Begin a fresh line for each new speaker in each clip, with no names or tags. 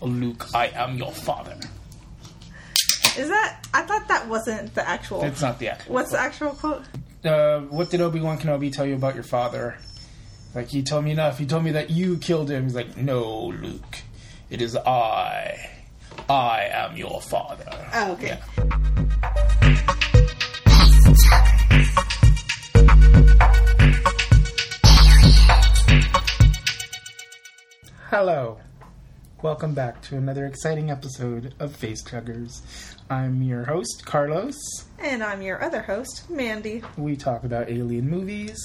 Luke, I am your father.
Is that? I thought that wasn't the actual.
That's not the actual.
What's the actual quote?
uh, what did Obi Wan Kenobi tell you about your father? Like he told me enough. He told me that you killed him. He's like, no, Luke, it is I. I am your father.
Oh, okay.
Hello. Welcome back to another exciting episode of Face Chuggers. I'm your host, Carlos.
And I'm your other host, Mandy.
We talk about alien movies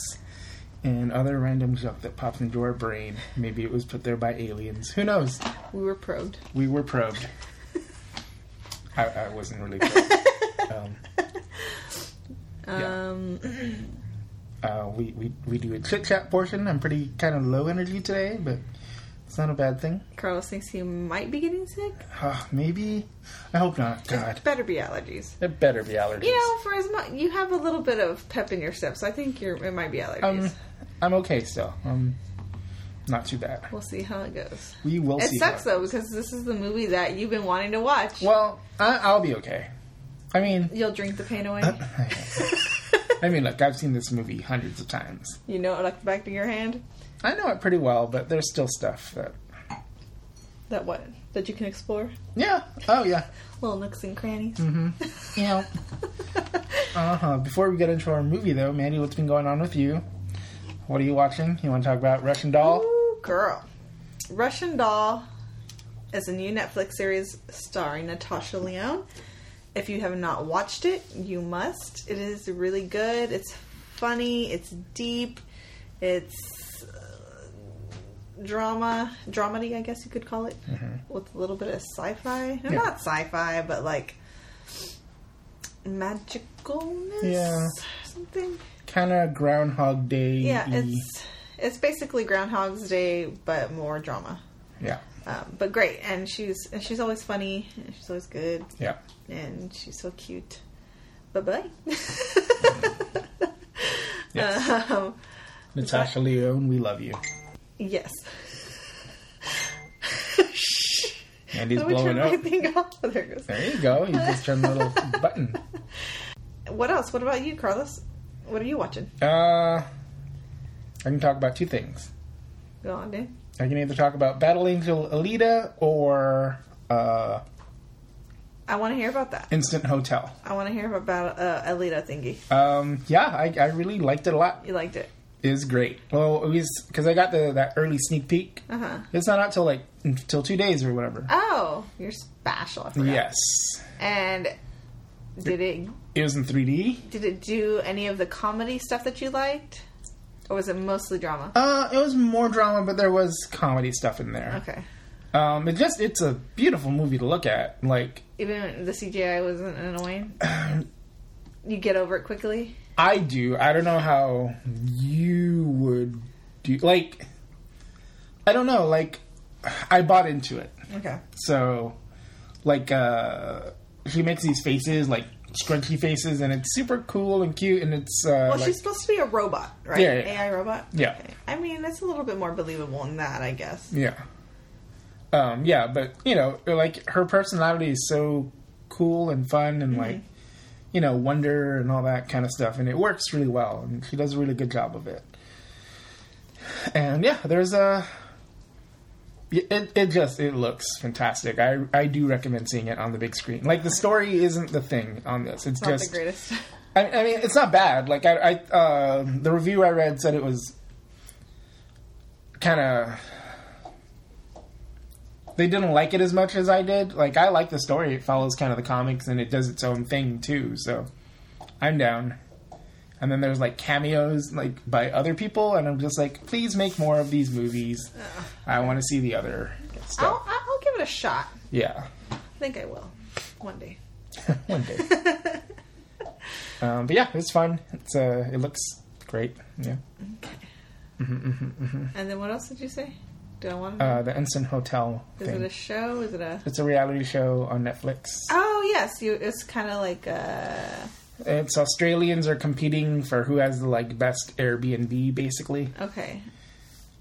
and other random junk that pops into our brain. Maybe it was put there by aliens. Who knows?
We were probed.
We were probed. I, I wasn't really probed. um, Yeah.
Um,
uh, we, we, we do a chit chat portion. I'm pretty kind of low energy today, but it's not a bad thing.
Carlos thinks he might be getting sick.
Uh, maybe. I hope not. God.
Better be allergies.
It better be allergies.
You know, for as much you have a little bit of pep in your step, so I think you're it might be allergies.
Um, I'm okay still. Um, not too bad.
we'll see how it goes.
We will
It
see.
sucks
how-
though because this is the movie that you've been wanting to watch.
Well, I, I'll be okay. I mean,
You'll drink the pain away.
I mean, look, I've seen this movie hundreds of times.
you know it like the back of your hand.
I know it pretty well, but there's still stuff that.
That what that you can explore
Yeah. Oh yeah.
little nooks and crannies.
Mm-hmm. You know. Uh huh. Before we get into our movie, though, Mandy, what's been going on with you? What are you watching? You want to talk about Russian Doll?
Ooh, girl. Russian Doll is a new Netflix series starring Natasha Leone. If you have not watched it, you must. It is really good. It's funny. It's deep. It's uh, drama, dramedy, I guess you could call it, with a little bit of sci-fi. No,
Mm-hmm. Yeah.
Not sci-fi, but like magicalness,
Yeah.
something.
Kind of Groundhog Day.
Yeah, it's it's basically Groundhog's Day, but more drama.
yeah,
Um, but great, and she's and she's always funny, and she's always good,
yeah.
and she's so cute. Bye bye.
Yes.
um,
Natasha Leone, we love you.
yes.
Mandy's
Let me turn
blowing
my
up.
thing off. There it goes.
There you go. You just turn the little button.
What else? What about you, Carlos? What are you watching?
Uh, I can talk about two things.
Go on, dude.
I can either talk about Battle Angel Alita or uh,
I want to hear about that.
Instant Hotel.
I want to hear about uh, Alita thingy.
Um, yeah, I, I really liked it a lot.
You liked it.
It was great. Well, at least because I got the that early sneak peek.
Uh huh.
It's not out till like until two days or whatever.
Oh, you're special. I forgot.
Yes,
And did it
it was in 3D.
did it do any of the comedy stuff that you liked, or was it mostly drama?
Uh, it was more drama, but there was comedy stuff in there.
Okay,
Um, it just it's a beautiful movie to look at. Like
even the CGI wasn't annoying. you get over it quickly.
I do. I don't know how you would do. Like, I don't know. Like, I bought into it.
Okay.
So, like, uh, she makes these faces, like scrunchy faces, and it's super cool and cute, and it's uh,
Well,
like,
she's supposed to be a robot, right?
Yeah, yeah.
AI robot.
Yeah.
Okay. I mean, that's a little bit more believable than that, I guess.
yeah, um, yeah. But you know, like her personality is so cool and fun,
Mm-hmm.
and like, you know, wonder and all that kind of stuff, and it works really well, and she does a really good job of it. And yeah, there's a. It, it just it looks fantastic. I I do recommend seeing it on the big screen. Like the story isn't the thing on this. It's
Not
just
the greatest.
I, I mean, it's not bad. Like I, I uh, the review I read said it was kind of they didn't like it as much as I did. Like I like the story; it follows kind of the comics and it does its own thing too. So I'm down. And then there's like cameos like by other people, and I'm just like, please make more of these movies. I want to see the other
I'll,
stuff.
I'll give it a shot.
Yeah,
I think I will, one day.
one day. um, but yeah, it's fun. It's uh, it looks great. Yeah.
And then what else did you say? Do I want to?
uh, the Instant Hotel
is it
thing.
a show? Is it a?
it's a reality show on Netflix.
Oh yes, you. It's kind of like uh, a.
It's Australians are competing for who has the like best Airbnb, basically.
Okay.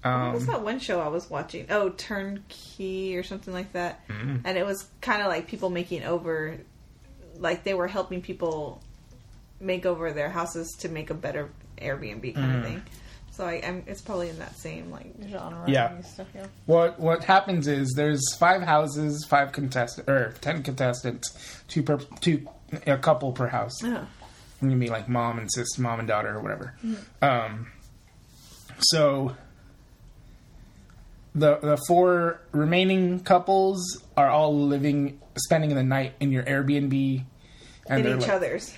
what was
Um,
that one show I was watching? Oh, Turnkey or something like that.
Mm-hmm.
And it was kind of like people making over, like they were helping people make over their houses to make a better Airbnb kind
Mm.
of thing. So I, I'm, it's probably in that same like genre.
Yeah.
and Stuff, yeah.
what what happens is there's five houses, five contestants or ten contestants, two per two a couple per house.
Yeah.
I'm gonna be like mom and sis, mom and daughter, or whatever.
Mm-hmm.
Um, so the the four remaining couples are all living, spending the night in your Airbnb, and
In
they're
each
like,
other's.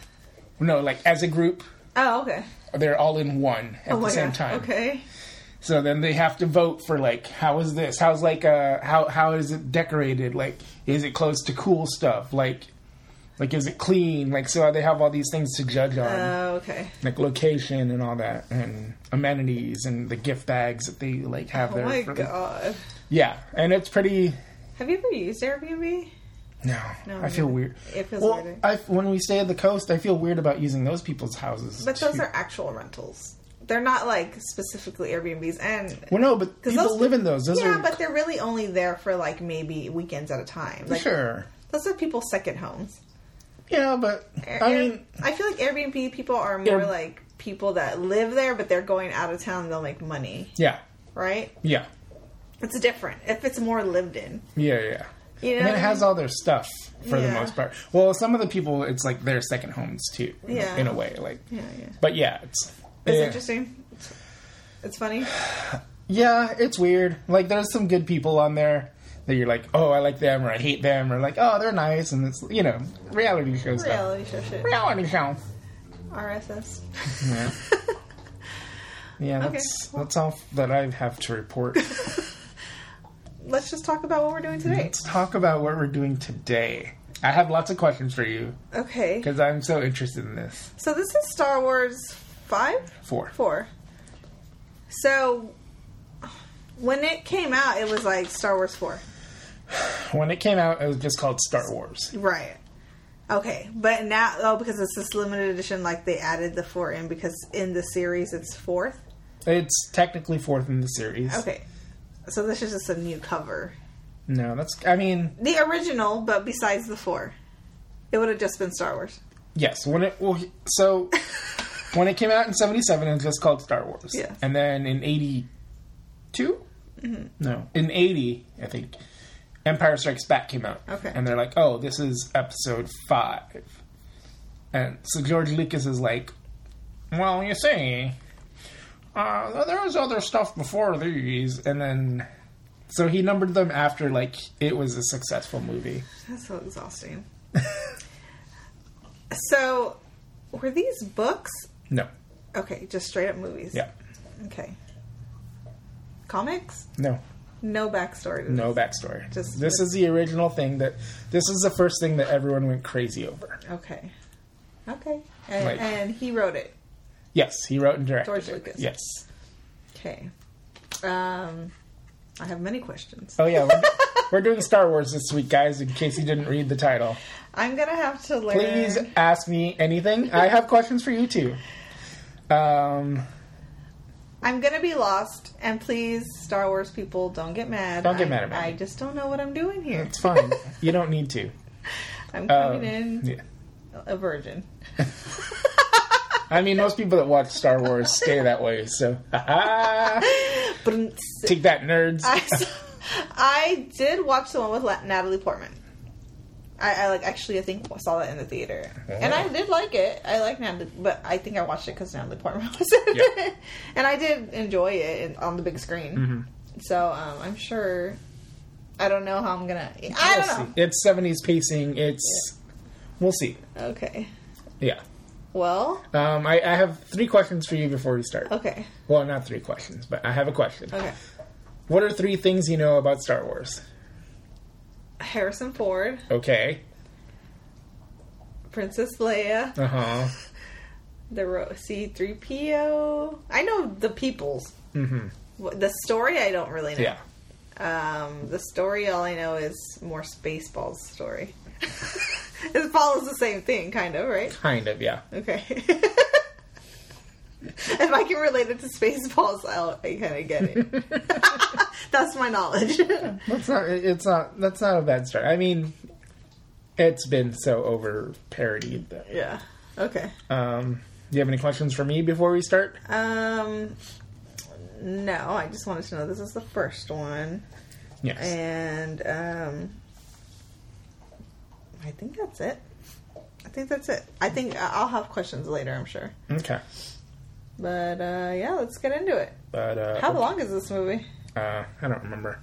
no, like as a group,
Oh, okay.
they're all in one at
oh
the
my
same
God.
time.
Okay.
So then they have to vote for like how is this? How's like uh how how is it decorated? Like is it close to cool stuff? Like like is it clean? Like so they have all these things to judge on
Oh, okay.
like location and all that and amenities and the gift bags that they like have
Oh
there
my
for the-
God.
yeah and it's pretty
Have you ever used Airbnb?
no,
No,
i feel
neither.
weird
It feels
well
weird.
I, when we stay at the coast i feel weird about using those people's houses
But
too.
those are actual rentals. They're not like specifically Airbnbs, and
well no but people
those-
live in those those
yeah,
are
but they're really only there for like maybe weekends at a time. Like
sure
those are people's second homes.
yeah but i
Air-
mean
I feel like Airbnb people are more
Air-
like people that live there, but they're going out of town. They'll make money,
yeah
right?
yeah
It's different if it's more lived in.
yeah yeah
You know,
and
what
it
I
has
mean?
all their stuff for the
Yeah.
most part well some of the people it's like their second homes too in a-
Yeah.
in a way like
yeah, yeah.
but yeah it's eh.
It's
yeah.
interesting. It's, it's funny.
Yeah, it's weird. Like, there's some good people on there that you're like, oh, I like them, or I hate them, or like, oh, they're nice, and it's, you know, reality show stuff.
Reality show shit.
Reality show.
RSS.
Yeah, yeah that's,
well-
that's all that I have to report.
Let's just talk about what we're doing today.
Let's talk about what we're doing today. I have lots of questions for you
Okay.
because I'm so interested in this.
So this is Star Wars five,
Four.
four. So when it came out, it was like Star Wars four,
When it came out, it was just called Star Wars.
right? Okay, but now oh, because it's this limited edition, like they added the four in because in the series it's fourth.
It's technically fourth in the series.
Okay, so this is just a new cover,
No, that's, I mean,
the original, but besides the four, it would have just been Star Wars.
Yes, when it well, he- so when it came out in '77, it was just called Star Wars.
Yes. Mm-hmm.
and then in '82, no, in '80, I think Empire Strikes Back came out.
Okay.
and they're like, "Oh, this is Episode Five. and so George Lucas is like, "Well, you see, uh, there was other stuff before these," and then so he numbered them after like it was a successful movie.
That's so exhausting. so, were these books?
No,
Okay, just straight up movies.
yeah,
Okay. Comics?
no.
No backstory. to
No backstory.
Just-
this is the original thing that this is the first thing that everyone went crazy over.
this. Okay. Okay. And,
Like-
and he wrote it.
Yes, he wrote and directed.
George
it.
Lucas.
Yes.
Okay. Um, I have many questions.
Oh yeah, we're, we're doing Star Wars this week, guys. In case you didn't read the title,
I'm gonna have to learn.
please ask me anything. I have questions for you too. Um,
I'm gonna be lost, and please, Star Wars people, don't get mad.
Don't get
I-
mad at me.
I just don't know what I'm doing here.
it's fine. you don't need to.
I'm
Um,
coming in
yeah.
a virgin.
I mean, most people that watch Star Wars stay that way. So,
Brunts.
take that, nerds.
I, saw- I did watch the one with La- Natalie Portman. I, I like actually I think saw that in the theater,
Oh.
and I did like it. I like Natalie, but I think I watched it because Natalie Portman was in
Yeah.
it, and I did enjoy it in, on the big screen.
Mm-hmm.
So um, I'm sure. I don't know how I'm gonna. I
We'll
don't
see.
know.
It's seventies pacing. It's we'll see.
Okay.
Yeah.
Well.
Um, I, I have three questions for you before we start.
Okay.
Well, not three questions, but I have a question.
Okay.
What are three things you know about Star Wars?
Harrison Ford,
Okay.
Princess Leia,
Uh huh.
the Ro- C-3PO. I know the peoples.
hmm
Wh- The story I don't really know.
Yeah.
Um, the story, all I know is more Spaceballs story. it follows the same thing, kind of, right?
Kind of. Yeah.
Okay. if I can relate it to Spaceballs, I'll, I kind of get it. That's my knowledge.
That's not. It's not. That's not a bad start. I mean, it's been so over parodied. That,
yeah. Okay.
um, do you have any questions for me before we start?
Um. No, I just wanted to know this is the first one,
Yes.
Uh, and um, I think that's it. I think that's it. I think I- I'll have questions later. I'm sure,
okay.
but uh, yeah, let's get into it.
But uh,
How long is this movie?
uh, I don't remember.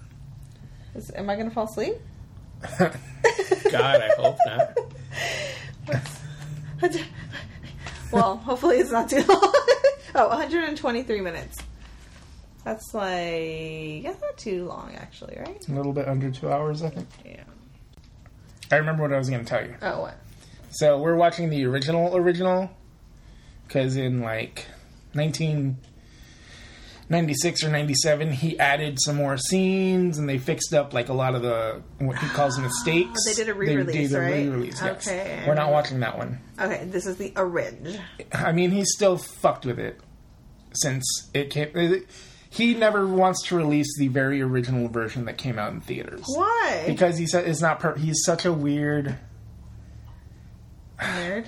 Is, am I gonna fall asleep?
God, I hope not.
well, hopefully it's not too long. oh, 123 minutes. That's like that's not too long, actually, right?
A little bit under two hours, I think.
Yeah.
I remember what I was going to tell you.
Oh, what?
So we're watching the original original because in like 1996 or 97 he added some more scenes and they fixed up like a lot of the what he calls mistakes
they did a
did
re-release,
a
right?
re-release, yes.
Okay.
we're not watching that one
Okay, this is the orange.
i mean he's still fucked with it since it came it- he never wants to release the very original version that came out in theaters
Why?
because he said it's not per- he's such a weird
Nerd.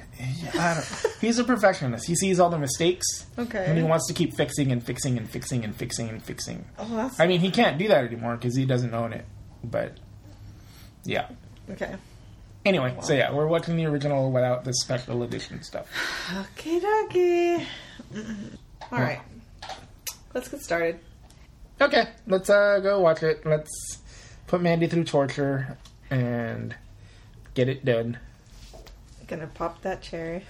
I don't, he's a perfectionist. He sees all the mistakes.
Okay.
And he wants to keep fixing and fixing and fixing and fixing and fixing.
Oh, that's
I mean, he can't do that anymore because he doesn't own it. But yeah.
okay.
Anyway, so yeah, we're watching the original without the special edition stuff.
Okay, dokie. All right, let's get started.
Okay, let's uh, go watch it. Let's put Mandy through torture and get it done.
Gonna pop that cherry.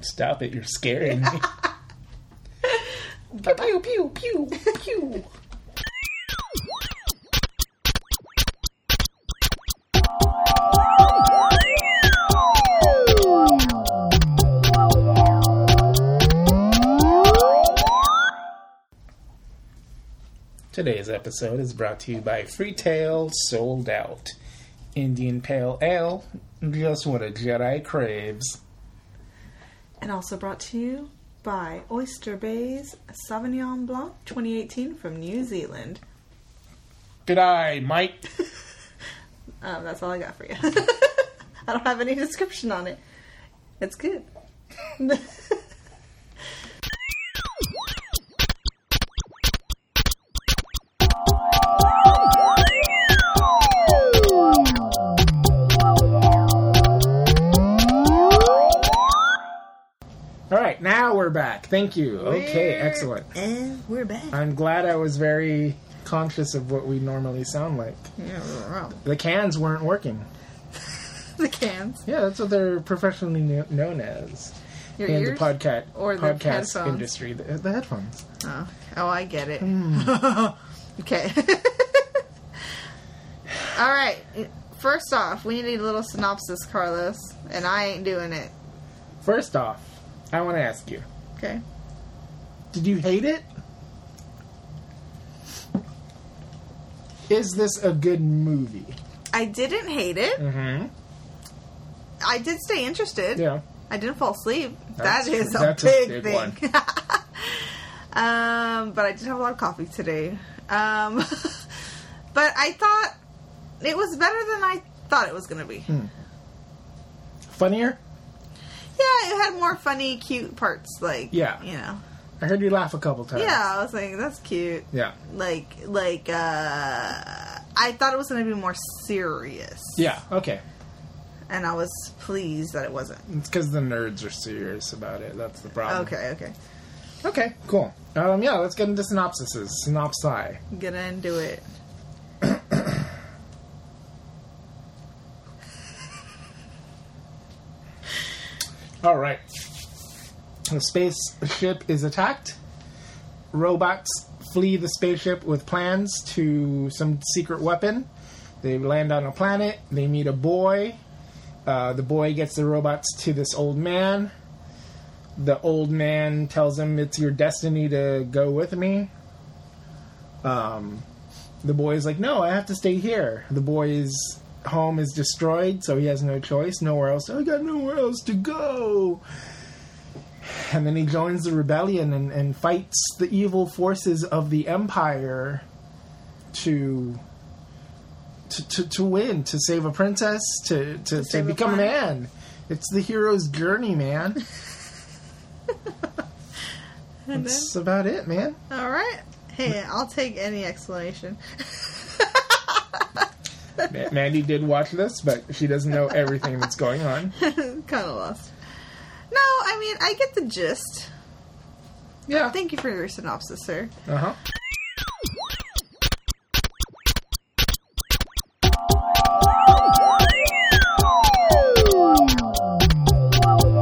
Stop it! You're scaring me.
pew pew pew pew.
Today's episode is brought to you by Freetail Sold Out. Indian Pale Ale, just what a Jedi craves.
And also brought to you by Oyster Bay's Sauvignon Blanc 2018 from New Zealand.
Good eye, Mike.
Um, that's all I got for you. I don't have any description on it. It's good.
All right, now we're back. Thank you. Okay, excellent.
And we're back.
I'm glad I was very conscious of what we normally sound like.
Yeah, wow.
The cans weren't working.
The cans.
Yeah, that's what they're professionally kno- known as
Your
in
ears?
the podcast
Or the
podcast
headphones?
industry. The, the headphones.
Oh, oh I get it. okay. all right. First off, we need a little synopsis, Carlos, and I ain't doing it.
First off, I want to ask you:
Okay.
Did you hate it? Is this a good movie?
I didn't hate it.
Mm-hmm.
I did stay interested.
Yeah.
I didn't fall asleep.
That's-
That's, a
that's a big
big, thing. um, but I did have a lot of coffee today. Um, but I thought it was better than I thought it was going to be.
Hmm. Funnier?
Yeah, it had more funny, cute parts. Like,
Yeah.
you know,
I heard you laugh a couple times.
yeah. I was like, that's cute.
Yeah.
Like, like, uh, I thought it was going to be more serious.
Yeah. Okay.
and I was pleased that it wasn't.
It's because the nerds are serious about it. That's the problem.
Okay, okay,
Okay. Cool. Um, yeah, let's get into synopsises. Synopsi.
get into it.
All right. The spaceship is attacked. Robots flee the spaceship with plans to some secret weapon. They land on a planet. They meet a boy. Uh, the boy gets the robots to this old man. The old man tells him, It's your destiny to go with me. Um, the boy is like, No, I have to stay here. The boy is home is destroyed, so he has no choice, nowhere else. I got nowhere else to go. And then he joins the rebellion and, and fights the evil forces of the empire to to, to, to win, to save a princess, to, to, to,
save a
become a
planet.
man. It's the hero's journey, man.
And then,
That's about it, man.
all right. Hey, I'll take any explanation.
Ma- Mandy did watch this, but she doesn't know everything that's going on.
kind of lost. No, I mean, I get the gist.
Yeah.
Thank you for your synopsis, sir.
Uh huh.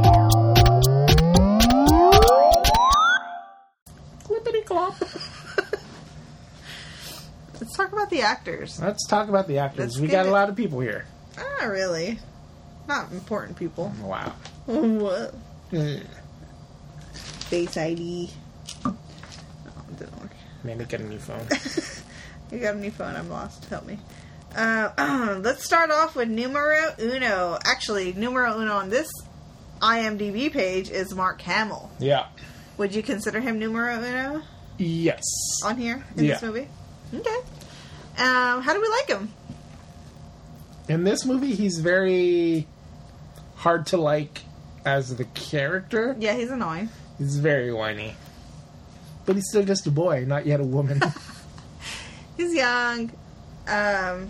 Let's talk about the actors.
Let's talk about the actors.
Let's
we
get
got a
it.
lot of people here.
Not really. Not important people.
Wow.
what?
Mm.
Face ID. Oh, it didn't work.
Mandy got a new phone.
You got a new phone. I'm lost. Help me. Uh, let's start off with numero uno. Actually, numero uno on this IMDb page is Mark Hamill.
yeah.
Would you consider him numero uno
Yes.
on here in this
Yeah.
movie? Okay. Um, how do we like him?
In this movie, he's very hard to like as the character.
Yeah, he's annoying.
He's very whiny. But he's still just a boy, not yet a woman.
He's young. Um,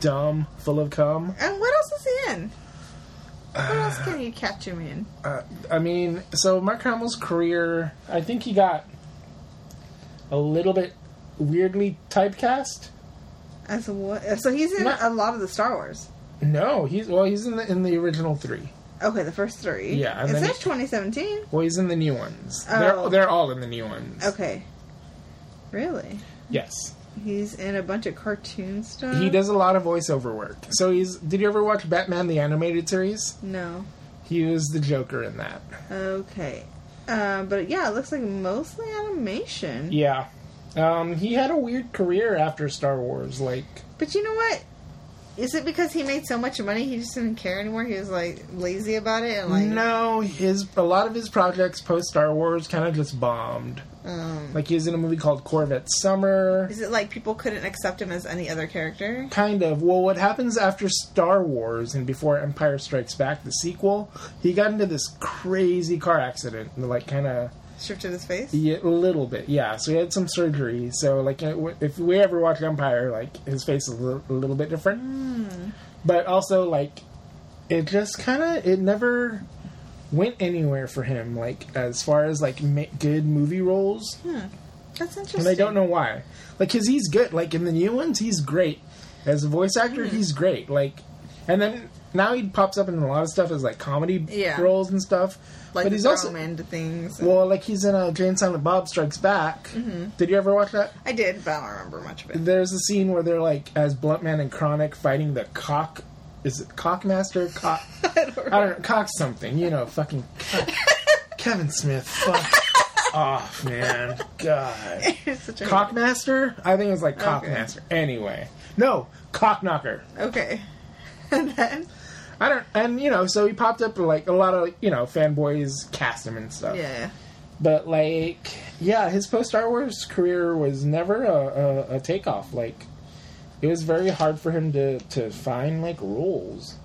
Dumb, full of cum.
and what else is he in? What else can you catch him in?
Uh, I mean, so Mark Hamill's career, I think he got a little bit weirdly typecast.
As a what? So he's in
Not-
a lot of the Star Wars.
No, he's well, he's in the in the original three.
Okay, the first three.
Yeah, and
It
then-
says 2017.
Well, he's in the new ones.
Oh.
They're they're all in the new ones.
Okay. Really?
Yes,
He's in a bunch of cartoon stuff.
he does a lot of voiceover work. So he's. Did you ever watch Batman the animated series?
No.
He was the Joker in that.
Okay. Uh, but yeah, it looks like mostly animation.
Yeah, um, he had a weird career after Star Wars. Like,
But you know what? Is it because he made so much money he just didn't care anymore? He was like lazy about it and like
no, his a lot of his projects post Star Wars kind of just bombed.
um,
Like he was in a movie called Corvette Summer.
Is it like people couldn't accept him as any other character?
Kind of. Well, what happens after Star Wars and before Empire Strikes Back, the sequel, he got into this crazy car accident. and, Like, kind of.
Shifted his face?
Yeah, a little bit, yeah. So he had some surgery. So, like, it- if we ever watch Empire, like, his face is a little, a little bit different. But also, like, it just kind of, it never went anywhere for him, like, as far as, like, ma- good movie roles.
That's interesting.
And I don't know why. Like, because he's good. Like, in the new ones, he's great. As a voice actor,
Hmm.
he's great. Like, and then now he pops up in a lot of stuff as, like, comedy
Yeah.
roles and stuff.
Like
but
the
he's also.
grown into things.
Well, like he's in uh, Jane Silent Bob Strikes Back.
Mm-hmm.
Did you ever watch that?
I did, but I don't remember much of it.
There's a scene where they're like, as Bluntman and Chronic fighting the cock. Is it Cockmaster? Cock.
I don't remember.
I don't know. Cock something. You know, fucking. cock. Kevin Smith. Fuck off, man. God.
It's such a-
Cockmaster? I think it was like Cockmaster. Anyway. No, Cockknocker.
Okay. and then
I don't. And, you know, so he popped up, like, a lot of, you know, fanboys cast him and stuff.
yeah.
But like, yeah, his post Star Wars career was never a, a, a takeoff. Like, it was very hard for him to to find like roles,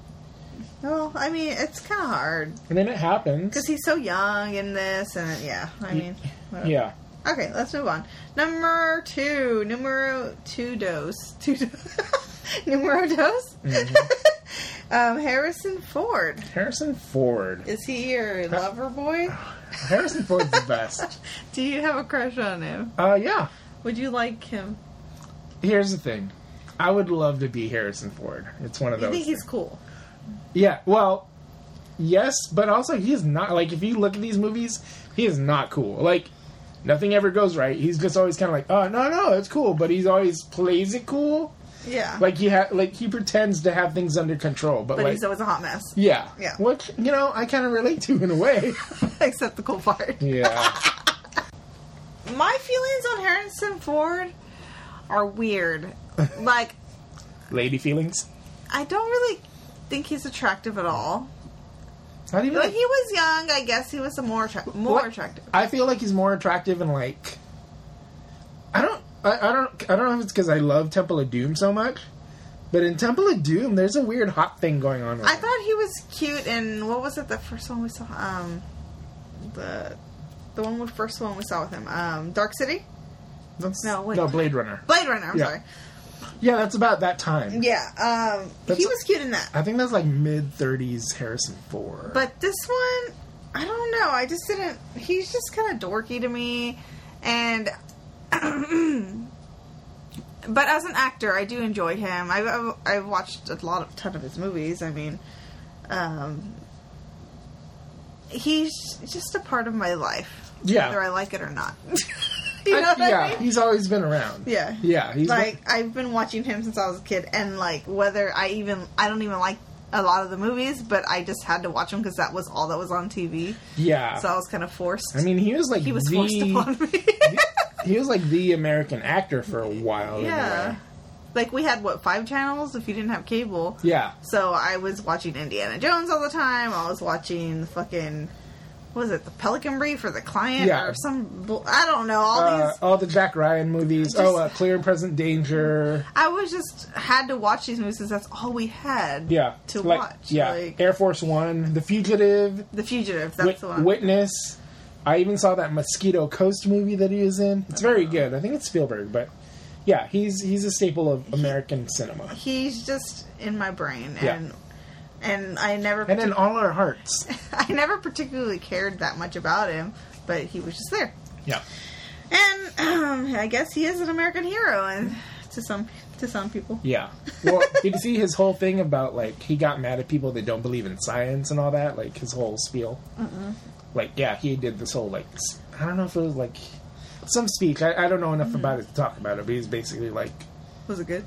Well, I mean, it's kind of hard
and then it happens.
because he's so young in this, and yeah, I mean, whatever.
Yeah,
Okay, let's move on. Number two, numero two dose, two dose, numero dos.
Mm-hmm.
um, Harrison Ford.
Harrison Ford.
Is he your lover boy?
Harrison Ford's the best.
Do you have a crush on him?
Uh, yeah.
Would you like him?
Here's the thing. I would love to be Harrison Ford. It's one of
You
those.
think he's cool?
yeah. Well, yes, but also he is not like if you look at these movies, he is not cool. Like. Nothing ever goes right. He's just always kind of like, oh no, no, it's cool, but he's always plays it cool.
Yeah,
like he ha- like he pretends to have things under control, but,
but
like
he's always a hot mess,
yeah,
Yeah.
which you know I kind of relate to in a way.
except the cool part.
yeah,
My feelings on Harrison Ford are weird. like,
lady feelings.
I don't really think he's attractive at all.
Not even.
When
Like,
he was young, I guess he was a more attra- more
Like,
attractive.
I feel like he's more attractive and like. I don't. I, I don't. I don't know if it's because I love Temple of Doom so much, but in Temple of Doom, there's a weird hot thing going on. With
I
him.
thought he was cute in what was it? The first one we saw, um, the the one with first one we saw with him, um, Dark City,
That's,
No, wait.
no, Blade Runner.
Blade Runner. I'm
Yeah.
sorry.
Yeah, that's about that time.
Yeah, um,
That's-
he was cute in that.
I think that's like mid '30s Harrison Ford.
But this one, I don't know. I just didn't. He's just kind of dorky to me, and. But as an actor, I do enjoy him. I've, I've, I've watched a lot of ton of his movies. I mean, um, he's just a part of my life,
Yeah.
whether I like it or not.
I-
you know what
yeah,
I mean?
he's always been around.
Yeah.
yeah, he's been-
like I've been watching him since I was a kid, and like whether I even I don't even like a lot of the movies, but I just had to watch them because that was all that was on TV.
yeah.
So I was kind of forced.
I mean, he was like
he was
the,
forced upon me.
he was like the American actor for a while. in a
yeah,
way.
like we had what five channels if you didn't have cable.
yeah.
So I was watching Indiana Jones all the time. I was watching fucking. what Was it the Pelican Brief or the Client
Yeah.
or some? bull- I don't know. All
Uh,
these
all the Jack Ryan movies.
Just-
oh, uh, Clear and Present Danger.
I was just had to watch these movies because that's all we had.
Yeah,
to
Like-
watch.
Yeah,
like,
Air Force One, The Fugitive,
The Fugitive. That's
Wit-
the one.
Witness. I even saw that Mosquito Coast movie that he was in. It's
Oh.
very good. I think it's Spielberg, but yeah, he's he's a staple of American cinema
He's just in my brain,
Yeah.
and and I never
and in all our hearts.
I never particularly cared that much about him, but he was just there.
Yeah.
And um, I guess he is an American hero, and to some to some people,
Yeah. Well, did you see his whole thing about like he got mad at people that don't believe in science and all that? Like his whole spiel. Like yeah, he did this whole like s- I don't know if it was like some speech. I, I don't know enough
Mm-hmm.
about it to talk about it, but he's basically like,
was it good?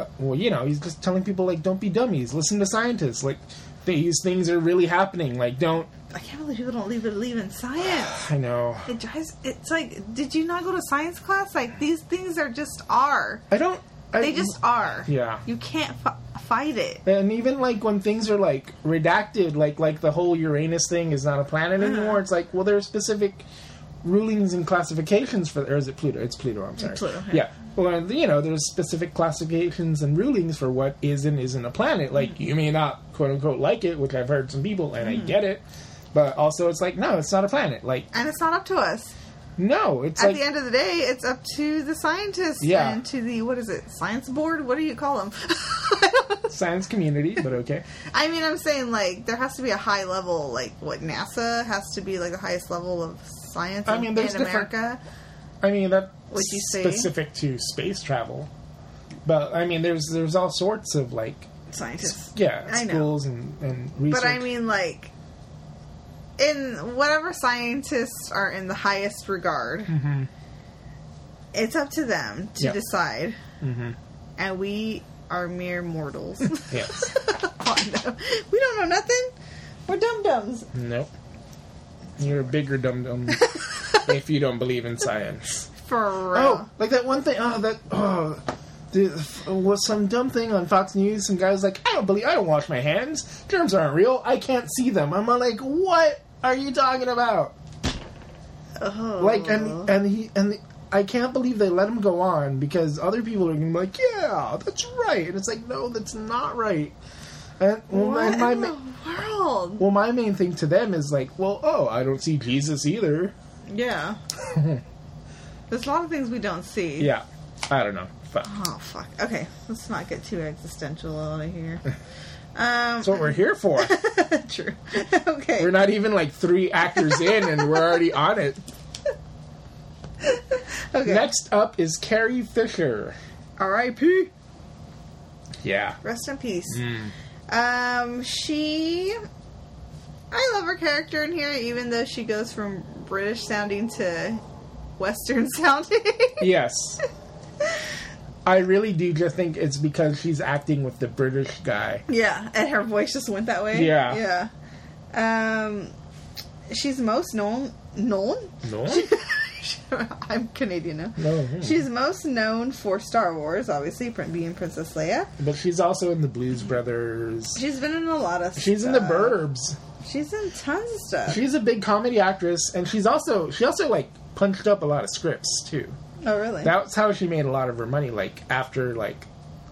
uh, well, you know, he's just telling people like don't be dummies, listen to scientists. Like these things are really happening. Like don't
I can't believe people don't leave believe in science.
I know.
It drives. It's like, did you not go to science class? Like these things are just are.
I don't. I,
They just are.
Yeah.
You can't f- fight it.
And even like when things are like redacted, like like the whole Uranus thing is not a planet
Uh-huh.
anymore. It's like well, there are specific rulings and classifications for, or is it Pluto? It's Pluto. I'm sorry.
Pluto, yeah.
Yeah. Well, you know, there's specific classifications and rulings for what is and isn't a planet. Like
Mm.
you may not quote unquote like it, which I've heard some people, and I get it. But also, it's like no, it's not a planet. Like
And it's not up to us.
no, it's
At
like
the end of the day, it's up to the scientists
Yeah.
and to the what is it, science board? What do you call them?
science community. But okay.
I mean, I'm saying like there has to be a high level, like what NASA has to be like the highest level of science.
I
in-
mean, there's
in
different-
America.
I mean that's
Would you say?
specific to space travel, but I mean there's there's all sorts of like
scientists.
yeah
I know.
schools and and research.
But I mean, like in whatever scientists are in the highest regard, it's up to them
Mm-hmm.
to
Yeah. Mm-hmm.
decide, and we are mere mortals.
yes,
Wanda. Oh, We don't know nothing. We're dum dums.
nope. You're a bigger dum dum if you don't believe in science.
For
Oh,
real.
like that one thing. Oh, that oh, the, f- was some dumb thing on Fox News. Some guy was like, "I don't believe. I don't wash my hands. Germs aren't real. I can't see them." I'm like, "What are you talking about?"
Oh.
Like, and and he and the, I can't believe they let him go on because other people are gonna be like, "Yeah, that's right," and it's like, "No, that's not right." And well,
what
and my
in
ma-
the world?
Well, my main thing to them is like, well, oh, I don't see Jesus either.
Yeah. There's a lot of things we don't see.
Yeah, I don't know. Fuck.
Oh fuck. Okay, let's not get too existential out of here. Um.
That's what we're here for.
true. okay.
we're not even like three actors in, and we're already on it.
okay.
Next up is Carrie Fisher.
R.I.P.
Yeah.
Rest in peace.
Hmm.
Um. She. I love her character in here, even though she goes from British sounding to Western sounding.
Yes. I really do just think it's because she's acting with the British guy.
Yeah, and her voice just went that way.
Yeah.
Yeah. Um, she's most known known.
No.
I I'm Canadian now.
No, yeah.
She's most known for Star Wars, obviously, prin- being Princess Leia.
But she's also in the Blues Brothers.
She's been in a lot of.
She's in the
stuff.
Burbs.
She's in tons of stuff.
She's a big comedy actress, and she's also she also like punched up a lot of scripts too.
oh, really?
That's how she made a lot of her money. Like after like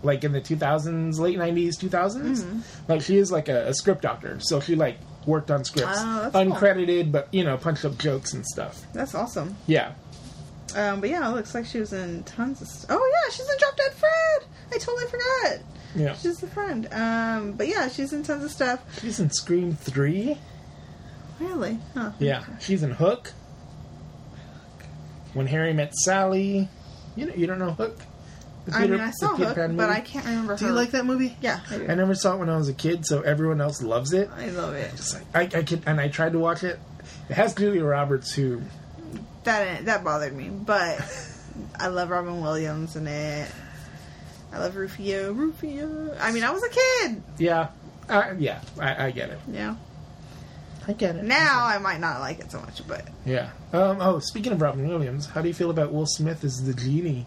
like in the two thousands, late nineties, two thousands.
Mm-hmm.
Like she is like a, a script doctor, so she like worked on scripts,
Oh, that's cool.
uncredited, but you know punched up jokes and stuff.
That's awesome.
Yeah,
Um, but yeah, it looks like she was in tons of stuff. Oh yeah, she's in Drop Dead Fred. I totally forgot.
yeah.
She's the friend. Um, but yeah, she's in tons of stuff.
She's in Scream Three.
Really? Huh.
Yeah, she's in Hook. When Harry Met Sally. You know, you don't know Hook. The
I
Peter-
mean, I
the
saw
Peter
Hook,
Pan
but
movie?
I can't remember.
Do you
her.
like that movie?
Yeah, I, do.
I never saw it when I was a kid, so everyone else loves it.
I love it.
It's like, I, I could, and I tried to watch it. It has Julia Roberts, who
That didn't- that bothered me, but I love Robin Williams in it. I love Rufio. Rufio. I mean, I was a kid.
Yeah, uh, yeah, I, I get it.
Yeah.
I get it.
Now I might not like it so much, but
Yeah. Um. Oh, speaking of Robin Williams, how do you feel about Will Smith as the genie?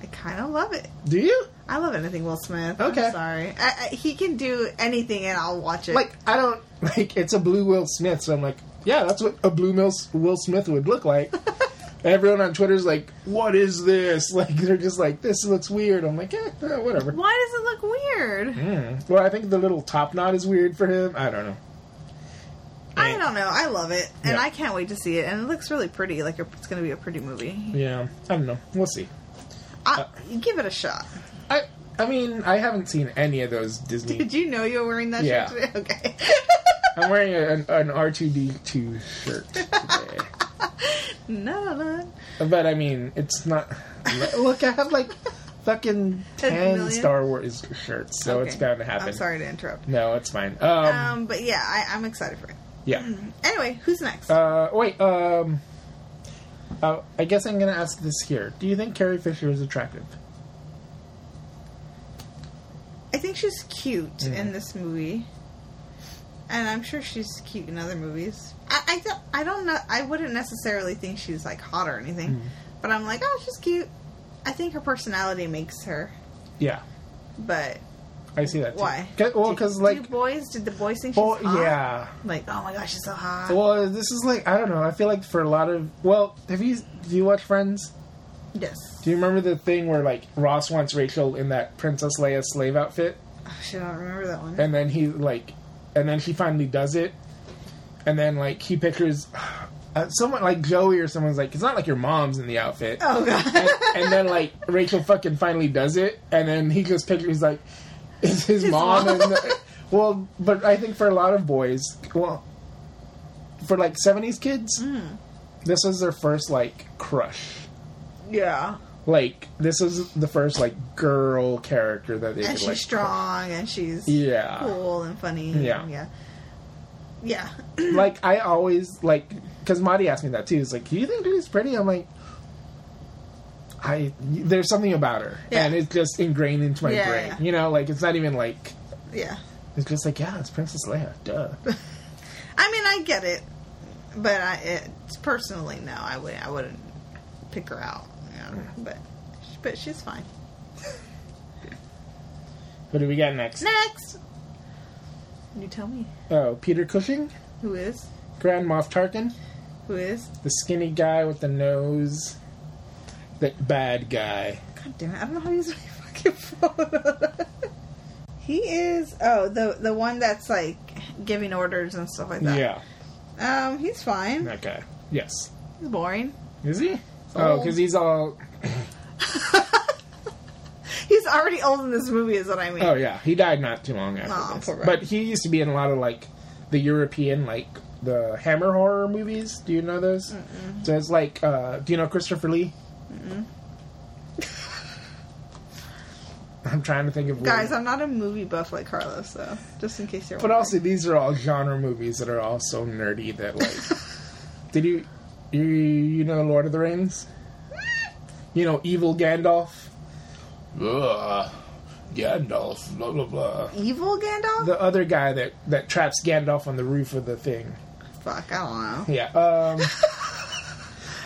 I kind of love it.
Do you?
I love anything Will Smith.
Okay.
I'm sorry. I, I, he can do anything, and I'll watch it.
Like, I don't like. It's a blue Will Smith, so I'm like, yeah, that's what a blue Mil- Will Smith would look like. Everyone on Twitter's like, "What is this?" Like, they're just like, "This looks weird." I'm like, "Yeah, eh, whatever."
why does it look weird?
Mm. Well, I think the little top knot is weird for him. I don't know.
I don't know. I love it, and
Yeah.
I can't wait to see it. And it looks really pretty. Like it's going to be a pretty movie.
Yeah, I don't know. We'll see.
I, give it a shot.
I. I mean, I haven't seen any of those Disney
Did you know you were wearing that
Yeah.
shirt today? Okay.
I'm wearing a, an, an R2D2 shirt today.
no, no.
but I mean, it's not. Look, I have like fucking
10
10
million?
Star Wars shirts, so it's
Okay.
bound to happen.
I'm sorry to interrupt.
No, it's fine. Um,
Um, but yeah, I, I'm excited for it. Mm-hmm.
yeah.
Anyway, who's next?
Uh, wait, um. Uh, I guess I'm gonna ask this here. Do you think Carrie Fisher is attractive?
I think she's cute in this movie, and I'm sure she's cute in other movies. I I, th- I don't know. I wouldn't necessarily think she's like hot or anything,
Mm.
but I'm like, oh, she's cute. I think her personality makes her,
Yeah,
but
I see that. Too.
why?
'Cause- well,
Do-
because
do
like,
boys, did the boys think she's
well,
hot?
yeah.
Like, oh my gosh, she's so hot.
Well, this is like I don't know. I feel like for a lot of well, have you do you watch Friends?
yes.
Do you remember the thing where like Ross wants Rachel in that Princess Leia slave outfit,
Oh, shit, I don't remember that one.
and then he like, and then she finally does it, and then like he pictures uh, someone like Joey or someone's like, it's not like your mom's in the outfit,
oh god.
and, and then like Rachel fucking finally does it, and then he just pictures like, is his, mom?
mom.
And well, but I think for a lot of boys, well, for like '70s kids,
Hmm.
this was their first like crush
yeah.
like this is the first like girl character that they
And
could
she's
like
strong, and she's
yeah
cool and funny.
Yeah.
and yeah. Yeah.
like i always like because marty asked me that too he's like do you think she's pretty i'm like i there's something about her
Yeah.
and it's just ingrained into my
Yeah,
brain
yeah.
you know like it's not even like
Yeah.
it's just like yeah it's princess leia duh
I mean, I get it, but I it's personally no, I would I wouldn't pick her out. You know, but but she's fine.
what do we got next
Next, you tell me
oh peter cushing
who is
grand moff tarkin
who is.
the skinny guy with the nose that bad guy
God damn it! I don't know how to use my fucking phone. he is oh the the one that's like giving orders and stuff like that.
yeah
Yeah. Um, he's fine.
that guy yes
He's boring.
Is he? Oh, because he's all.
He's already old in this movie, is what I mean.
Oh yeah, he died not too long after
Aw,
this.
poor guy.
But he used to be in a lot of like the European like the Hammer horror movies. Do you know those? So it's like, uh, do you know Christopher Lee? I'm trying to think of
Guys,
What,
I'm not a movie buff like Carlos, though. Just in case you're.
but
wondering.
also, these are all genre movies that are all so nerdy that like. did you, you you know Lord of the Rings? You know evil Gandalf. Ugh, Gandalf, blah blah blah.
evil Gandalf.
the other guy that that traps Gandalf on the roof of the thing.
Fuck, I don't know.
Yeah. Um,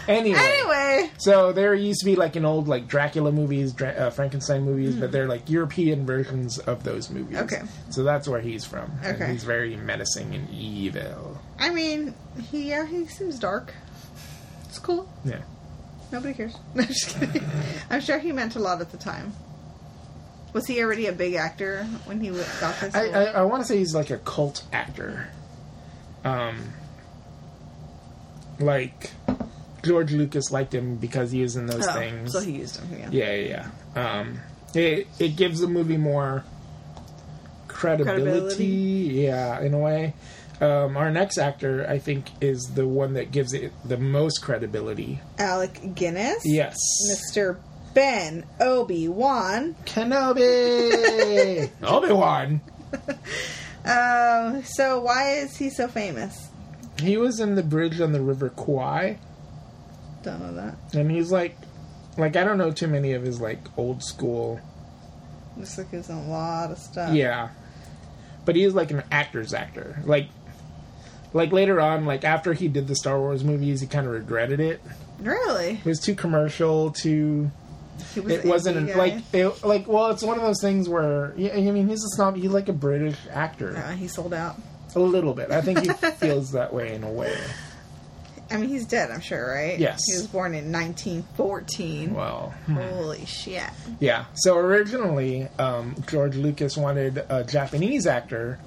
Anyway.
Anyway,
So there used to be like in old like Dracula movies, Dra- uh, Frankenstein movies, but they're like European versions of those movies.
Okay.
So that's where he's from. And
Okay.
he's very menacing and evil.
I mean, he yeah, he seems dark. It's cool.
Yeah.
Nobody cares. No, I'm just kidding. I'm sure he meant a lot at the time. Was he already a big actor when he w- got this?
I, I,
role? Oh,
I want to say he's like a cult actor. Um, like George Lucas liked him because he was in those
Oh,
things.
So he used him. Yeah.
yeah, yeah. yeah. Um, it it gives the movie more credibility,
Credibility.
Yeah, in a way. Um, our next actor, I think, is the one that gives it the most credibility.
Alec Guinness.
Yes,
Mr. Ben Obi Wan.
Kenobi, Obi Wan.
Um, so why is he so famous?
He was in the bridge on the River Kwai.
Don't know that.
and he's like like i don't know too many of his like old school
Looks like he's in a lot of stuff.
yeah but he's like an actor's actor like like later on like after he did the star wars movies he kind of regretted it
Really?
it was too commercial too
He was
it
an
wasn't
indie
an,
guy.
like it, like well it's one of those things where yeah, i mean he's a snob he's like a british actor
Uh, he sold out.
a little bit i think he feels that way in a way
I mean, he's dead, I'm sure, right?
Yes.
He was born in 1914.
well hmm.
Holy shit.
Yeah. So originally, um, George Lucas wanted a Japanese actor.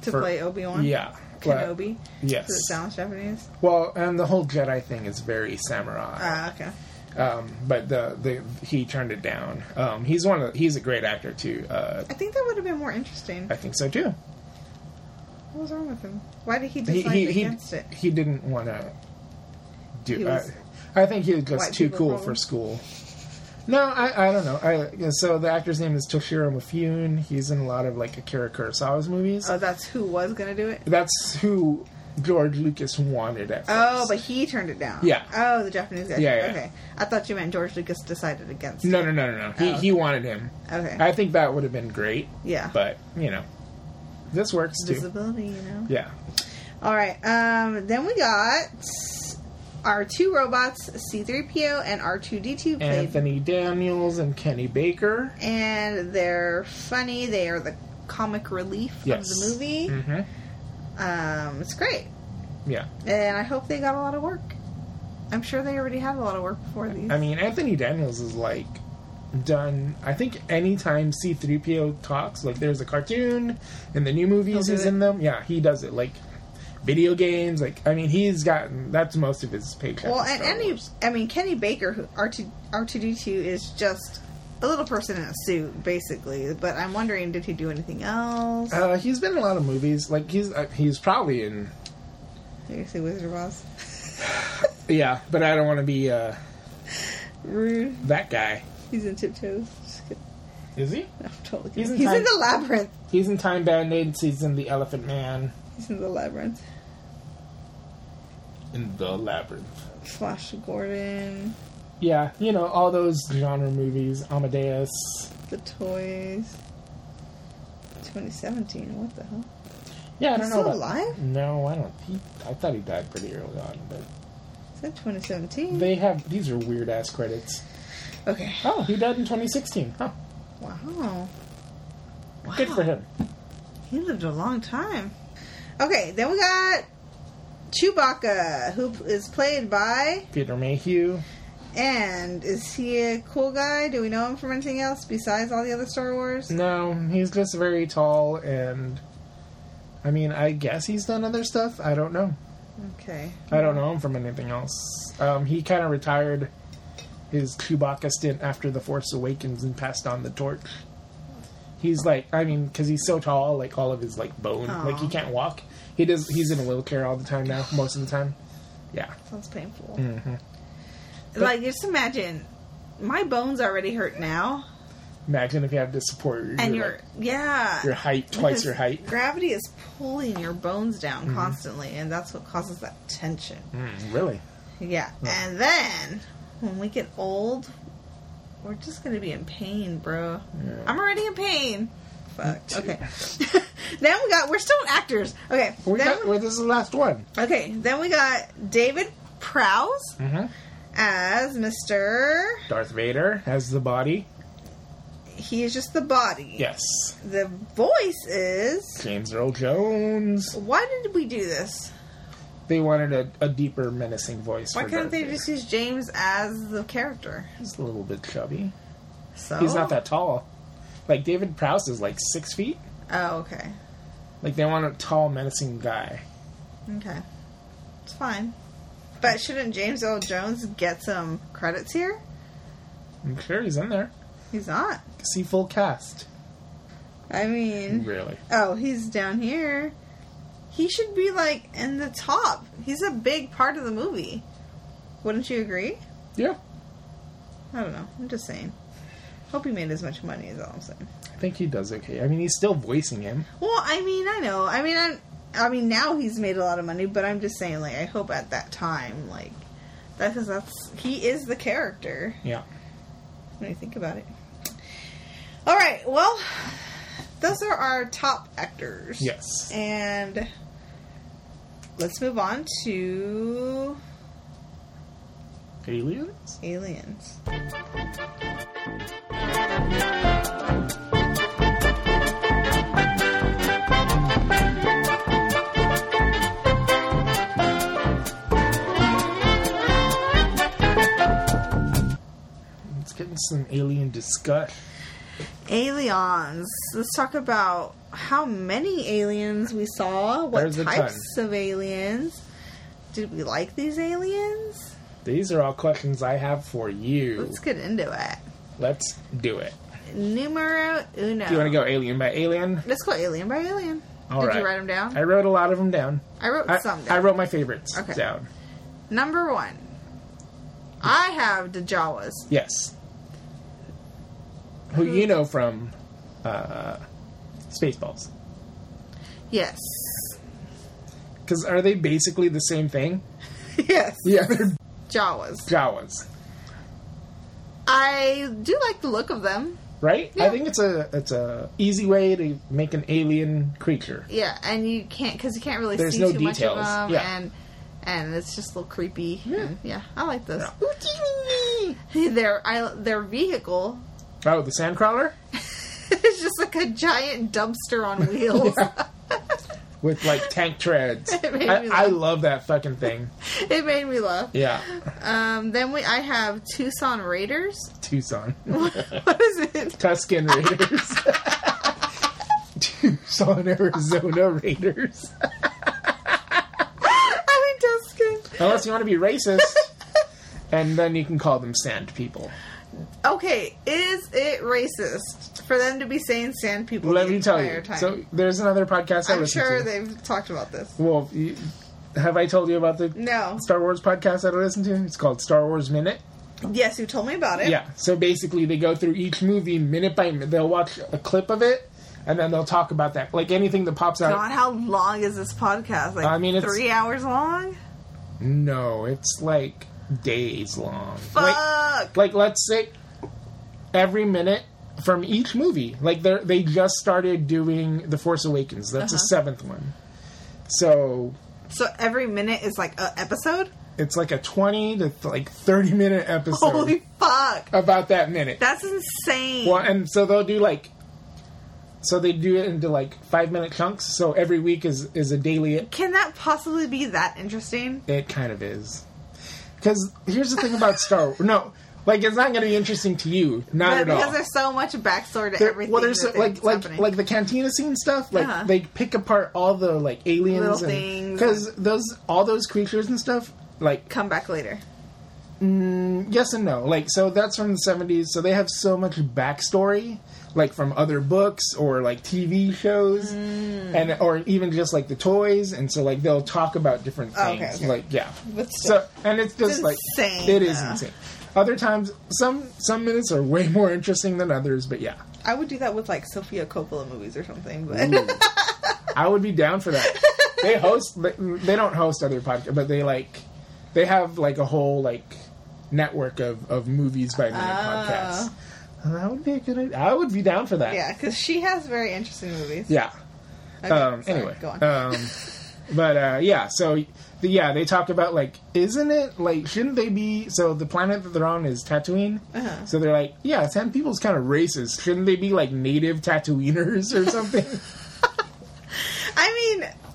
To
For-
play Obi Wan?
Yeah. but-
Kenobi?
Yes.
Does it sound Japanese?
Well, and the whole Jedi thing is very samurai.
Ah, okay.
um, but the, the he turned it down. Um, he's one of he's a great actor too. Uh,
I think that would have been more interesting.
I think so too.
What was wrong with him? Why did he
He
decide
he he,
against it?
he didn't want to
He
do. uh,
was-
I, I think he was just
White
too
people
cool
problem.
for school. No, I, I don't know. I so the actor's name is Toshiro Mifune. He's in a lot of like Akira Kurosawa's movies.
Oh, that's who was going to do it?
That's who George Lucas wanted at first.
Oh, but he turned it down.
Yeah.
Oh, the Japanese guy.
Yeah, yeah.
Okay. I thought you meant George Lucas decided against
no, no, no, no, no. He
Oh.
he wanted him.
it. Okay.
I think that would have been great,
yeah.
but you know, this works too.
Visibility, you know?
Yeah,
All right. Um, then we got our two robots, C3PO and R2D2, played.
Anthony Daniels and Kenny Baker.
And they're funny. They are the comic relief
Yes,
of the movie.
hmm
Um, it's great.
Yeah,
And I hope they got a lot of work. I'm sure they already had a lot of work before these.
I mean Anthony Daniels is like done. I think anytime C three PO talks, like there's a cartoon and the new movies
He'll do
he's
it.
in them. Yeah, he does it like. Video games, like I mean, he's gotten that's most of his paycheck.
well,
is
and
Star
any,
Wars.
I mean, Kenny Baker, who R2, R2D2 is just a little person in a suit, basically. But I'm wondering, did he do anything else?
Uh, he's been in a lot of movies. Like he's uh, he's probably in
Did you see Wizard of Oz?
yeah, but I don't want to be uh,
Rude.
that guy.
He's in Tiptoes. Just kidding.
Is he?
No, I'm totally
He's
kidding.
in
He's
Time-
in the labyrinth.
He's in Time Bandits. He's in The Elephant Man.
He's in the labyrinth.
In The Labyrinth.
Flash Gordon,
Yeah, you know all those genre movies. Amadeus.
the toys. 2017. What the hell?
Yeah, I
He's
don't know.
still
about-
alive?
No, I don't. He, I thought he died pretty early on, but
Is that 2017?
they have these are weird ass credits.
okay.
Oh, he died in 2016. Huh.
Wow. Wow.
Good for him.
He lived a long time. Okay, then we got Chewbacca, who is played by,
Peter Mayhew.
and is he a cool guy? Do we know him from anything else besides all the other Star Wars?
No, he's just very tall and. I mean, I guess he's done other stuff. I don't know.
Okay.
I don't know him from anything else. Um, he kind of retired his Chewbacca stint after The Force Awakens and passed on the torch. He's like, I mean, because he's so tall, like all of his like bone,
Aw.
like he can't walk. He does. He's in a wheelchair all the time now, most of the time. Yeah,
Sounds painful.
Mhm.
Like, just imagine, my bones already hurt now,
imagine if you had to support your
and
your,
you're,
like,
yeah,
your height twice
because
your height.
Gravity is pulling your bones down constantly, and that's what causes that tension.
Mm, really?
Mm-hmm. Yeah, and then when we get old, we're just gonna be in pain, bro. I'm already in pain. Fuck.
too.
Okay. then we got we're still actors. Okay.
We
then
got, well, this is the last one.
Okay, then we got David Prowse
hmm
as Mr.
Darth Vader as the body.
He is just the body.
Yes.
The voice is.
James Earl Jones.
Why did we do this?
They wanted a, a deeper, menacing voice.
Why
for
couldn't
Darth
they
Vader.
just use James as the character?
He's a little bit chubby.
So
He's not that tall. Like David Prowse is like six feet.
Oh, okay,
Like they want a tall, menacing guy.
okay, it's fine. But shouldn't James Earl Jones get some credits here?
I'm sure he's in there.
He's not.
See full cast.
I mean,
Really?
oh, he's down here. He should be like in the top. He's a big part of the movie. Wouldn't you agree?
Yeah.
I don't know. I'm just saying. Hope he made as much money as all I'm saying.
I think he does okay. I mean, he's still voicing him.
Well, I mean, I know. I mean, I'm. I mean, now he's made a lot of money, but I'm just saying, like, I hope at that time, like, that's because that's he is the character
Yeah.
when you think about it. All right, well, those are our top actors.
Yes.
And let's move on to
Aliens?
aliens.
Let's get into some alien discuss.
Aliens. Let's talk about how many aliens we saw, what
There's a ton.
types of aliens. Did we like these aliens?
These are all questions I have for you.
Let's get into it.
Let's do it.
Numero uno.
Do you want to go alien by alien?
Let's go alien by alien.
All
Did
right.
Oh. you write them down?
I
I,
wrote a lot of them down.
wrote
I,
some
I
down.
wrote my favorites
Okay.
down.
Number one. I have the Jawas.
Yes. Who you know from uh, Spaceballs.
Yes.
Because are they basically the same thing?
yes.
Yeah, they're
Jawas.
Jawas,
I do like the look of them.
right? I
Yeah.
think it's a it's a easy way to make an alien creature.
Yeah, and you can't because you can't really
There's
see
no
too much
details.
of them,
Yeah. Hmm.
and and it's just a little creepy. Yeah, and, yeah I like those.
Yeah.
their I, their vehicle
Oh, the sandcrawler
is just like a giant dumpster on wheels.
with like tank treads.
It made
I,
me
I
laugh.
love that fucking thing.
It made me laugh.
Yeah,
Um, then we I have Tucson Raiders.
Tucson,
what is it?
Tuscan Raiders, Tucson, Arizona Raiders.
I mean Tuscan.
Unless you want to be racist, and then you can call them sand people.
Okay, is it racist for them to be saying sand people
Let
the
me tell
entire
you.
time?
So there's another podcast I
I'm
listen
sure
to.
they've talked about this.
well, you, have I told you about the
No.
Star Wars podcast that I listen to. It's called Star Wars Minute.
Yes, you told me about it.
Yeah. So basically, they go through each movie minute by minute. They'll watch a clip of it, and then they'll talk about that. Like anything that pops out.
God, how long is this podcast? Like
I mean, it's-
three hours long.
No, it's like days long. Like,
Fuck.
like let's say every minute from each movie. Like they they just started doing The Force Awakens. That's the
Uh-huh.
seventh one. So
so every minute is like a episode.
it's like a twenty to like thirty minute episode
Holy fuck!
about that minute.
That's insane.
Well, and so they'll do like, so they do it into like five minute chunks. So every week is is a daily.
Can that possibly be that interesting?
It kind of is, because here's the thing about Star. Wars. No, like it's not going to be interesting to you, not
But
at
because
all.
there's so much backstory to
There-
everything.
well, there's
that
like
is
like
happening.
like the cantina scene stuff. Like
Uh-huh.
they pick apart all the like aliens
Little things.
because those all those creatures and stuff. Like
come back later.
yes and no. Like so that's from the seventies. So they have so much backstory, like from other books or like TV shows,
Mm.
and or even just like the toys. And so like they'll talk about different
Oh, Okay,
things.
okay.
Like yeah.
But still.
So and it's just
It's
like
insane,
it is
though.
insane. Other times, some some minutes are way more interesting than others. But yeah,
I would do that with like Sofia Coppola movies or something. But
Ooh. I would be down for that. They host. They, they don't host other podcasts, but they like they have like a whole like network of of movies by minute podcasts.
Oh.
That would be a good. idea. I would be down for that.
yeah, because she has very interesting movies.
Yeah.
Okay,
um,
sorry,
anyway.
go on.
Um, But uh, yeah, so th- yeah, they talk about like, isn't it like shouldn't they be? So the planet that they're on is Tatooine.
Uh-huh.
So they're like, yeah, Sand people's kind of racist. Shouldn't they be like native Tatooiners or something?
I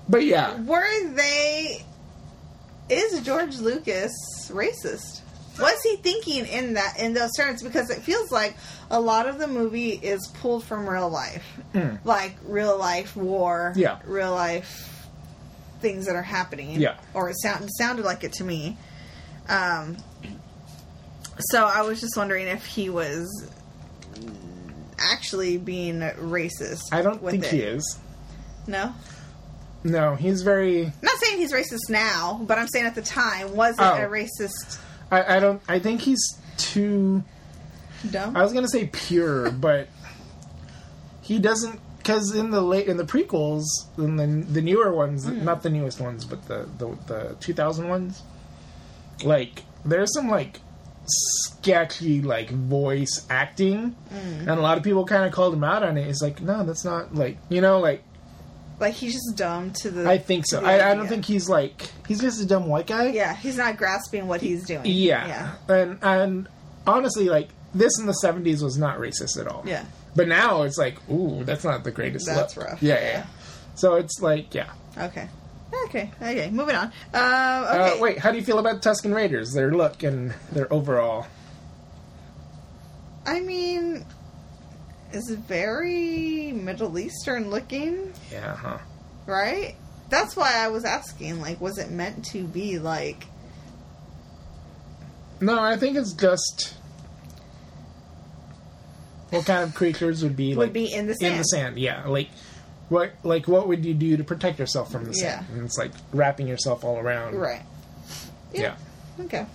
but yeah,
mean, were they? Is George Lucas racist? What's he thinking in that in those terms? Because it feels like a lot of the movie is pulled from real life, like real life war,
Hmm. Yeah.
real life things that are happening,
Yeah.
Or it, sound, it sounded like it to me. Um, so I was just wondering if he was actually being racist.
I don't
with
think
it.
he is.
No,
No, he's very.
I'm not saying he's racist now, but I'm saying at the time, was it
Oh.
a racist
I, I don't. I think he's too.
dumb?
I was gonna say pure, but he doesn't because in the late in the prequels, in the the newer ones, not the newest ones, but the the, the two thousand ones, like there's some like sketchy like voice acting, and a lot of people kind of called him out on it. It's like no, that's not like you know like
like he's just dumb to the.
I think so.
to the
I, I don't
idea.
think he's like he's just a dumb white guy.
Yeah, he's not grasping what he's doing.
Yeah. And and honestly, like this in the seventies was not racist at all.
Yeah.
But now it's like, ooh, that's not the greatest.
That's
look.
rough.
Yeah, yeah.
Yeah.
yeah. So it's like, yeah.
yeah. Okay. Okay. Okay. Moving on. Um,
Uh,
okay.
Wait, how do you feel about Tuscan Raiders? Their look and their overall.
I mean, it's very Middle Eastern looking,
Yeah. Huh.
right? That's why I was asking. Like, was it meant to be like?
No, I think it's just what kind of creatures would be
Would
like
be in the
in the
sand.
sand. Yeah, like. What like what would you do to protect yourself from the
Yeah.
sand? And it's like wrapping yourself all around.
Right.
Yeah.
Okay.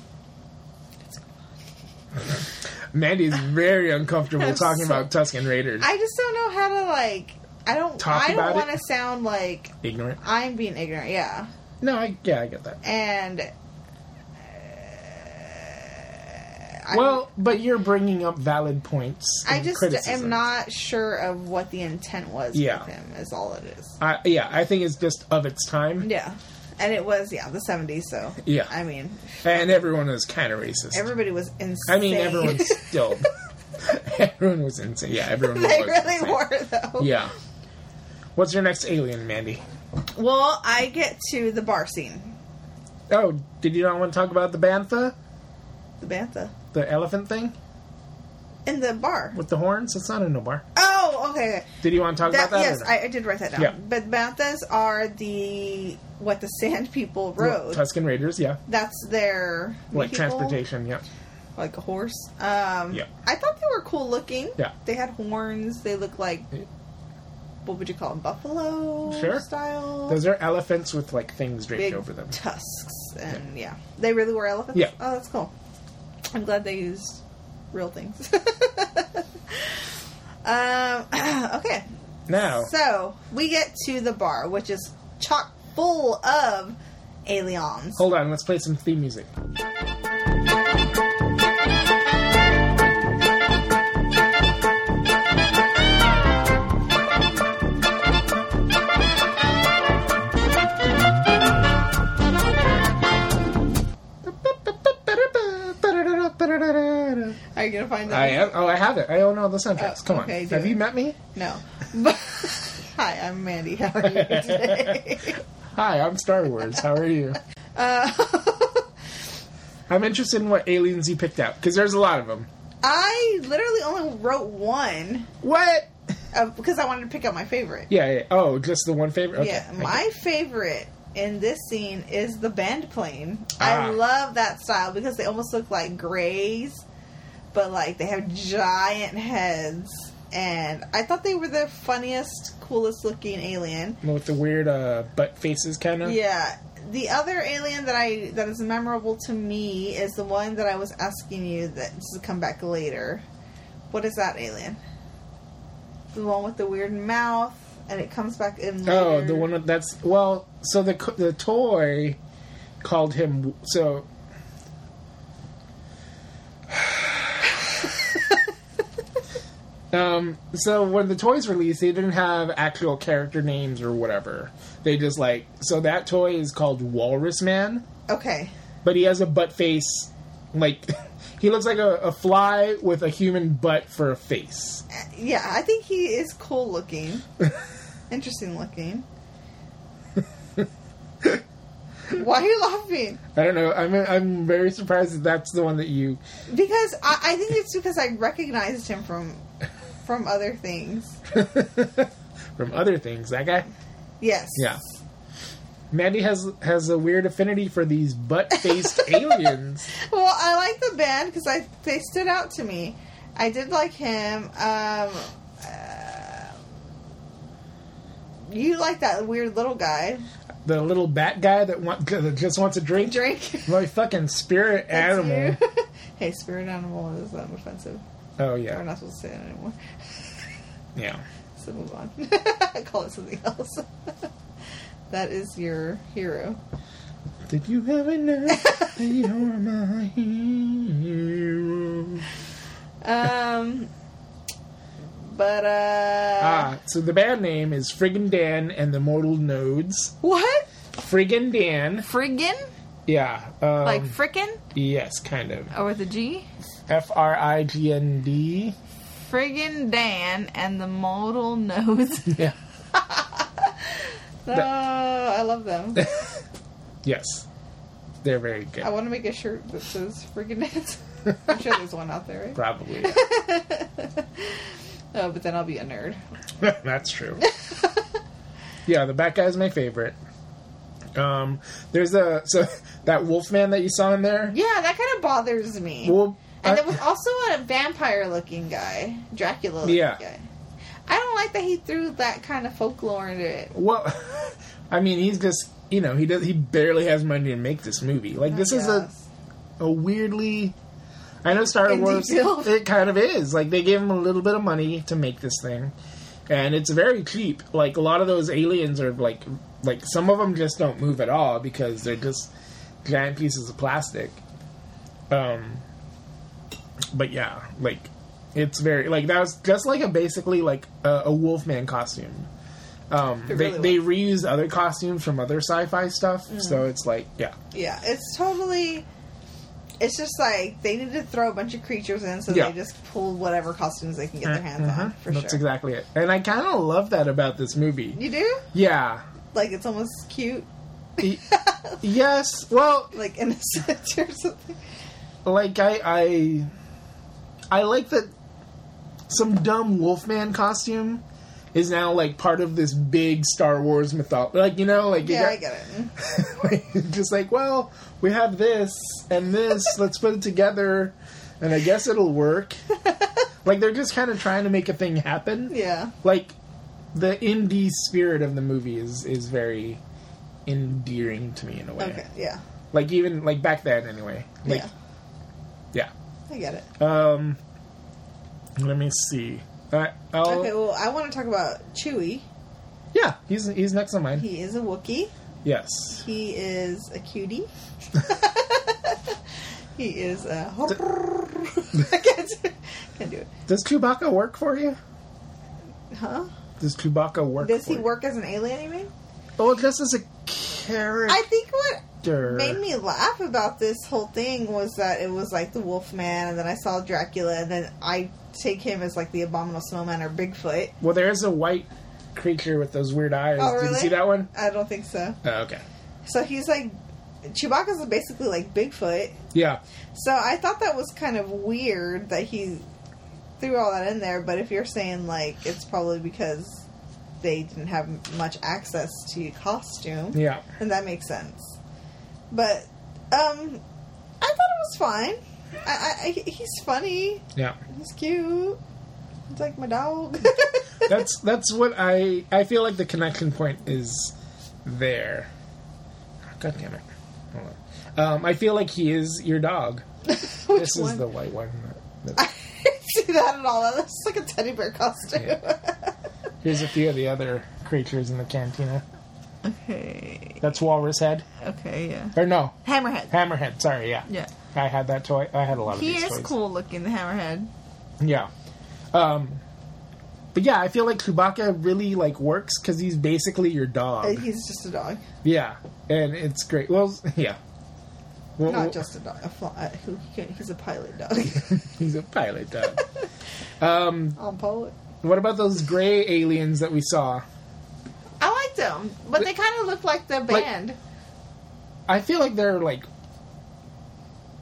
Mandy's very uncomfortable
I'm
talking
so-
about Tuscan Raiders.
I just don't know how to like. I don't.
Talk
I
about
don't
it?
want to sound like
Ignorant.
I'm being ignorant. Yeah.
No, I yeah, I get that.
And. uh, I-
well, but you're bringing up valid points.
I
and
just
criticisms.
am not sure of what the intent was
Yeah.
with him. Is all it is.
I, yeah, I think it's just of its time,
Yeah, and it was yeah the seventies. So
Yeah.
I mean
and everyone was kind of racist.
everybody was insane.
I mean, everyone's still. everyone was insane. Yeah, everyone
they
was.
really
insane.
were though.
Yeah. What's your next alien, Mandy?
Well, I get to the bar scene,
Oh, did you not want to talk about the bantha,
the bantha
the elephant thing
in the bar.
with the horns? It's not in no bar.
Oh, okay. okay.
Did you want to talk
That,
about that? or
yes,
not?
I, I did write that down.
Yeah.
But banthas are the what the sand people rode.
Tuscan Raiders. Yeah,
That's their
like
vehicle,
transportation. Yeah.
like a horse. Um,
Yeah.
I thought they were cool looking.
Yeah.
they had horns. They looked like
Yeah.
what would you call them? Buffalo
Sure.
style.
Those are elephants with like things draped
big
over them.
tusks and yeah. they really were elephants
Yeah.
oh that's cool i'm glad they used real things um okay
Now,
so we get to the bar which is chock full of aliens
hold on. Let's play some theme music.
are you gonna find that
I am. Oh, I have it. I own all the soundtracks.
Oh,
Come on.
okay, do
have
it.
you met me?
no hi i'm mandy how are you today
Hi, I'm Star Wars. How are you?
uh,
I'm interested in what aliens you picked out because there's a lot of them.
i literally only wrote one
What?
of, because i wanted to pick out my favorite
Yeah. yeah. Oh, just the one favorite. Okay.
Yeah,
I get
my favorite in this scene is the band plane.
Ah.
I love that style because they almost look like grays, but like they have giant heads. And I thought they were the funniest, coolest looking alien.
with the weird uh, butt faces, kind of.
Yeah. The other alien that I that is memorable to me is the one that I was asking you that to come back later. What is that alien? The one with the weird mouth, and it comes back in. Later.
Oh, the one with- that's well. So the co- the toy called him. So Um, so when the toys released, they didn't have actual character names or whatever. They just like so that toy is called Walrus Man,
Okay.
but he has a butt face. Like he looks like a, a fly with a human butt for a face.
Yeah, I think he is cool looking. Interesting looking. Why are you laughing?
I don't know. I'm I'm very surprised that that's the one that you.
Because I, I think it's because I recognized him from from other things.
From other things, that guy.
Yes.
Yeah. Mandy has has a weird affinity for these butt faced aliens.
Well, I like the band because I they stood out to me. I did like him. Um, uh, you like that weird little guy
The little bat guy that want that just wants a drink.
drink.
My fucking spirit
That's
animal.
you. hey, spirit animal is um, offensive.
Oh
We're
yeah,
not supposed to say that anymore.
yeah.
So move on. Call it something else. that is your hero.
Did you ever know that you're my hero?
Um, but uh,
Ah, so the band name is Friggin' Dan and the Mortal Nodes.
what?
Friggin' Dan.
Friggin?
Yeah. Um,
Like frickin'?
yes, kind of.
Or with a G?
F R I G N D.
Friggin' Dan and the modal nose.
Yeah.
oh, I love them.
Yes. They're very good.
I want to make a shirt that says friggin' dance. I'm sure there's one out there, right?
Probably. yeah.
Oh, but then I'll be a nerd.
That's true. yeah, the bat guy is my favorite. Um, there's a so that Wolfman that you saw in there. uh,
Yeah, that kind of bothers me.
Well,
and
I-
there was also a vampire-looking guy, Dracula-looking
Yeah.
guy. I don't like that he threw that kind of folklore into it.
well, I mean, he's just you know he does he barely has money to make this movie. Like
Oh,
this is a,
Yes.
a weirdly, I know Star
Indie
Wars.
film.
It kind of is like they gave him a little bit of money to make this thing, and it's very cheap. Like a lot of those aliens are like like some of them just don't move at all because they're just giant pieces of plastic. Um, but yeah, like it's very like that was just like a basically like a, a Wolfman costume. Um,
It Mm.
they
really
they reuse other costumes from other sci-fi stuff, so it's like yeah,
Yeah, it's totally. It's just like they needed to throw a bunch of creatures in, so
Yeah. Uh-huh.
they just pulled whatever costumes they can get their hands on. For
that's
sure,
exactly it. And I kind of love that about this movie.
you do.
Yeah,
Like it's almost cute,
E- yes. Well,
like innocent or something.
like I, I, I like that some dumb Wolfman costume is now like part of this big Star Wars mythology. Like you know, like you
Yeah, I
got-
get it.
like, just like, well, we have this and this, let's put it together, and I guess it'll work. like, they're just kind of trying to make a thing happen.
Yeah,
Like, the indie spirit of the movie is, is very endearing to me in a way.
okay, yeah,
Like, even, like, back then, anyway. Oh, Like, yeah.
I get it.
Um, let me see. Uh, I'll,
Okay, well, I want to talk about Chewie.
Yeah, he's, he's next on mine.
He is a Wookiee.
yes.
He is a cutie. he is a. I can't, can't do it.
Does Chewbacca work for you?
Huh?
Does Chewbacca work
Does
for
he
you?
work as an alien? You mean?
Oh, this is a character.
I think what made me laugh about this whole thing was that it was like the Wolfman, and then I saw Dracula, and then I take him as like the Abominable Snowman or Bigfoot.
well, there is a white creature with those weird eyes.
Oh,
Did
really?
you see that one?
I don't think so.
Oh, okay.
So he's like Chewbacca's basically like Bigfoot.
Yeah.
So I thought that was kind of weird that he threw all that in there. But if you're saying like it's probably because they didn't have much access to costume,
Yeah.
and that makes sense. But um, I thought it was fine. I, I, I he's funny.
Yeah.
He's cute. He's like my dog.
That's that's what I I feel like the connection point is there. Ah, God damn it. Hold on. Um, I feel like he is your dog.
Which
this
one?
is the white one. That-
I
that-
didn't see that at all. That's like a teddy bear costume.
Here's a few of the other creatures in the cantina.
Okay.
That's Walrus Head.
Okay. Yeah.
Or no,
Hammerhead.
Hammerhead. Sorry, yeah.
Yeah.
I had that toy. I had a lot of
He
these
is
toys.
cool looking, the hammerhead.
Yeah. Um, But yeah, I feel like Chewbacca really like works because he's basically your dog.
Uh, He's just a dog,
Yeah, and it's great. Well, yeah. Well, well,
not just a dog. A fly, who he can't, he's a pilot dog.
he's a pilot dog.
I'm pilot.
what about those gray aliens that we saw?
I liked them, but they kind of look like the
Like-
band.
I feel like they're like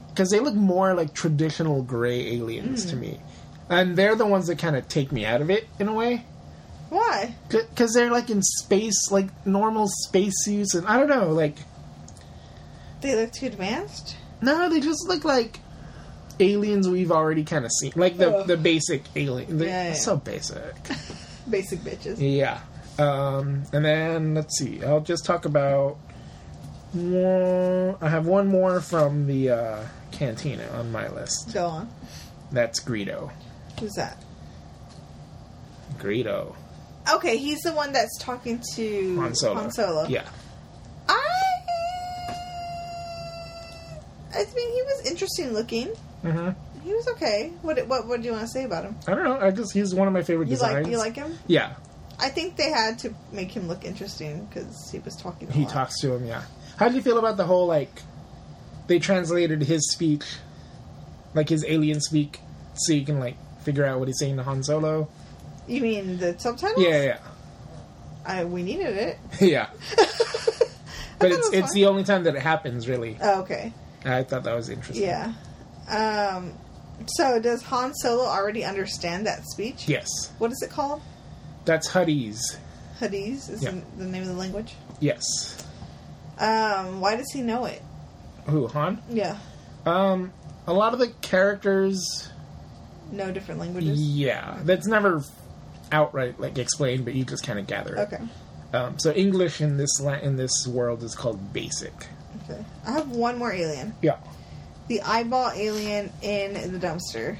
because they look more like traditional gray aliens
Hmm.
to me, and they're the ones that kind of take me out of it in a way.
Why?
because they're like in space, like normal spacesuits, and I don't know, like
They look too advanced.
no, they just look like aliens we've already kind of seen, like the
Ugh.
the basic alien, the,
Yeah, yeah.
so basic,
Basic bitches.
yeah. Um, and then let's see, I'll just talk about. one- I have one more from the uh, cantina on my list.
Go on.
That's Greedo.
Who's that?
Greedo.
Okay, he's the one that's talking to
Han Solo. Yeah.
I. I mean, he was interesting looking.
hmm
He was okay. What what what do you want to say about him?
I don't know. I just he's one of my favorite
You
designs.
like you like him?
yeah,
I think they had to make him look interesting because he was talking. A
He
lot.
talks to him, yeah. How do you feel about the whole like they translated his speech, like his alien speak, so you can like figure out what he's saying to Han Solo?
You mean the subtitles?
Yeah,
I, we needed it.
yeah, yeah.
I thought
But
it
it's
was
it's
fine.
the only time that it happens, really.
Oh, okay.
I thought that was interesting.
Yeah. Um. So does Han Solo already understand that speech?
Yes,
What is it called?
that's Huddy's.
Hadith is
Yeah.
the- the name of the language.
Yes.
Um. Why does he know it?
Who Han?
Yeah.
Um, a lot of the characters.
No different languages.
Yeah, that's never outright like explained, but you just kind of gather it.
Okay.
Um, so English in this la- in this world is called basic.
Okay. I have one more alien.
Yeah.
The eyeball alien in the dumpster,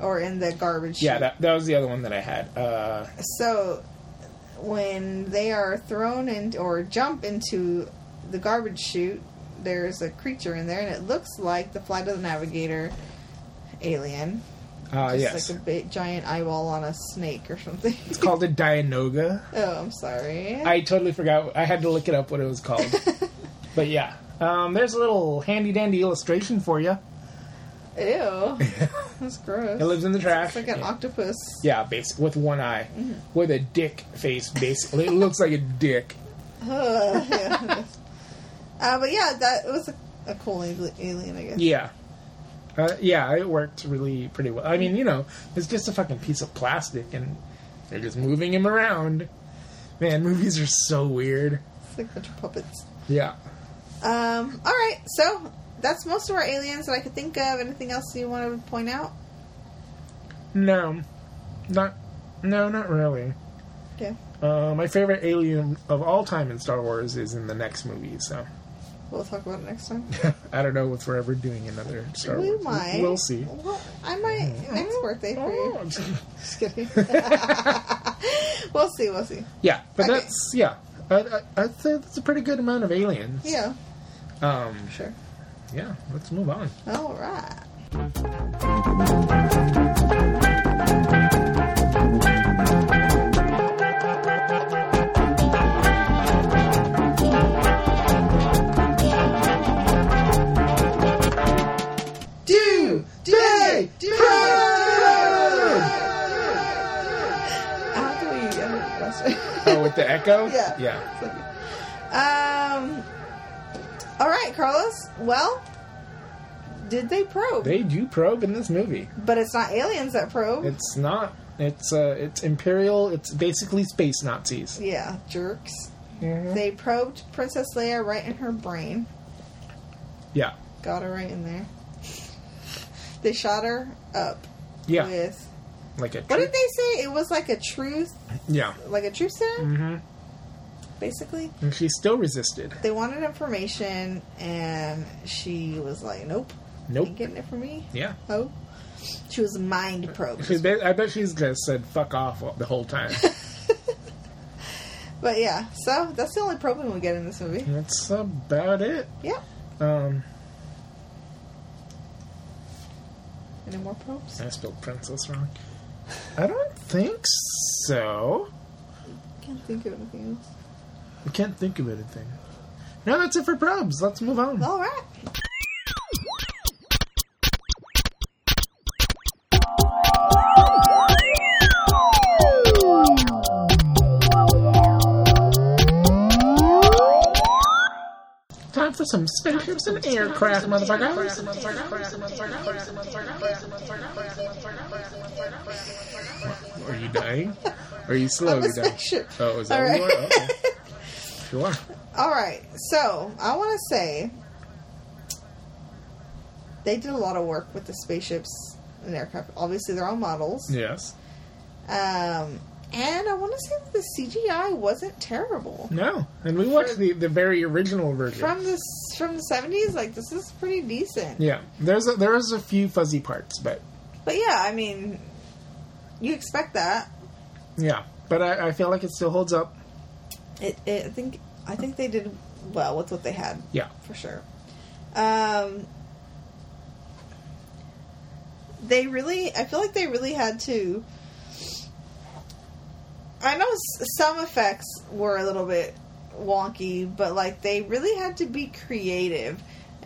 or in the garbage.
Yeah,
chute.
that, that was the other one that I had. Uh,
So, when they are thrown in or jump into the garbage chute, there's a creature in there, and it looks like the Flight of the Navigator alien.
uh,
Just
yes.
like a big giant eyeball on a snake or something.
it's called a Dianoga.
oh, I'm sorry.
I totally forgot. I had to look it up what it was called. but yeah, um, there's a little handy dandy illustration for you.
Ew. That's gross.
It lives in the trash.
it's like an
yeah,
octopus.
yeah basic, with one eye,
Mm-hmm.
with a dick face. Basically, it looks like a dick.
Ugh, yeah. uh, but yeah, that was a, a cool al- alien, I guess.
Yeah. Uh, yeah, it worked really pretty well. I mean, you know, it's just a fucking piece of plastic, and they're just moving him around. Man, movies are so weird.
It's like a bunch of puppets.
Yeah.
Um, all right, so that's most of our aliens that I could think of. Anything else you want to point out?
No, not no, not really.
Okay.
Uh, my favorite alien of all time in Star Wars is in the next movie, so
We'll talk about it next time.
I don't know if we're ever doing another Star
we
Wars.
might.
We'll see.
Well, I might next birthday for you.
Oh,
Just kidding. we'll see. We'll see.
yeah, but
Okay.
that's yeah. I, I, I think that's a pretty good amount of aliens.
Yeah.
Um.
Sure.
Yeah. Let's move on.
All right. Do day How do we get it faster?
Oh, with the echo.
Yeah.
Yeah.
Um. All right, Carlos. Well, did they probe?
They do probe in this movie.
but it's not aliens that probe.
It's not. It's uh. It's imperial. It's basically space Nazis.
yeah, jerks.
Mhm.
They probed Princess Leia right in her brain.
Yeah.
Got her right in there. They shot her up
Yeah.
with.
Like a.
What
tr-
did they say? It was like a truth,
Yeah.
like a truth serum,
hmm
basically.
And she still resisted.
They wanted information, and she was like, "Nope, ain't
Nope.
getting it from me."
Yeah.
Oh, she was mind probed.
She's ba- I bet she's just said fuck off all- the whole time.
But yeah, so that's the only problem we get in this movie.
That's about it.
Yeah.
Um,
Any more probes?
I spelled princess wrong. I don't think So
Can't think of anything else.
we can't think of anything. No, that's it for probs. Let's move on.
All right.
Time for some spaceships and aircraft, motherfuckers. Are you dying? Are you
I'm
slowly
a
dying?
spaceship.
Oh, is that
All
what you
right.
are? Okay. Sure.
All right. So I want to say they did a lot of work with the spaceships and aircraft. Obviously, they're all models.
Yes.
Um, and I want to say that the CGI wasn't terrible.
No. And we watched the, the very original version.
From the s- from the seventies, like this is pretty decent.
yeah. There's a, there's a few fuzzy parts, but
But yeah, I mean, you expect that.
yeah. But I, I feel like it still holds up.
It, it, I think I think they did well with what they had
Yeah.
for sure. Um, they really, I feel like they really had to. I know s- some effects were a little bit wonky, but like they really had to be creative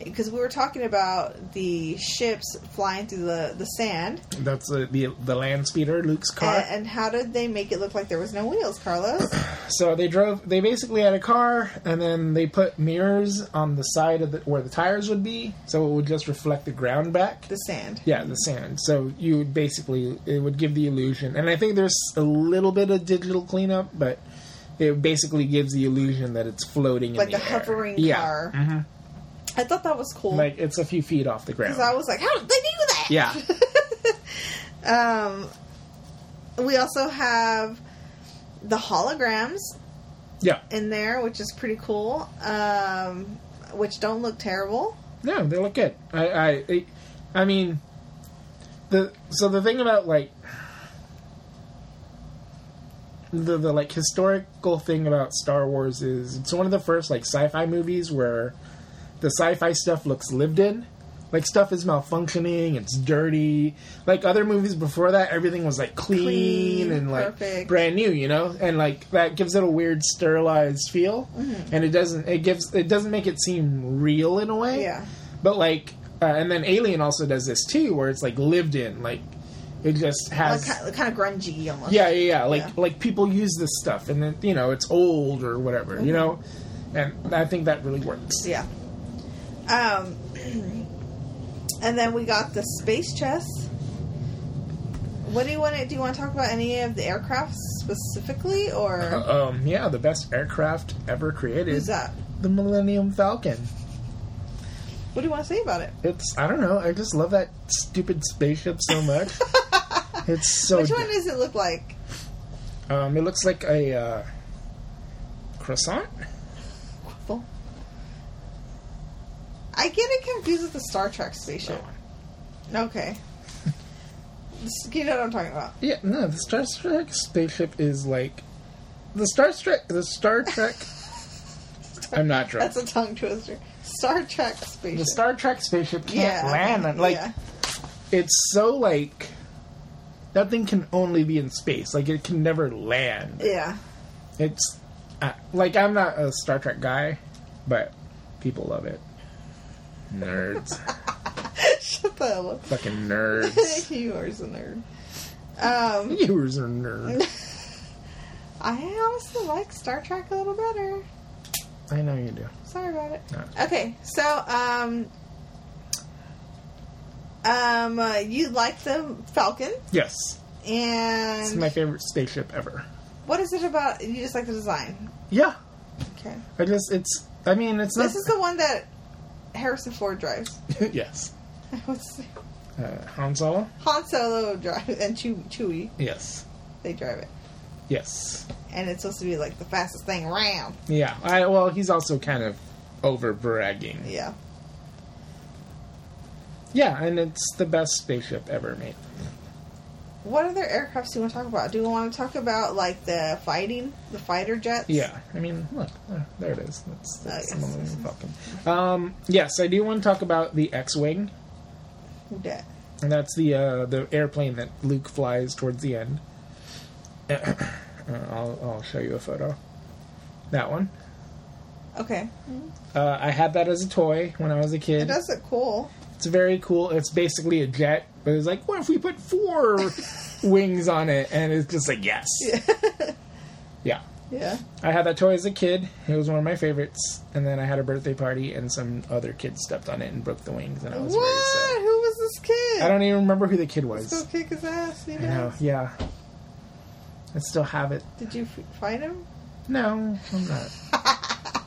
because we were talking about the ships flying through the the sand,
That's the the, the land speeder, Luke's
a-
car.
and, how did they make it look like there was no wheels, Carlos?
So they drove. They basically had a car, and then they put mirrors on the side of the, where the tires would be, so it would just reflect the ground back.
the sand.
Yeah, the sand. So you would basically it would give the illusion, and I think there's a little bit of digital cleanup, but it basically gives the illusion that it's floating,
Like
in the
a
air.
hovering
yeah.
car.
hmm
I thought that was cool.
Like it's a few feet off the ground.
Because I was like, how did they do that?
Yeah.
um, we also have the holograms
yeah,
in there, which is pretty cool. Um, which don't look terrible.
no, they look good. I, I, I, I mean, the so the thing about like the the like historical thing about Star Wars is it's one of the first like sci-fi movies where the sci-fi stuff looks lived in. Like stuff is malfunctioning, it's dirty. Like other movies before that, everything was like clean,
Clean,
and like
perfect.
brand new, you know? And like that gives it a weird sterilized feel.
Mm-hmm.
And it doesn't it gives it doesn't make it seem real in a way.
Yeah.
But like uh, and then Alien also does this too where it's like lived in, like it just
Like,
has
kind, kind of grungy almost.
yeah, yeah, yeah. Like
Yeah.
like people use this stuff, and then you know it's old or whatever, you know. And I think that really works.
Mm-hmm. Yeah. Um, and then we got the space chest. What do you want to do? You want to talk about any of the aircraft specifically, or
Um, yeah, the best aircraft ever created.
who's that?
The Millennium Falcon.
What do you want to say about it?
It's I don't know. I just love that stupid spaceship so much. it's so.
Which one
Oh, d-
does it look like?
um, it looks like a uh, croissant.
Well, I get it confused with the Star Trek spaceship. Okay. Just- you know what I'm talking about.
Yeah, no. The Star Trek spaceship is like the Star Trek. The Star Trek. I'm not drunk.
That's a tongue twister. Star Trek spaceship.
the Star Trek spaceship can't land. on- Like
yeah.
it's so like that thing can only be in space. Like it can never land.
Yeah.
It's uh, like I'm not a Star Trek guy, but people love it. Nerds,
Shut the hell up.
fucking nerds.
you are a nerd. Um,
Viewers are nerds.
I honestly like Star Trek a little better.
I know you do.
Sorry about it.
No.
Okay, so um, um, uh, you like the Falcon,
Yes,
and
it's my favorite spaceship ever.
What is it about? You just like the design.
Yeah,
Okay.
I just it's. I mean, it's not.
This is the one that Harrison Ford drives.
yes,
What's his name?
uh, Han Solo.
Han Solo drives and Chew- Chewie.
Yes,
They drive it,
yes.
and it's supposed to be like the fastest thing around.
Yeah, I well, he's also kind of over bragging.
Yeah.
Yeah, and it's the best spaceship ever made.
What other aircrafts do you want to talk about? Do we want to talk about like the fighting, the fighter jets?
Yeah, I mean, look, there, there it is. That's,
Oh,
that's
yes.
the Millennium Falcon. Um, yes, I do want to talk about the X-wing,
Who dat?
and that's the uh, the airplane that Luke flies towards the end. Uh, I'll, I'll show you a photo. That one.
Okay.
Uh, I had that as a toy when I was a
It
kid.
does look cool.
It's very cool. It's basically a jet, but it's like, what if we put four wings on it? And it's just like, yes. Yeah.
yeah.
I had that toy as a kid. It was one of my favorites. And then I had a birthday party, and some other kid stepped on it and broke the wings, and I was
What? Who
very sad.
was this kid?
I don't even remember who the kid
Go
was.
kick his ass, you
I know.
know.
Yeah. I still have it.
Did you f- find him?
No, I'm not.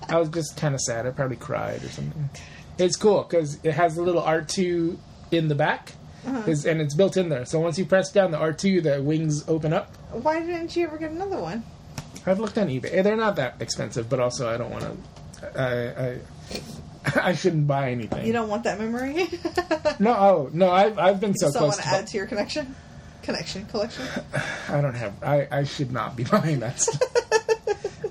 I was just kind of sad. I probably cried or something. It's cool because it has a little R2 in the back,
Uh-huh.
It's- and it's built in there. So once you press down the R2, the wings open up.
Why didn't you ever get another one?
I've looked on eBay. And They're not that expensive, but also I don't want to. I, I I shouldn't buy anything.
You don't want that memory?
no, oh no, I've I've been so
Someone
close.
want to
To
add to your connection? Connection, collection?
I don't have. I I should not be buying that stuff.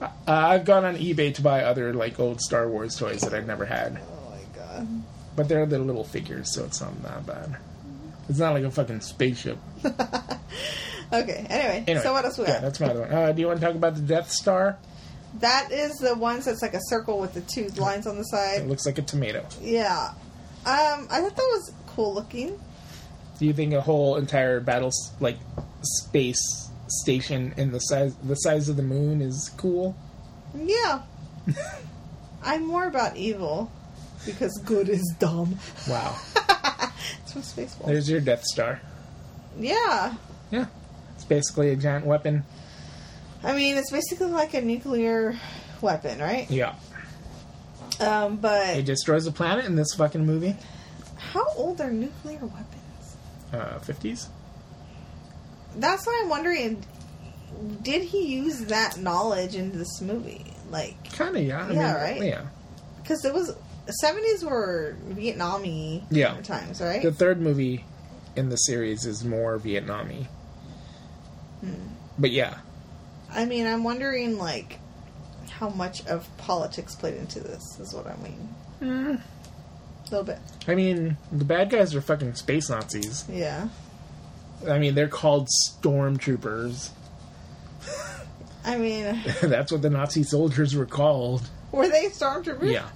Oh
uh, I've gone on eBay to buy other like old Star Wars toys that I've never had.
Oh my god.
But they're the little figures, so it's not that bad. It's not like a fucking spaceship.
Okay, anyway,
Anyway,
so what else we
Yeah,
got?
that's my other one. Uh, do you want to talk about the Death Star?
that is the ones that's like a circle with the two lines on the
It
side.
looks like a tomato.
Yeah. Um, I thought that was cool looking.
Do you think a whole entire battle s- like space station in the size the size of the moon is cool?
Yeah. I'm more about evil because good is dumb.
Wow,
It's from Spaceball.
there's your Death Star.
Yeah.
Yeah, it's basically a giant weapon.
I mean, it's basically like a nuclear weapon, right?
Yeah,
Um,
it
but
destroys a planet in this fucking movie.
how old are nuclear weapons?
Uh, Fifties.
That's what I'm wondering. Did he use that knowledge in this movie? Like,
kind of yeah. I
Yeah,
mean,
right?
Yeah.
because it was seventies were Vietnam-y
Yeah.
times, right?
The third movie in the series is more Vietnam-y. But yeah,
I mean, I'm wondering like how much of politics played into this is what I mean. A little bit,
I mean, the bad guys are fucking space Nazis.
yeah.
I mean, they're called stormtroopers.
I mean,
That's what the Nazi soldiers were called.
were they stormtroopers?
Yeah.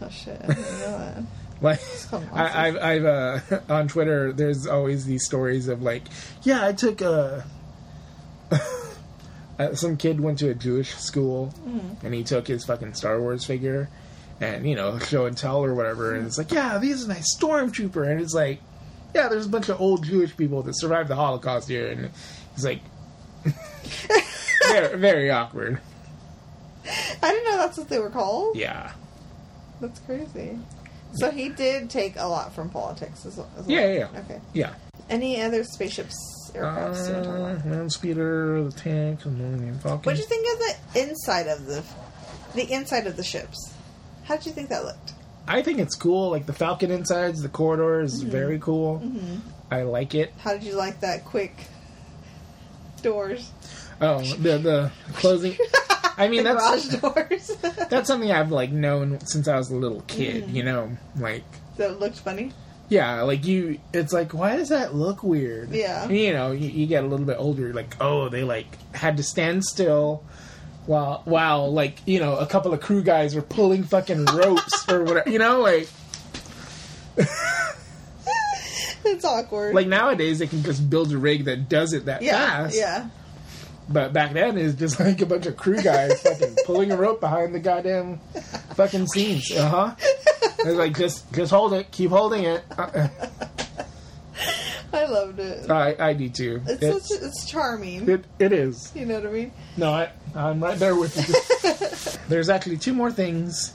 Oh shit! I didn't know that.
Like
called
I, I've, I've uh, on Twitter, there's always these stories of like, yeah, I took a. uh, some kid went to a Jewish school, and he took his fucking Star Wars figure, and you know, show and tell or whatever, and it's like, yeah, these are my stormtrooper, and it's like, yeah, there's a bunch of old Jewish people that survived the Holocaust here, and it's like, very, very awkward.
I didn't know that's what they were called.
Yeah.
That's crazy. So he did take a lot from politics as well. As
Yeah,
well.
yeah, yeah.
Okay.
Yeah.
Any other spaceships, aircrafts? you wanna talk
Uh,
about?
Land Speeder, the tank, the Millennium Falcon.
What'd you think of the inside of the the inside of the ships? How did you think that looked?
I think it's cool. Like the Falcon insides, the corridor is
Mm-hmm.
very cool. I like it.
How did you like that quick doors?
Oh, the the closing. I mean,
the
that's
garage doors
that's something I've like known since I was a little
Mm.
kid. You know, like
that looked funny.
yeah, like you. It's like why does that look weird?
Yeah.
you know, you, you get a little bit older. You're like oh, they like had to stand still. While, while, like, you know, a couple of crew guys were pulling fucking ropes or whatever, you know, like,
it's awkward.
like nowadays they can just build a rig that does it that
yeah,
fast.
yeah.
But back then, it was just like a bunch of crew guys fucking pulling a rope behind the goddamn fucking scenes. Uh huh. It was like just just hold it, keep holding it. Uh,
I loved it.
I I do too.
It's
It's,
such, it's charming.
it it is.
you know what I mean?
No, I I'm right there with you. There's actually two more things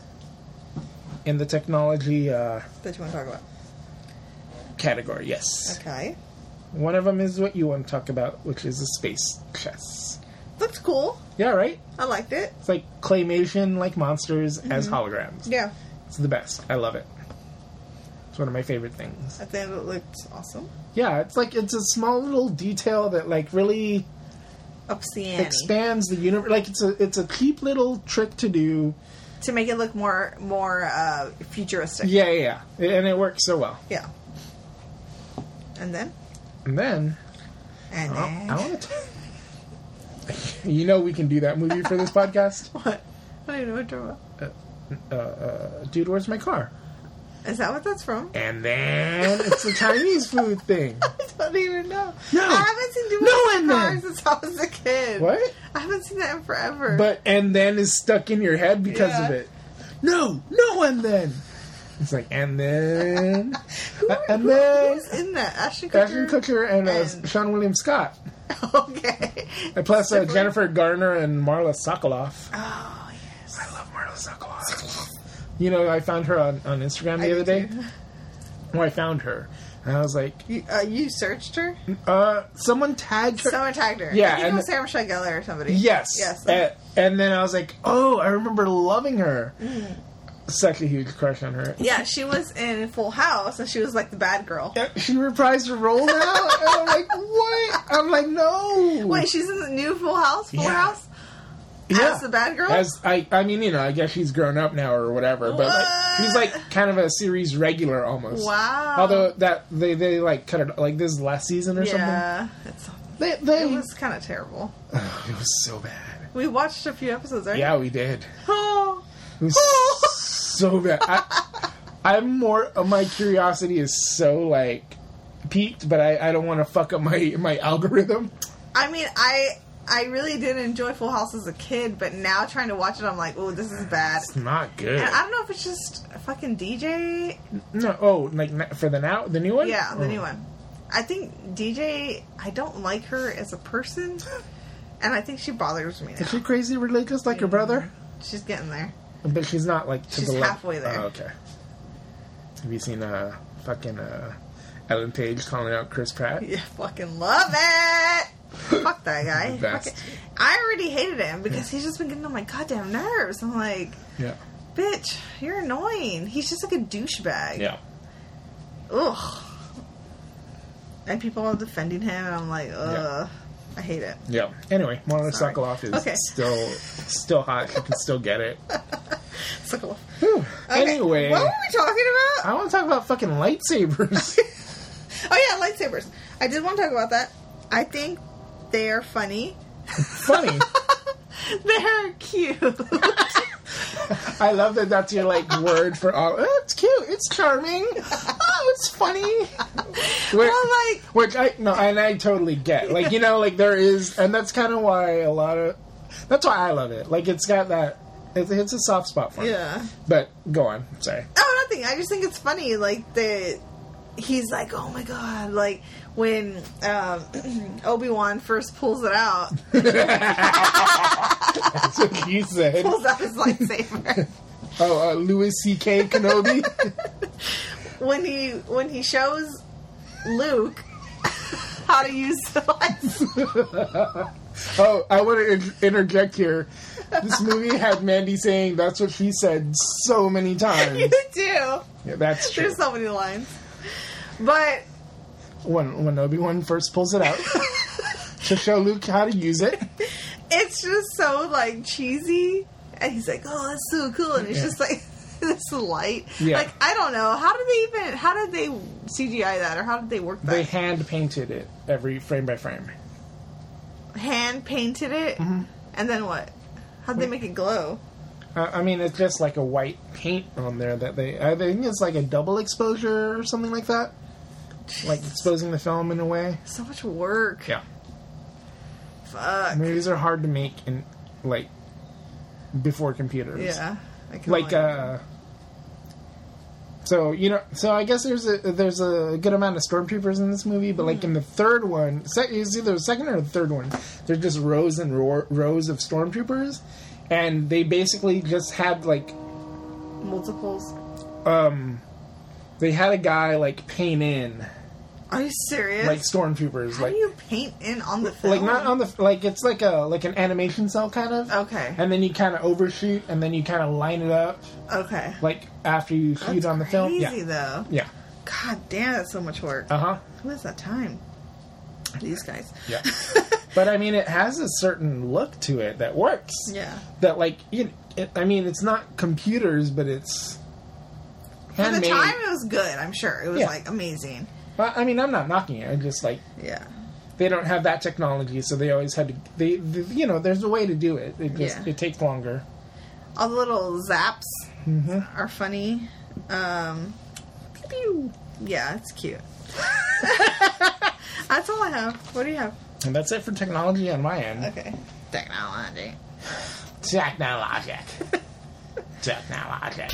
in the technology uh,
That you want to talk about?
category. Yes,
Okay,
one of them is what you want to talk about, which is a space chess.
that's cool.
Yeah, right.
I liked it.
It's like claymation, like monsters as holograms.
Yeah,
It's the best. I love it. It's one of my favorite things.
I think it looked awesome.
Yeah, it's like it's a small little detail that like really
Ups the ante
expands the universe. Like it's a it's a cheap little trick to do.
to make it look more more uh, futuristic.
Yeah, yeah, yeah. and it works so well.
Yeah. And then
And then
and
Oh, I,
then
I want to You know we can do that movie for this podcast.
What? I don't even know what you're talking about.
Uh, uh, dude, where's my car?
Is that what that's from?
And then it's the Chinese food thing.
I don't even know.
No.
I haven't seen Dude,
No
Where's
one
My
then.
Car since I was a kid.
What?
I haven't seen that in forever.
But and then is stuck in your head because of
Yeah.
it. No, no, and then it's like and then
who,
uh, and
who-
then-
who's in that? Ashton Kutcher.
Ashton Kutcher and uh,
And-
Sean William Scott,
Okay.
and plus uh,
Different-
Jennifer Garner and Marla Sokoloff.
Oh yes.
Ah, I love Marla Sokoloff. You know, I found her on, on Instagram the other day. Well, I found her, and I was like,
You, uh, you searched her.
uh, someone tagged her.
Someone tagged her.
Yeah,
I think
and-
it was Sarah Michelle Gellar or somebody.
Yes. Uh,
Yes.
A- and then I was like, oh, I remember loving her. Such a huge crush on her.
yeah, she was in Full House and she was like the bad girl.
She reprised her role now, and I'm like, what? I'm like, no.
Wait, she's in the new Full House. Full
Yeah.
House as the bad girl.
As I, I mean, you know, I guess she's grown up now or whatever, but like,
What?
she's like kind of a series regular almost.
wow.
Although that they they like cut it like this is last season or
yeah, it's,
something. They, they
it was kind of terrible.
Ugh, it was so bad.
We watched a few episodes, right?
Yeah, we did.
Oh,
It was so bad. I, I'm more. My curiosity is so like peaked, but I, I don't want to fuck up my my algorithm.
I mean, I I really did enjoy Full House as a kid, but now trying to watch it, I'm like, oh, this is bad.
It's not good.
And I don't know if it's just a fucking DJ.
No. Oh, like na- for the now the new one.
Yeah, the
Oh.
new one. I think DJ. I don't like her as a person, and I think she bothers me
Is
now.
she crazy religious like her brother?
She's getting there.
But she's not like to
She's
the le-
halfway there.
Oh, okay. Have you seen uh fucking uh Ellen Page calling out Chris Pratt?
You fucking love it. Fuck that guy.
The best.
Fuck it. I already hated him because he's just been getting on my goddamn nerves. I'm like,
Yeah.
bitch, you're annoying. He's just like a douchebag. Ugh. And people are defending him, and I'm like, ugh. I hate it.
Yeah. Anyway, Marla
Sorry.
Sokoloff is
Okay.
still still hot. She can still get it.
Suckle.
Whew.
Okay,
Anyway,
What were we talking about?
I want to talk about fucking lightsabers.
Oh, yeah, lightsabers. I did want to talk about that. I think they are funny.
Funny.
They're cute.
I love that that's your like word for all. Oh, it's cute. It's charming. Oh, it's funny. Where-
well, like,
Which I no, and I totally get. Like you know, like there is, and that's kind of why a lot of. That's why I love it. Like it's got that. It hits a soft spot for me.
yeah.
But go on. Sorry.
Oh, nothing. I just think it's funny. Like the he's like, oh my god, like when um, Obi Wan first pulls it out,
That's what you said.
pulls out his lightsaber.
Oh, uh, Louis C.K. Kenobi.
when he when he shows Luke how to use the lightsaber,
oh, I want to in- interject here. This movie had Mandy saying that's what she said so many
you
times.
do.
Yeah, that's true.
There's so many lines, but
When when Obi Wan first pulls it out to show Luke how to use it.
it's just so like cheesy. And he's like, "Oh, that's so cool," and it's
Yeah.
just like this light.
Yeah.
Like I don't know how did they even how did they CGI that or how did they work that?
They hand painted it every frame by frame.
hand painted it,
Mm-hmm.
and then what? How'd they make it glow?
Uh, I mean, it's just like a white paint on there that they. I think it's like a double exposure or something like that. Like exposing the film in a way.
So much work.
Yeah.
Fuck.
Movies are hard to make in like before computers.
Yeah. I can
Like
only-
uh. So you know, so I guess there's a there's a good amount of stormtroopers in this movie, but like in the third one, se- it's either the second or the third one. There's just rows and ro- rows of stormtroopers, and they basically just had like uh,
multiples.
um they had a guy like paint in
Are you serious?
like stormtroopers
how
like
do you paint in on the film?
like not on the like it's like a like an animation cell kind of
Okay.
and then you kind of overshoot and then you kind of line it up
okay.
like after you shoot
That's
on the film
Crazy
yeah
though.
yeah
God damn, that's so much work.
uh-huh
Who has that time? These guys.
yeah but i mean it has a certain look to it that works
yeah.
that like you it, i mean it's not computers but it's
For the
handmade
time, it was good. I'm sure it was
Yeah.
like amazing.
Well, i mean i'm not knocking it i'm just like
Yeah.
they don't have that technology, so they always had to. They, they- you know, there's a way to do it. It just
Yeah.
it takes longer.
All the little zaps are funny. Um, pew. yeah, it's cute. That's all I have. What do you have?
And that's it for technology on my end.
Okay. Technology.
Technologic. Technologic.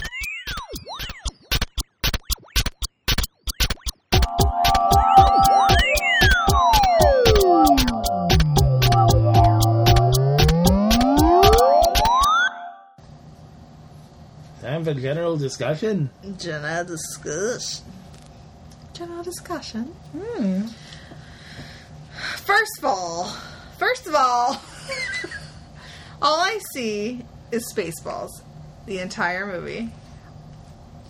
Time for general discussion.
General discussion. General discussion.
Hmm.
First of all, first of all, all I see is Spaceballs, the entire movie,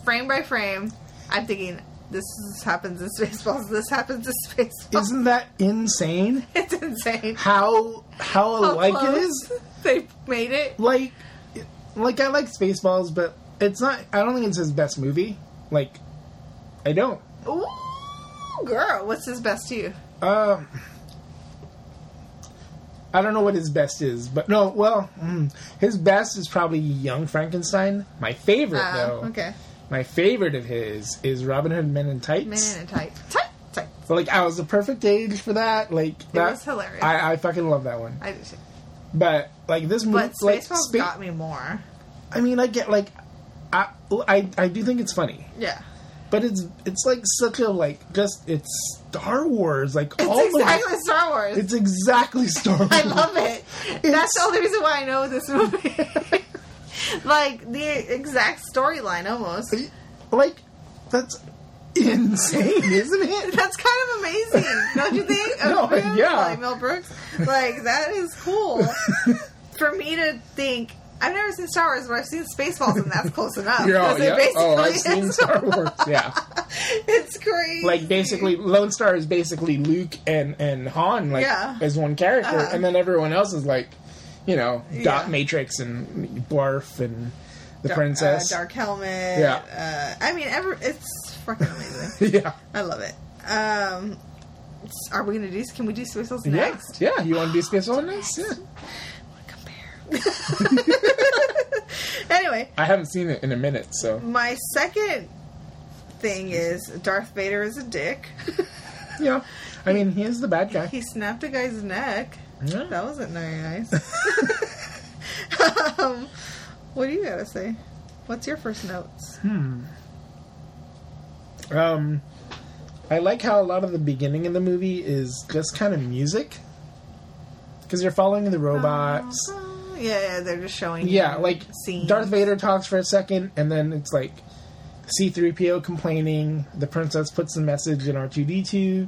frame by frame. I'm thinking this is- happens in Spaceballs. This happens in Spaceballs.
Isn't that insane?
it's insane.
How how
How
alike it
close
is?
They made it.
like like I like Spaceballs, but it's not. I don't think it's his best movie. Like I don't.
Ooh, girl, what's his best to you?
Um, I don't know what his best is, but no. Well, mm, his best is probably Young Frankenstein. My favorite
Uh,
though.
okay,
My favorite of his is Robin Hood Men in Tights.
man in a tight, tight, tight.
Like I was the perfect age for that. Like that
was hilarious.
I, I fucking love that one.
I did too.
But like this movie,
But
like,
Spaceballs
Spa-
got me more.
I mean, I get like, I, I I do think it's funny.
Yeah.
But it's it's like such a like just it's Star Wars like
It's
all the-
exactly Star Wars.
Oh it's exactly Star Wars.
I love it. That's
It's-
the only reason why I know this movie. like the exact storyline almost.
Like that's insane, isn't it?
That's kind of amazing, don't you think? A
No,
film
yeah.
by Mel Brooks. Like that is cool. For me to think I've never seen Star Wars, but I've seen Spaceballs, and that's close enough. 'cause it basically
Oh, I've seen
is-
Star Wars. Yeah,
it's crazy.
like basically Lone Star is basically Luke and and Han like
Yeah.
as one character,
Uh-huh.
and then everyone else is like, you know, Dot
Yeah.
Matrix and Barf and the
Dar-
Princess.
uh, Dark Helmet.
Yeah.
Uh, I mean, every, it's fucking amazing.
yeah,
I love it. Um, s- are we gonna do? Can we do Spaceballs
yeah,
next?
yeah. You want to do Space Next? Yeah.
Anyway,
I haven't seen it in a minute, so
my second thing is Darth Vader is a dick.
yeah. I mean, he is the bad guy.
he snapped a guy's neck.
Yeah.
That wasn't very nice. um, what do you gotta say? What's your first notes?
Uh, Um, I like how a lot of the beginning of the movie is just kind of music because you're following the robots.
Uh, yeah, yeah, they're just showing.
Yeah,
you
like
scenes.
Darth Vader talks for a second, and then it's like C-3PO complaining. The princess puts the message in R2D2,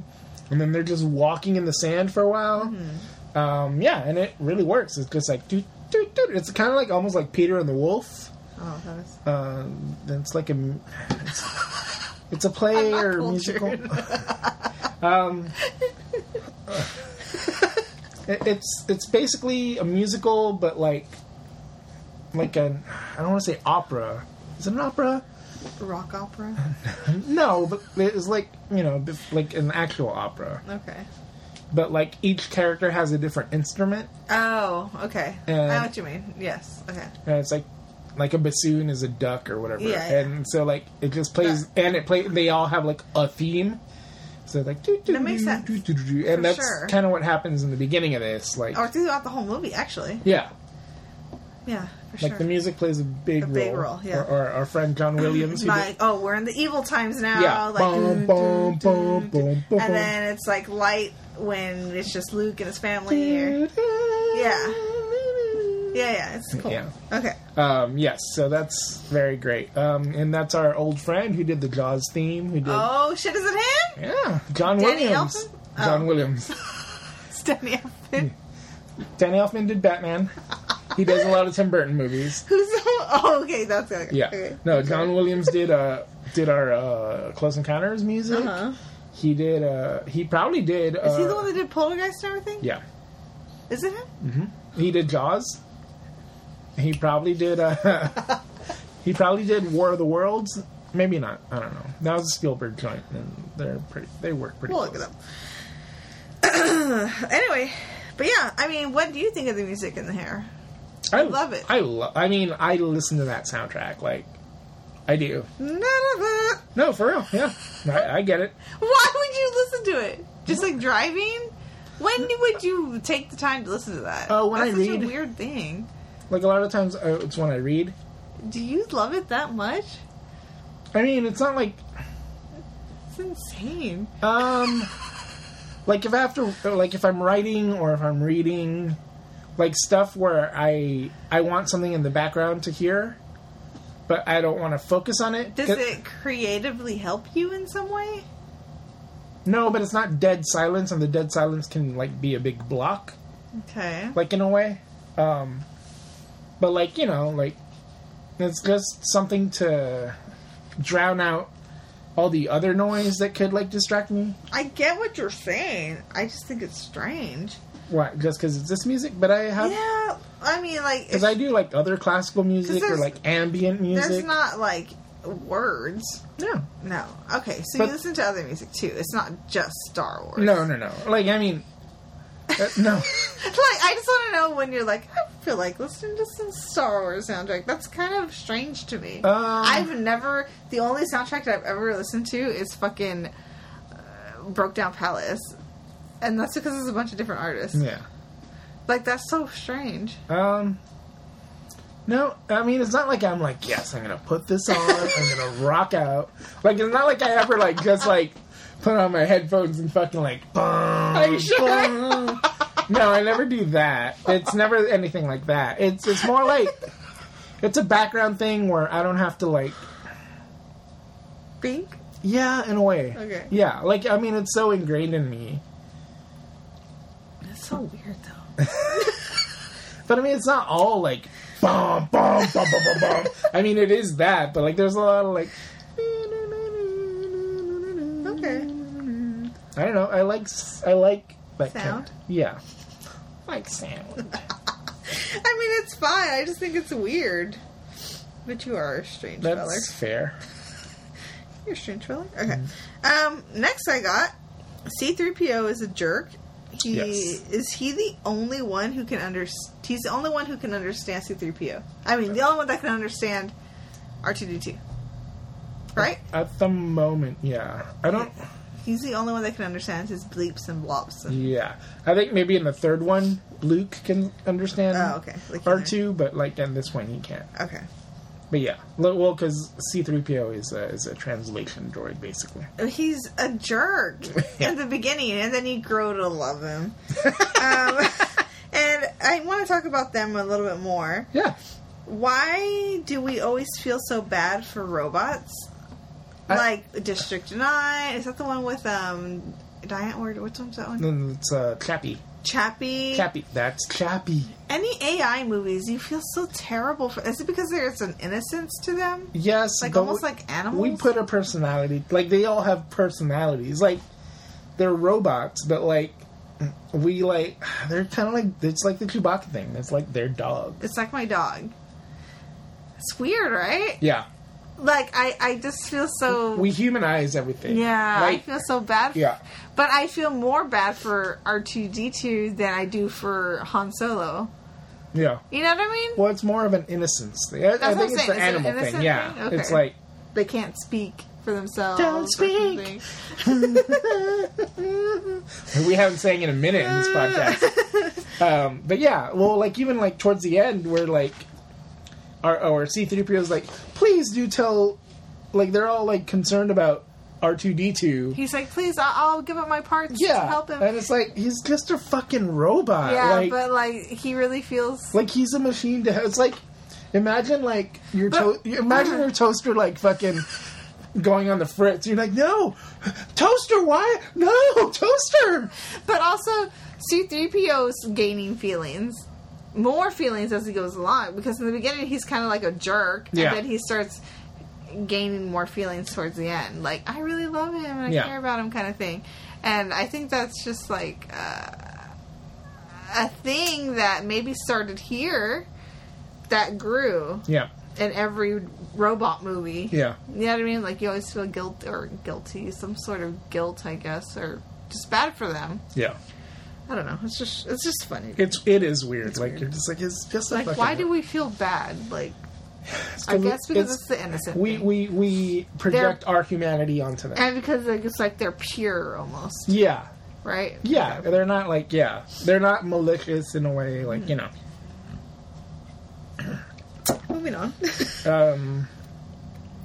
and then they're just walking in the sand for a while. Um, yeah, and it really works. It's just like doot, doot, doot. It's kind of like almost like Peter and the Wolf.
Oh, that was
Um, it's like a m- it's, it's a play
not
or musical.
cultured.
um, uh, it- it's it's basically a musical, but like like an I don't want to say opera. Is it an opera? uh,
rock opera.
No, but it's like you know bef- like an actual opera.
Okay.
But like each character has a different instrument,
Oh, okay. I
Uh,
know what you mean. Yes. Okay.
and it's like. Like a bassoon is a duck or whatever,
Yeah, yeah.
and so like it just plays, and it play. They all have like a theme, so like doo, doo,
That makes
doo,
sense.
doo, doo, doo, and
For
that's
sure.
kind of what happens in the beginning of this. Like,
Or throughout the whole movie, actually.
yeah,
Yeah, for
Like
sure.
the music plays a big
A
role.
big role, yeah.
Or, or our friend John Williams. who
like,
did-
oh, we're in the evil times now.
yeah.
Like,
Bum,
doo,
bum,
doo, doo,
bum,
doo.
bum, bum,
and then it's like light when it's just Luke and his family. Or, yeah. yeah, yeah, it's cool.
Yeah.
Okay.
Um, yes, so that's very great. Um, and that's our old friend who did the Jaws theme. Who did?
Oh shit, is it him?
Yeah, John
Danny
Williams.
Elfman?
John
Oh.
Williams.
It's Danny Elfman.
Danny Elfman did Batman. He does a lot of Tim Burton movies.
Who's? Oh, okay, that's okay.
Yeah.
Okay.
No, John Williams did uh did our uh Close Encounters music.
Uh-huh.
He did uh he probably did uh
Is he the one that did Poltergeist and everything?
Yeah. Mm-hmm.
Is it him?
He did Jaws. He probably did. Uh, he probably did War of the Worlds. Maybe not. I don't know. That was a Spielberg joint, and they're pretty. They work pretty.
We'll
Well,
look it up. Uh, anyway, but yeah, I mean, what do you think of the music in the hair?
I
love it.
I love. I mean, I listen to that soundtrack. Like, I do.
None of it.
No, for real. Yeah, I, I get it.
Why would you listen to it? Just like driving? When would you take the time to listen to that?
Uh, when
That's
I
such
read.
a weird thing.
Like a lot of times, uh, it's when I read.
Do you love it that much?
I mean, it's not like
It's insane.
um, like if after like if I'm writing or if I'm reading, like stuff where I I want something in the background to hear, but I don't want to focus on it.
Does
'Cause-
it creatively help you in some way?
No, but it's not dead silence, and the dead silence can like be a big block.
Okay.
like in a way. Um, but like you know, like it's just something to drown out all the other noise that could like distract me.
I get what you're saying. I just think it's strange.
What? Just because it's this music? But I have
Yeah, I mean, like,
because
if-
I do like other classical music or
there's-
like ambient
there's
music.
not like words.
no,
No. Okay, so
But-
you listen to other music too. It's not just Star Wars.
no, no, no. Like I mean, uh, no.
like, I just want to know when you're like, I feel like listening to some Star Wars soundtrack. That's kind of strange to
Um,
me. I've never. The only soundtrack that I've ever listened to is fucking uh, Broke Down Palace, and that's because it's a bunch of different artists.
Yeah.
Like that's so strange.
Um. No, I mean it's not like I'm like yes, I'm gonna put this on, I'm gonna rock out. Like it's not like I ever like just like put on my headphones and fucking like. Bum, Are
you sure?
No, I never do that. It's never anything like that. It's it's more like it's a background thing where I don't have to like
Bink.
yeah in a way
Okay.
yeah like I mean it's so ingrained in me.
That's so weird though.
But I mean, it's not all like bum bum bum bum bum. bum. I mean, it is that, but like, there's a lot of like.
Okay.
I don't know. I like s- I like that
Sound?
Kind yeah, I like sound.
I mean, it's fine. I just think it's weird. But you are a strange
That's
feller.
fair.
You're a strange feller. Okay.
Mm-hmm.
Um. Next, I got C-3PO is a jerk. He
Yes.
is he the only one who can under he's the only one who can understand C-3PO. I mean, the only one that can understand R2D2. Right?
At the moment, yeah. I don't.
He's the only one that can understand his bleeps and blops. And,
Yeah, I think maybe in the third one, Luke can understand.
Oh, okay. Like
Mm-hmm. R two, but like in this one, he can't.
Okay.
But yeah, Lo- well, because C three PO is a, is a translation droid, basically.
He's a jerk
Yeah.
in the beginning, and then you grow to love him. um, and I want to talk about them a little bit more.
Yeah.
Why do we always feel so bad for robots?
I-
like District Nine is that the one with um Diane Ward? Which one's that one?
Then it's uh, Chappie.
Chappie.
Chappie. That's Chappie.
Any AI movies, you feel so terrible for. Is it because there's an innocence to them?
Yes,
Like
but
almost
we-
like animals.
we put a personality. Like they all have personalities. Like they're robots, but like we like they're kind of like it's like the Chewbacca thing. It's like their dog.
It's like my dog. It's weird, right?
Yeah,
like I, I just feel so
we humanize everything.
yeah I
like
feel so bad. For,
yeah.
but I feel more bad for R two D two than I do for Han Solo.
yeah.
You know what I mean?
Well, it's more of an innocence thing. I, I
what
think
I'm
it's
saying.
the
Is it an
animal
innocent
thing. Yeah,
thing? Okay.
it's like
They can't speak for themselves.
Don't
or
speak.
something.
we haven't sang in a minute in this podcast. Um, but yeah, well, like even like towards the end, where like our oh, our C three PO is like, please do tell, like they're all like concerned about R two D two.
He's like, please, I'll, I'll give up my parts to
Yeah,
help him.
and it's like he's just a fucking robot.
yeah,
like,
but like he really feels.
like he's a machine to. It's like imagine like your to-
But-
imagine your toaster like fucking going on the fritz. You're like, no, toaster, why? No, toaster.
But also, C three PO's gaining feelings. More feelings as he goes along because in the beginning he's kind of like a jerk,
Yeah.
and then he starts gaining more feelings towards the end. Like I really love him and I
Yeah.
care about him, kind of thing. And I think that's just like uh, a thing that maybe started here that grew
Yeah,
in every robot movie.
yeah.
You know what I mean? Like you always feel guilt or guilty, some sort of guilt, I guess, or just bad for them.
Yeah.
I don't know. It's just it's just funny.
It's it is weird.
It's
like
weird.
you're just like it's just a
like,
fucking-
why do we feel bad? Like,
it's
I guess because
it's-
it's, the innocent.
we
thing.
we we project our humanity onto them.
and because like it's like they're pure almost,
Yeah,
right?
yeah. They're not like yeah. They're not malicious in a way like you know.
Moving on. Oh,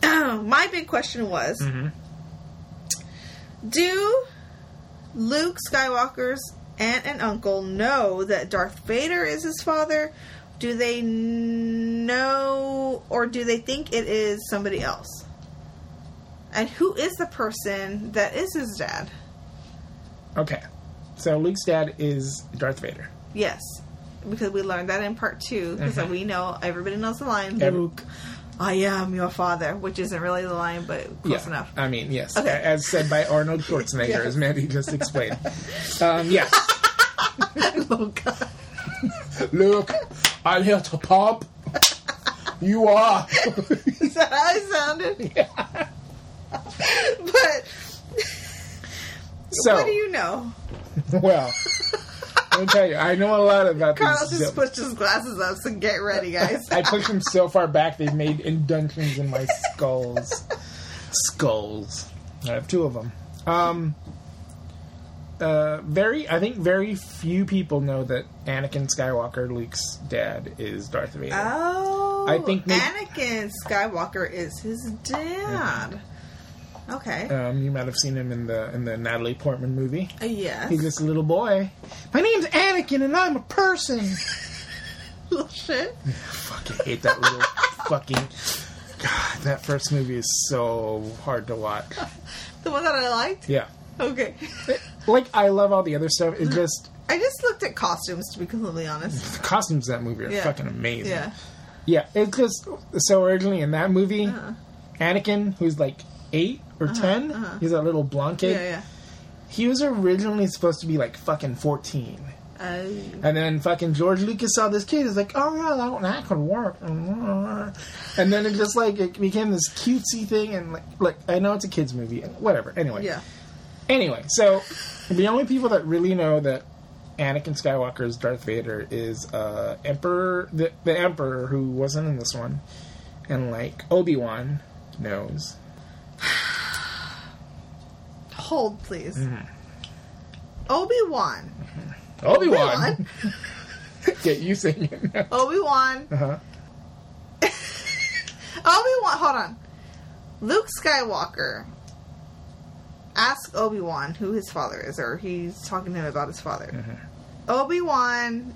Um,
My big question was:
Mm. Mm-hmm.
Do Luke Skywalker's aunt and uncle know that Darth Vader is his father? Do they know, or do they think it is somebody else? And who is the person that is his dad?
okay, so Luke's dad is Darth Vader.
Yes, because we learned that in part two. Because
Mhm.
we know everybody knows the line.
Every-
Luke, I am your father, which isn't really the line, but close
yeah, Uh,
enough.
I mean yes,
Okay.
a- as said by Arnold Schwarzenegger,
Yes.
as Mandy just explained. um, yeah,
oh God.
Luke, I'm here to pop. You are.
Is that how it sounded? but
so
what do you know?
well. Let me tell you, I know a lot about
Carlos
these.
just pushed his glasses up, so get ready, guys.
I pushed them so far back they've made indentions in my skulls. skulls. I have two of them. Um, uh, very, I think very few people know that Anakin Skywalker, Luke's dad, is Darth Vader.
oh,
I think maybe-
Anakin Skywalker is his dad. Okay.
um, you might have seen him in the in the Natalie Portman movie.
Uh, yes.
He's this little boy. My name's Anakin, and I'm a person.
Little Oh, shit.
fucking hate that little fucking. God, that first movie is so hard to watch.
The one that I liked.
Yeah.
Okay.
Like, I love all the other stuff. It just.
I just looked at costumes to be completely honest.
The costumes in that movie are
Yeah.
fucking amazing.
Yeah.
Yeah, it's just. So originally in that movie,
Uh-huh.
Anakin, who's like eight or 10,
uh-huh.
he's that little blonde
Yeah.
kid.
Yeah.
He was originally supposed to be like fucking 14.
Uh,
And then fucking George Lucas saw this kid. He's like, oh, yeah, that, that could work. And then it just like, it became this cutesy thing. And like, look, I know it's a kid's movie. Whatever. Anyway.
yeah.
Anyway, so the only people that really know that Anakin Skywalker is Darth Vader is uh, Emperor, the, the Emperor who wasn't in this one, and like Obi Wan knows.
Hold, please.
Mm-hmm.
Obi Wan.
Obi Wan,
Obi-Wan?
get you singing. it now.
Obi Wan.
Uh-huh.
Obi Wan, hold on. Luke Skywalker asks Obi Wan who his father is, or he's talking to him about his father. Obi Wan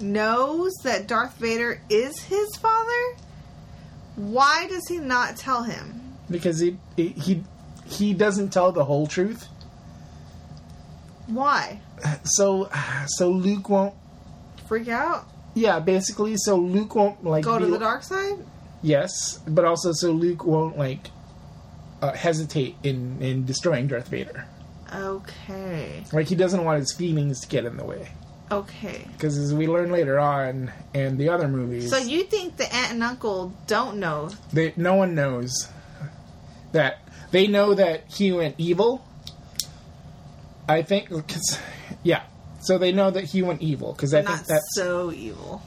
knows that Darth Vader is his father. Why does he not tell him?
Because he, he he he doesn't tell the whole truth,
Why?
so so Luke won't.
Freak out?
Yeah, basically, so Luke won't like
Go to
be-
the dark side?
Yes, but also so Luke won't like uh, hesitate in in destroying Darth Vader.
Okay.
Like he doesn't want his feelings to get in the way,
Okay.
because as we learn later on in the other movies,
So you think the aunt and uncle don't know?
they, no one knows that they know that he went evil. I think, 'cause- yeah. So they know that he went evil because I
Not
think that's.
so evil.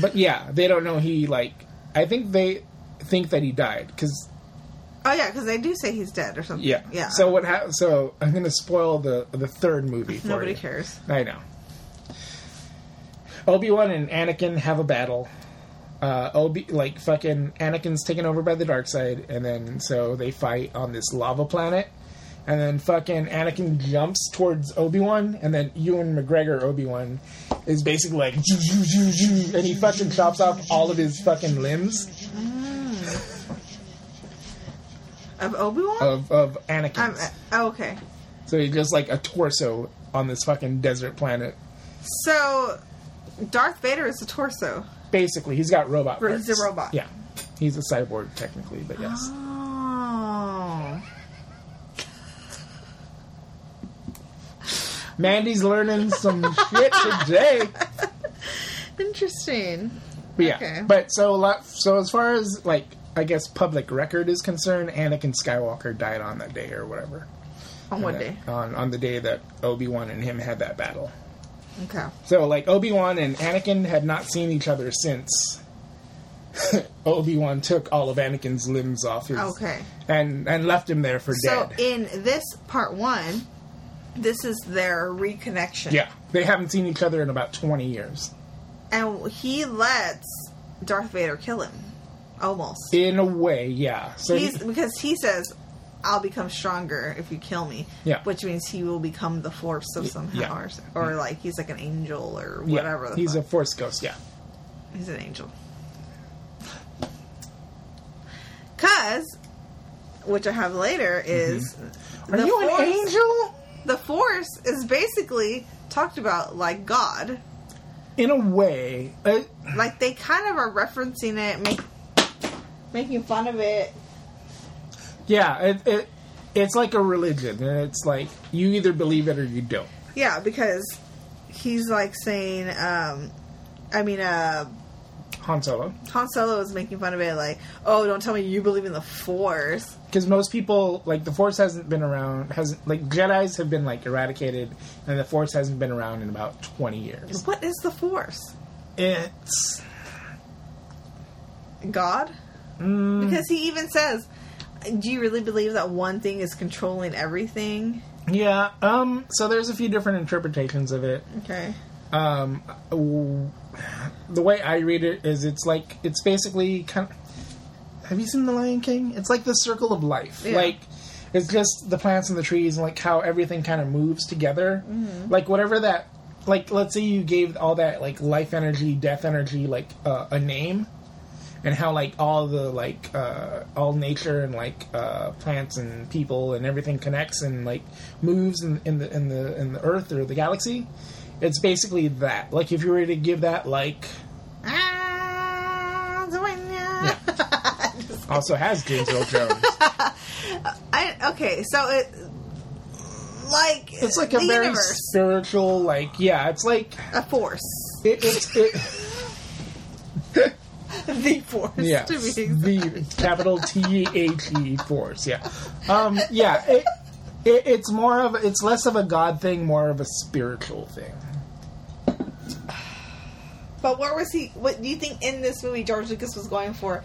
But yeah, they don't know he like. I think they think that he died because
Oh yeah, because they do say he's dead or something.
yeah.
Yeah.
So what? hap so I'm gonna spoil the the third movie. For
Nobody
you.
cares.
I know. Obi Wan and Anakin have a battle. Uh, Obi like fucking Anakin's taken over by the dark side, and then so they fight on this lava planet, and then fucking Anakin jumps towards Obi Wan, and then Ewan McGregor Obi Wan is basically like, "Zoo, zoo, zoo, zoo," and he fucking chops off all of his fucking limbs
Of Obi Wan?
of of
I'm,
Anakin's.
uh, oh, okay.
so he just like a torso on this fucking desert planet.
So Darth Vader is a torso.
Basically, he's got robot.
He's
parts.
a robot.
Yeah, he's a cyborg technically, but yes.
Oh. Ah.
Mandy's learning some shit today.
Interesting.
But yeah,
Okay.
but so a lot, so as far as like I guess public record is concerned, Anakin Skywalker died on that day or whatever.
On what
That-
day?
On on the day that Obi Wan and him had that battle.
Okay.
So, like, Obi Wan and Anakin had not seen each other since Obi Wan took all of Anakin's limbs off his.
Okay.
And, and left him there for
So
dead.
in this part one, this is their reconnection.
yeah. They haven't seen each other in about 20 years.
And he lets Darth Vader kill him. Almost.
In a way, yeah. So, he-
He's because he says, "I'll become stronger if you kill me."
Yeah.
Which means he will become the Force of some
yeah. Mm-hmm.
power, or like he's like an angel or
yeah,
whatever. the
he's
fuck.
a Force ghost, yeah.
He's an angel. Cause, which I have later is
Mm-hmm. Are you
force,
an angel?
The force is basically talked about like God.
In a way. Uh,
Like they kind of are referencing it, make, making fun of it.
yeah, it, it, it's like a religion. And it's like, you either believe it or you don't.
Yeah, because he's like saying, um, I mean, uh,
Han Solo.
Han Solo is making fun of it, like, oh, don't tell me you believe in the force.
because most people like the force hasn't been around hasn't like jedis have been like eradicated and the force hasn't been around in about 20 years
What is the force?
it's
God? Because he even says, do you really believe that one thing is controlling everything?
yeah um so there's a few different interpretations of it
Okay.
um w- the way i read it is it's like it's basically kind of have you seen the lion king it's like the circle of life
Yeah.
like it's just the plants and the trees and like how everything kind of moves together like whatever that like let's say you gave all that like life energy death energy like uh, a name and how like all the like uh, all nature and like uh, plants and people and everything connects and like moves in, in the in the in the earth or the galaxy it's basically that like if you were to give that like
Ah, Zoenia.
also has James Earl Jones
I, okay, so it, like,
it's like a
the
very
universe,
spiritual like yeah it's like
a force,
it, it's it,
the force.
yeah
to be exact.
the capital T H E force yeah um yeah it, it, it's more of it's less of a god thing more of a spiritual thing
But where was he? What do you think in this movie George Lucas was going for?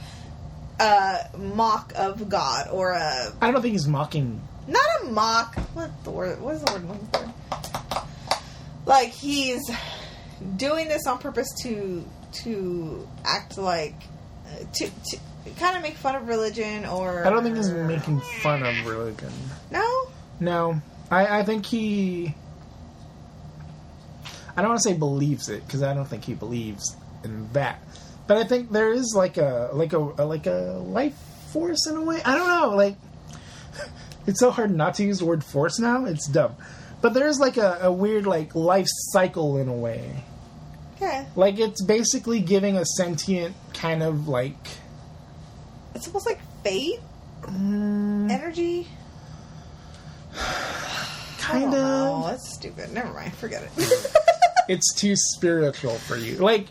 A mock of God or a
I don't think he's mocking.
not a mock. What the word? What is the word? I'm looking for? Like he's doing this on purpose to to act like uh, to, to kind of make fun of religion or
I don't think he's making fun of religion.
no.
No, I, I think he. I don't want to say believes it because I don't think he believes in that, but I think there is like a like a like a life force in a way. I don't know. Like it's so hard not to use the word force now. It's dumb, but there is like a, a weird like life cycle in a way.
Okay,
Like it's basically giving a sentient kind of like.
it's almost like fate
mm,
energy. I
kind
don't
of.
know. Oh, That's stupid. Never mind. Forget it.
it's too spiritual for you. Like,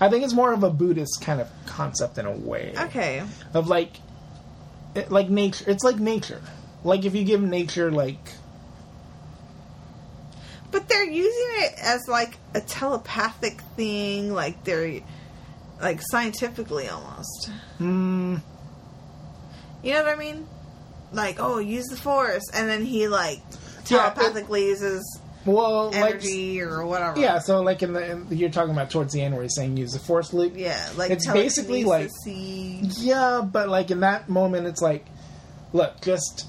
I think it's more of a Buddhist kind of concept in a way
okay.
of like, it, like nature. It's like nature. Like if you give nature like,
But they're using it as like a telepathic thing, like they're like scientifically almost.
mm,
You know what I mean? Like, oh, use the force, and then he like
Yeah,
telepathically uses
well, like,
energy or whatever.
yeah. So like in the in, you're talking about towards the end where he's saying use the force, Luke.
yeah. Like
It's basically like-
telekinesis-y.
Yeah, but like in that moment, it's like, look, just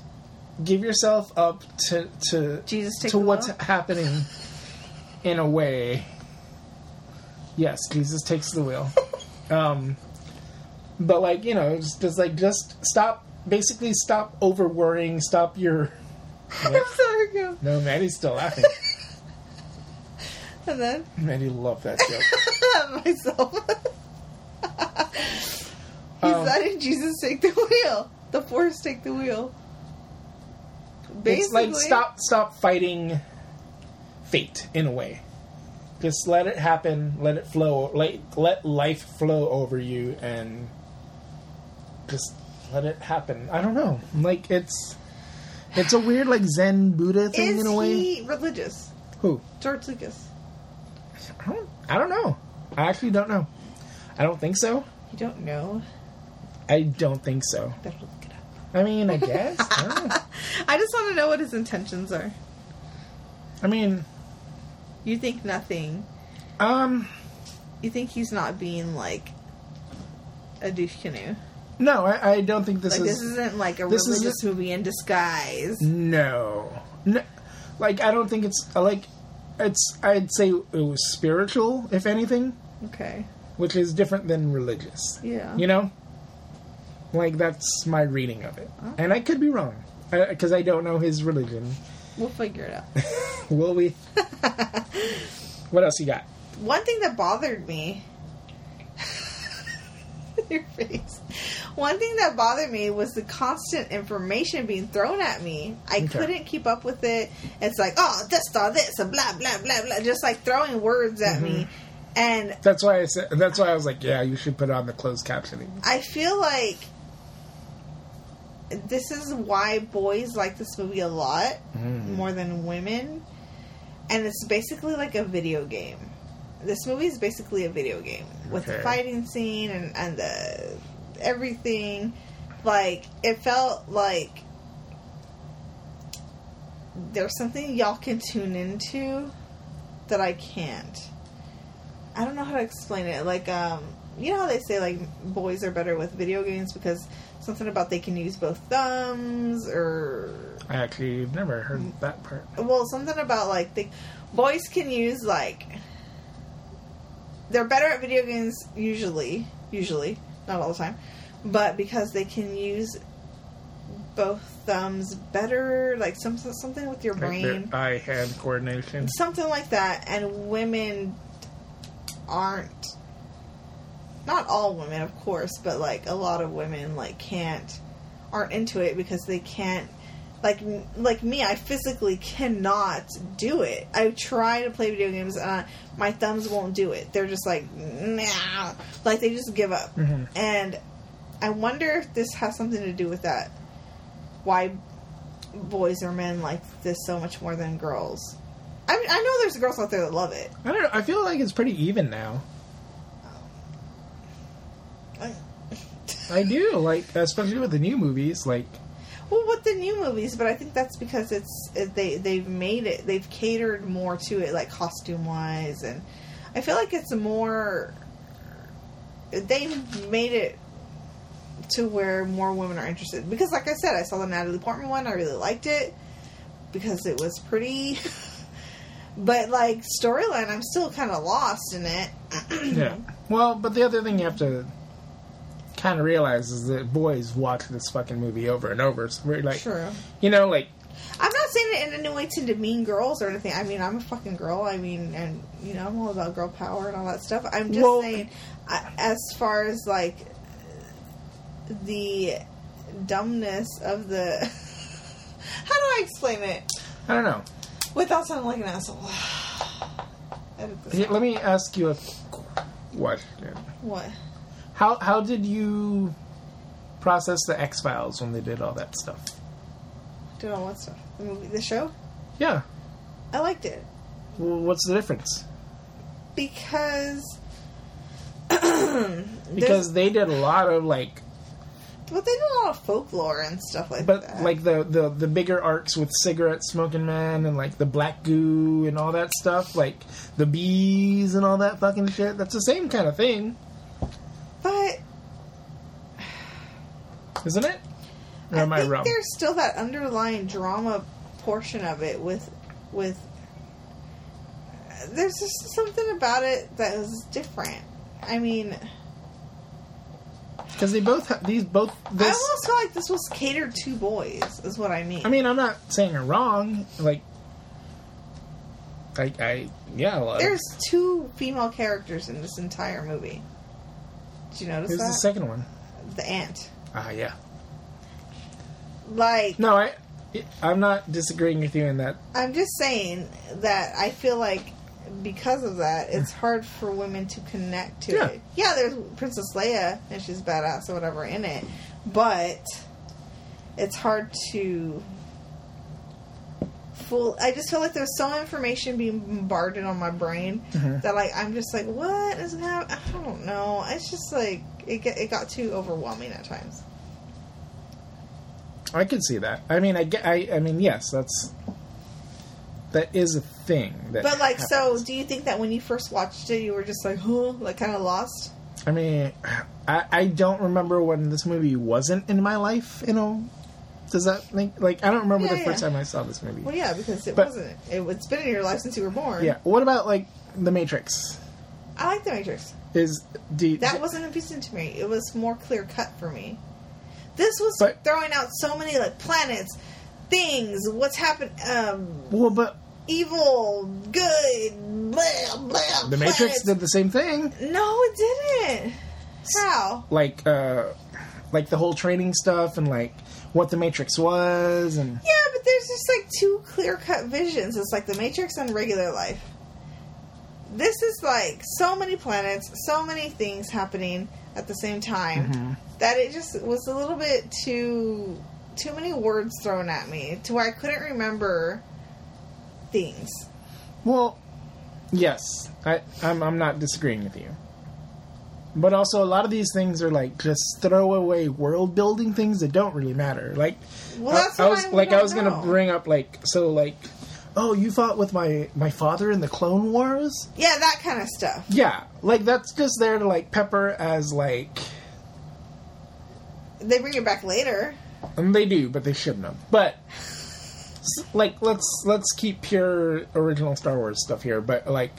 give yourself up to to
Jesus take
to
the
what's
wheel?
happening in a way. Yes, Jesus takes the wheel. um, but like you know, just, just like just stop. Basically, stop over worrying. Stop your.
I'm sorry, go.
No, Maddie's still laughing.
And then
Maddie loved that joke.
myself. He's
Um,
letting Jesus take the wheel. The force take the wheel.
it's like stop, stop fighting fate in a way. Just let it happen. Let it flow. Let let life flow over you, and just let it happen. I don't know. Like it's it's a weird like Zen Buddha thing
Is
in a way.
he religious?
Who?
George Lucas.
I don't, I don't know. I actually don't know. I don't think so.
You don't know.
I don't think so.
Better look it up.
I mean, I guess. I, don't know.
I just want to know what his intentions are.
I mean,
You think nothing.
um,
You think he's not being like a douche canoe.
no, I, I don't think this
Like
is.
this isn't like a
this is-
religious movie in disguise.
No. no. Like, I don't think it's. I Like, it's. I'd say it was spiritual, if anything,
Okay.
which is different than religious.
Yeah.
You know? Like, that's my reading of it.
Oh.
And I could be wrong, because I don't know his religion.
We'll figure it out.
Will we? what else you got?
One thing that bothered me. Your face. One thing that bothered me was the constant information being thrown at me. I
Okay.
couldn't keep up with it. It's like, oh, this, all this, and blah, blah, blah, blah. Just like throwing words at me. And
That's why I said. That's why I was like, yeah, you should put on the closed captioning.
I feel like this is why boys like this movie a lot more than women. And it's basically like a video game. This movie is basically a video game with the
Okay.
fighting scene and, and the everything. Like, it felt like there's something y'all can tune into that I can't. I don't know how to explain it. Like, um, you know how they say like boys are better with video games because something about they can use both thumbs or
I actually never heard that part.
well something about like the boys can use like they're better at video games usually usually not all the time but because they can use both thumbs better like some something with your
Like their
brain
eye hand coordination.
something like that and women aren't not all women of course but like a lot of women like can't aren't into it because they can't like like me i physically cannot do it i try to play video games and I, my thumbs won't do it they're just like nah like they just give up
Mhm.
and i wonder if this has something to do with that why boys or men like this so much more than girls I, mean, I know there's girls out there that love it
I don't know. I feel like it's pretty even now.
I-
I do like, uh, especially with the new movies. Like,
Well, with the new movies, but I think that's because it's it- they they've made it they've catered more to it, like costume wise, and I feel like it's more they made it to where more women are interested. Because, like I said, I saw the Natalie Portman one, I really liked it because it was pretty. but like storyline, I'm still kind of lost in it.
yeah. Well, but the other thing you have to kind of realize is that boys watch this fucking movie over and over. So we're like,
True.
you know, like
I'm not saying it in any way to demean girls or anything. I mean, I'm a fucking girl. I mean, and you know, I'm all about girl power and all that stuff. I'm just
Well-
saying, I, as far as like the dumbness of the, how do I explain it
I don't know.
without sounding like an asshole? Edit this
Here,
out.
Let me ask you a question.
What?
How how did you process the X Files when they did all that stuff?
Did all what stuff? The movie, the show.
Yeah.
I liked it.
Well, what's the difference?
Because
Because they did a lot of like,
well, they do a lot of folklore and stuff like
but
that.
like the, the the bigger arcs with cigarette smoking man and like the black goo and all that stuff, like the bees and all that fucking shit. That's the same kind of thing,
but
isn't it? Or am I,
think
wrong?
There's still that underlying drama portion of it with with there's just something about it that is different. I mean,
Because they both ha- these both
I
this.
almost feel like this was catered to boys, is what I mean.
I mean, I'm not saying you're wrong. Like, I, I yeah, well,
there's two female characters in this entire movie. Did you notice
Who's the
that?
second one?
The, aunt.
Ah, yeah.
Like,
No, I, I'm not disagreeing with you in that.
I'm just saying that I feel like because of that, it's hard for women to connect to
Mm. Yeah.
it. Yeah, there's Princess Leia and she's badass or whatever in it, but it's hard to full. I just feel like there's so much information being bombarded on my brain
Mm-hmm.
that like I'm just like, what is happening? I don't know. It's just like it get, it got too overwhelming at times.
I can see that. I mean, I, ge- I, I mean, yes, that's that is a thing. That
But like, so
happens.
do you think that when you first watched it, you were just like, huh, like kind of lost?
I mean, I, I don't remember when this movie wasn't in my life. You know, does that make like I don't remember
Yeah,
the first
yeah.
time I saw this movie.
Well, yeah, because it
But-
wasn't. It, it's been in your life since you were born.
yeah. What about like The Matrix?
I like The Matrix.
Is do,
That wasn't appeasing to me. It was more clear cut for me. This was
But-
throwing out so many like planets, things, what's happened, um,
well, but
evil, good, blah blah.
The Matrix
planets.
did the same thing.
No, it didn't. How?
Like, uh, like the whole training stuff and like what The Matrix was and
Yeah, but there's just like two clear cut visions. It's like the Matrix and regular life. This is like so many planets, so many things happening at the same time
Mm-hmm.
that it just was a little bit too too many words thrown at me to where I couldn't remember things.
Well, yes, I, I'm, I'm not disagreeing with you. But also, a lot of these things are like just throwaway world building things that don't really matter. Like,
Well,
I-
that's
I,
what
was
I
like, I
don't
was
know.
gonna bring up like so like, oh, you fought with my my father in the Clone Wars.
Yeah, that kind of stuff.
Yeah, like that's just there to like pepper as like,
They bring it back later.
and they do, but they shouldn't have. But s- like, let's let's keep pure original Star Wars stuff here. But like,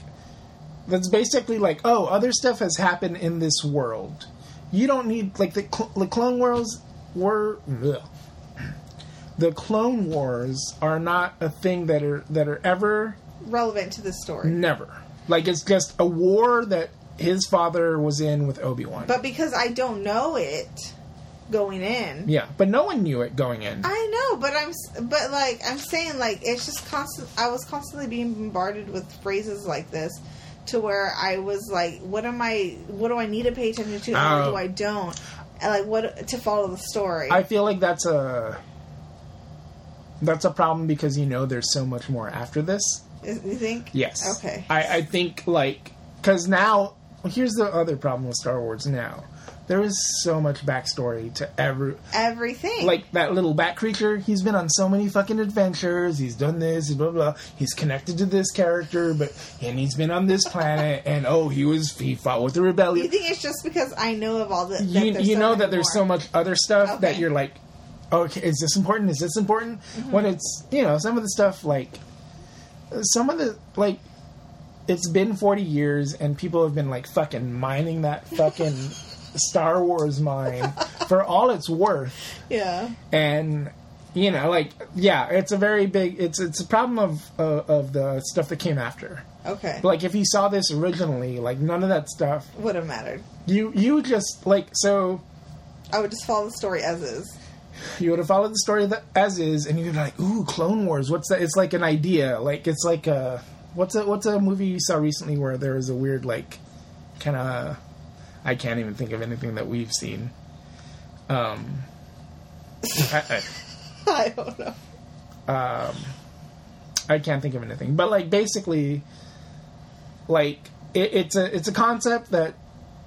that's basically like, oh, other stuff has happened in this world. You don't need like the cl- the Clone Wars were ugh. the Clone Wars are not a thing that are that are ever
Relevant to the story.
never like it's just a war that his father was in with Obi Wan.
But because I don't know it going in,
Yeah, but no one knew it going in.
I know, but I'm, s- but like I'm saying, like it's just constant. I was constantly being bombarded with phrases like this, to where I was like, "What am I? What do I need to pay attention to? and
Oh.
what do I don't?" And like, what to follow the story?
I feel like that's a that's a problem because you know there's so much more after this.
Is- you think?
Yes.
Okay.
I, I think like because now here's the other problem with Star Wars now. There is so much backstory to every
Everything.
like that little bat creature. He's been on so many fucking adventures. He's done this, blah blah. He's connected to this character, but and he's been on this planet. And oh, he was he fought with the rebellion
you think it's just because I know of all the- that?
you,
there's
you
so
know
many
that there's
more.
so much other stuff that
Okay. Mm-hmm.
you're like, okay, is this important? Is this important? When it's you know some of the stuff like some of the like it's been 40 years and people have been like fucking mining that fucking Star Wars mine for all it's worth
Yeah.
and you know like yeah it's a very big it's it's a problem of uh, of the stuff that came after
Okay.
like if you saw this originally like none of that stuff
Would have mattered.
you you just like so
I would just follow the story as is.
you would have followed the story that, as is, and you'd be like, "Ooh, Clone Wars! What's that?" It's like an idea. Like it's like a what's a what's a movie you saw recently where there was a weird like kind of I can't even think of anything that we've seen. Um, I,
I don't know.
I, um, I can't think of anything, but like basically, like it, it's a it's a concept that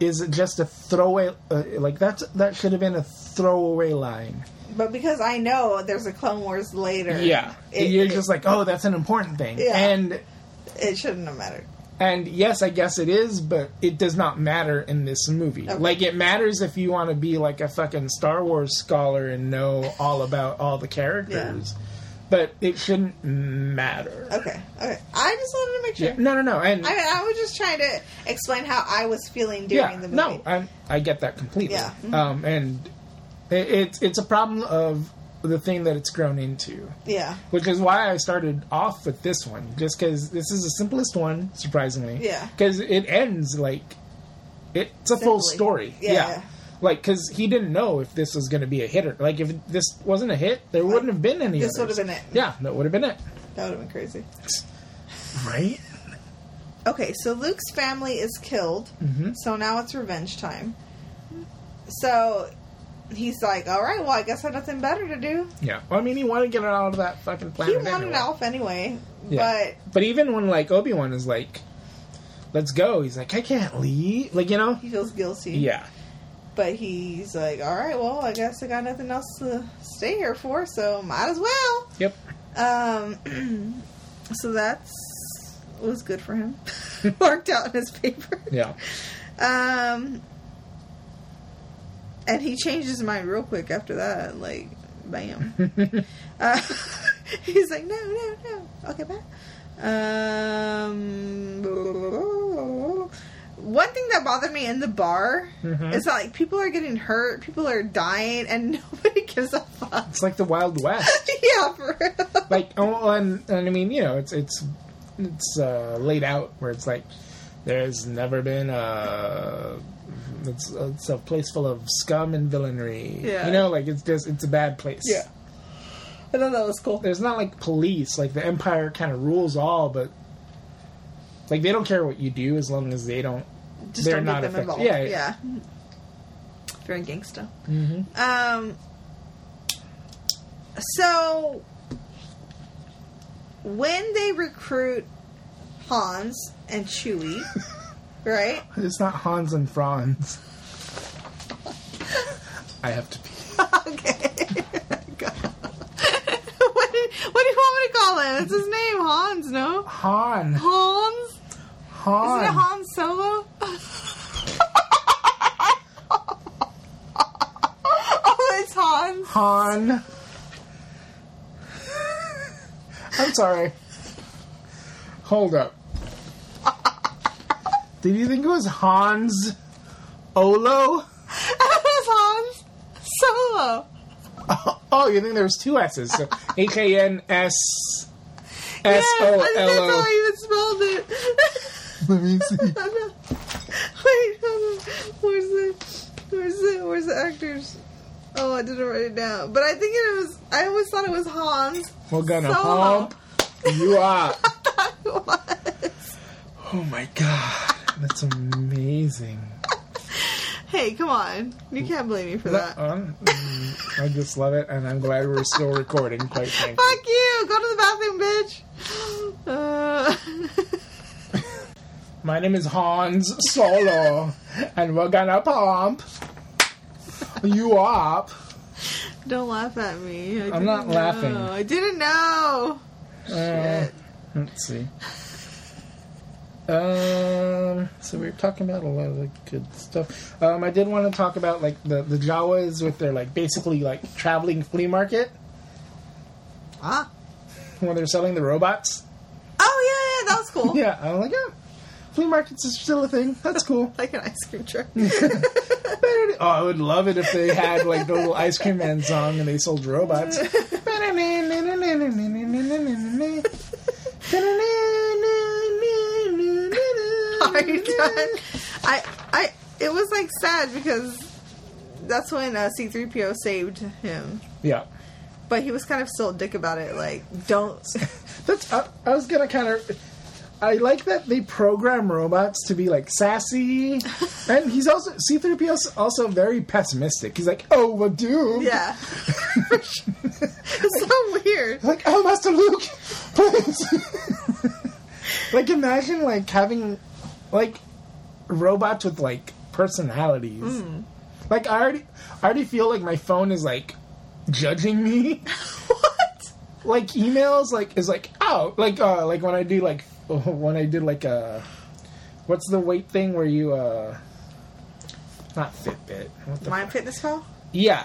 is just a throwaway. Uh, like that's that should have been a throwaway line.
But because I know there's a Clone Wars later.
Yeah,
It,
you're
it-
just like, oh, that's an important thing,
Yeah.
and
it shouldn't have mattered.
and yes, I guess it is, but it does not matter in this movie.
Okay.
Like, it matters if you want to be like a fucking Star Wars scholar and know all about all the characters, but it shouldn't matter.
Okay, okay. I just wanted to make sure.
Yeah, no, no, no, and
I mean, I was just trying to explain how I was feeling during
yeah,
the movie.
no, I I get that completely.
Yeah. Mhm.
Um, and it, it's it's a problem of the thing that it's grown into.
yeah,
which is why I started off with this one, just because this is the simplest one, surprisingly.
Yeah.
Because it ends like it's a full
Simply.
story.
Yeah,
Yeah.
yeah.
Like, because he didn't know if this was going to be a hitter. Like, if this wasn't a hit, there wouldn't have been any.
this would
others.
have been it.
Yeah, that would have been it.
that would have been crazy.
Right.
Okay, so Luke's family is killed,
Mhm.
so now it's revenge time. So he's like, all right, well, I guess I have nothing better to do.
Yeah. Well, I mean, he wanted to get out of that fucking
He
planet.
wanted
anyway.
Alf anyway,
Yeah.
but
But even when like Obi Wan is like, "Let's go," he's like, "I can't leave," like you know.
he feels guilty.
Yeah.
But he's like, all right, well, I guess I got nothing else to stay here for, so might as well.
Yep.
Um, so that's was good for him. Marked out in his paper.
Yeah.
Um, and he changed his mind real quick after that. Like, bam. Uh, he's like, no, no, no. Okay, bye. Um, one thing that bothered me in the bar
Mhm.
is that like people are getting hurt, people are dying, and nobody gives a fuck.
It's like the Wild West.
yeah, for real.
like, oh, and, and I mean, you know, it's it's it's uh, laid out where it's like there's never been a it's it's a place full of scum and villainy.
Yeah.
You know, like it's just it's a bad place.
Yeah. I thought that was cool.
There's not like police. Like the Empire kind of rules all, but like they don't care what you do as long as they don't.
Just
They're
don't
not
get them
affected.
involved.
Yeah,
Yeah,
yeah.
Very gangsta.
Mm-hmm.
Um. So when they recruit Hans and Chewie, right?
It's not Hans and Franz. I have to pee.
okay. what, do, what do you want me to call him? It's his name, Hans. No,
Han.
Hans.
Han.
Isn't it Han Solo? oh, it's Hans.
Han. I'm sorry. Hold up. Did you think it was Hans Olo?
it's Hans Solo.
Oh, you think there was two S's? So H A N S S
Yes,
O
I think
L
that's
O.
how I even spelled it.
Let me see.
Wait, hold on. Where's the, where's the, where's the actors? Oh, I didn't write it down. But I think it was. I always thought it was Hans.
We're gonna
Solo.
hump you up.
It was.
Oh my god, that's amazing.
Hey, come on! You can't blame me for that.
Um, mm, I just love it, and I'm glad we're still recording. Quite frankly,
Fuck you! Go to the bathroom, bitch! Uh,
my name is Hans Solo, and we're gonna pump you up.
don't laugh at me. I
I'm not
didn't
laughing.
know. I didn't know!
Uh,
Shit.
let's see. Um, so we were talking about a lot of the good stuff. Um, I did want to talk about like the the Jawas with their like basically like traveling flea market
Ah.
where they're selling the robots.
Oh, yeah, yeah, that was cool.
Yeah, I'm like, yeah, flea markets is still a thing. That's cool.
Like an ice cream truck.
Oh, I would love it if they had like the little Ice Cream Man song and they sold robots.
Are you done? I, I, it was like sad because that's when uh, C3PO saved him.
Yeah.
But he was kind of still a dick about it. Like, don't.
That's. I, I was gonna kind of. I like that they program robots to be like sassy, and he's also C-3PO's also very pessimistic. He's like, "Oh, we're doomed."
yeah. For sure. it's so weird.
Like, oh, Master Luke, please. like, imagine like having like robots with like personalities. Like, I already, I already feel like my phone is like judging me.
What?
like, emails like is like, oh, like, uh, like when I do like when I did like uh what's the weight thing where you uh, not Fitbit. What the
My fitness pal?
yeah.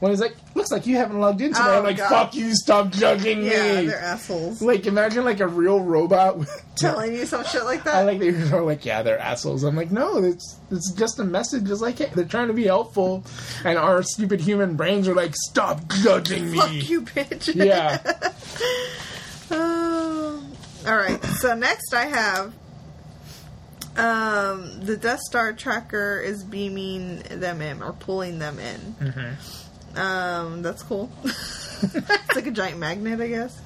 When it's like, looks like you haven't logged in today.
Mm-hmm. Oh,
I'm like,
God.
fuck you, stop judging
Yeah,
me.
they're assholes.
Like, imagine like a real robot with-
telling you some shit like
I
that.
like they are like, yeah, they're assholes. I'm like, no, it's it's just a message. It's like, hey, they're trying to be helpful, and our stupid human brains are like, stop judging me.
Fuck you, bitch.
Yeah.
Um, all right. So next, I have um, the Death Star tracker is beaming them in or pulling them in.
Mm-hmm.
Um, that's cool. it's like a giant magnet, I guess.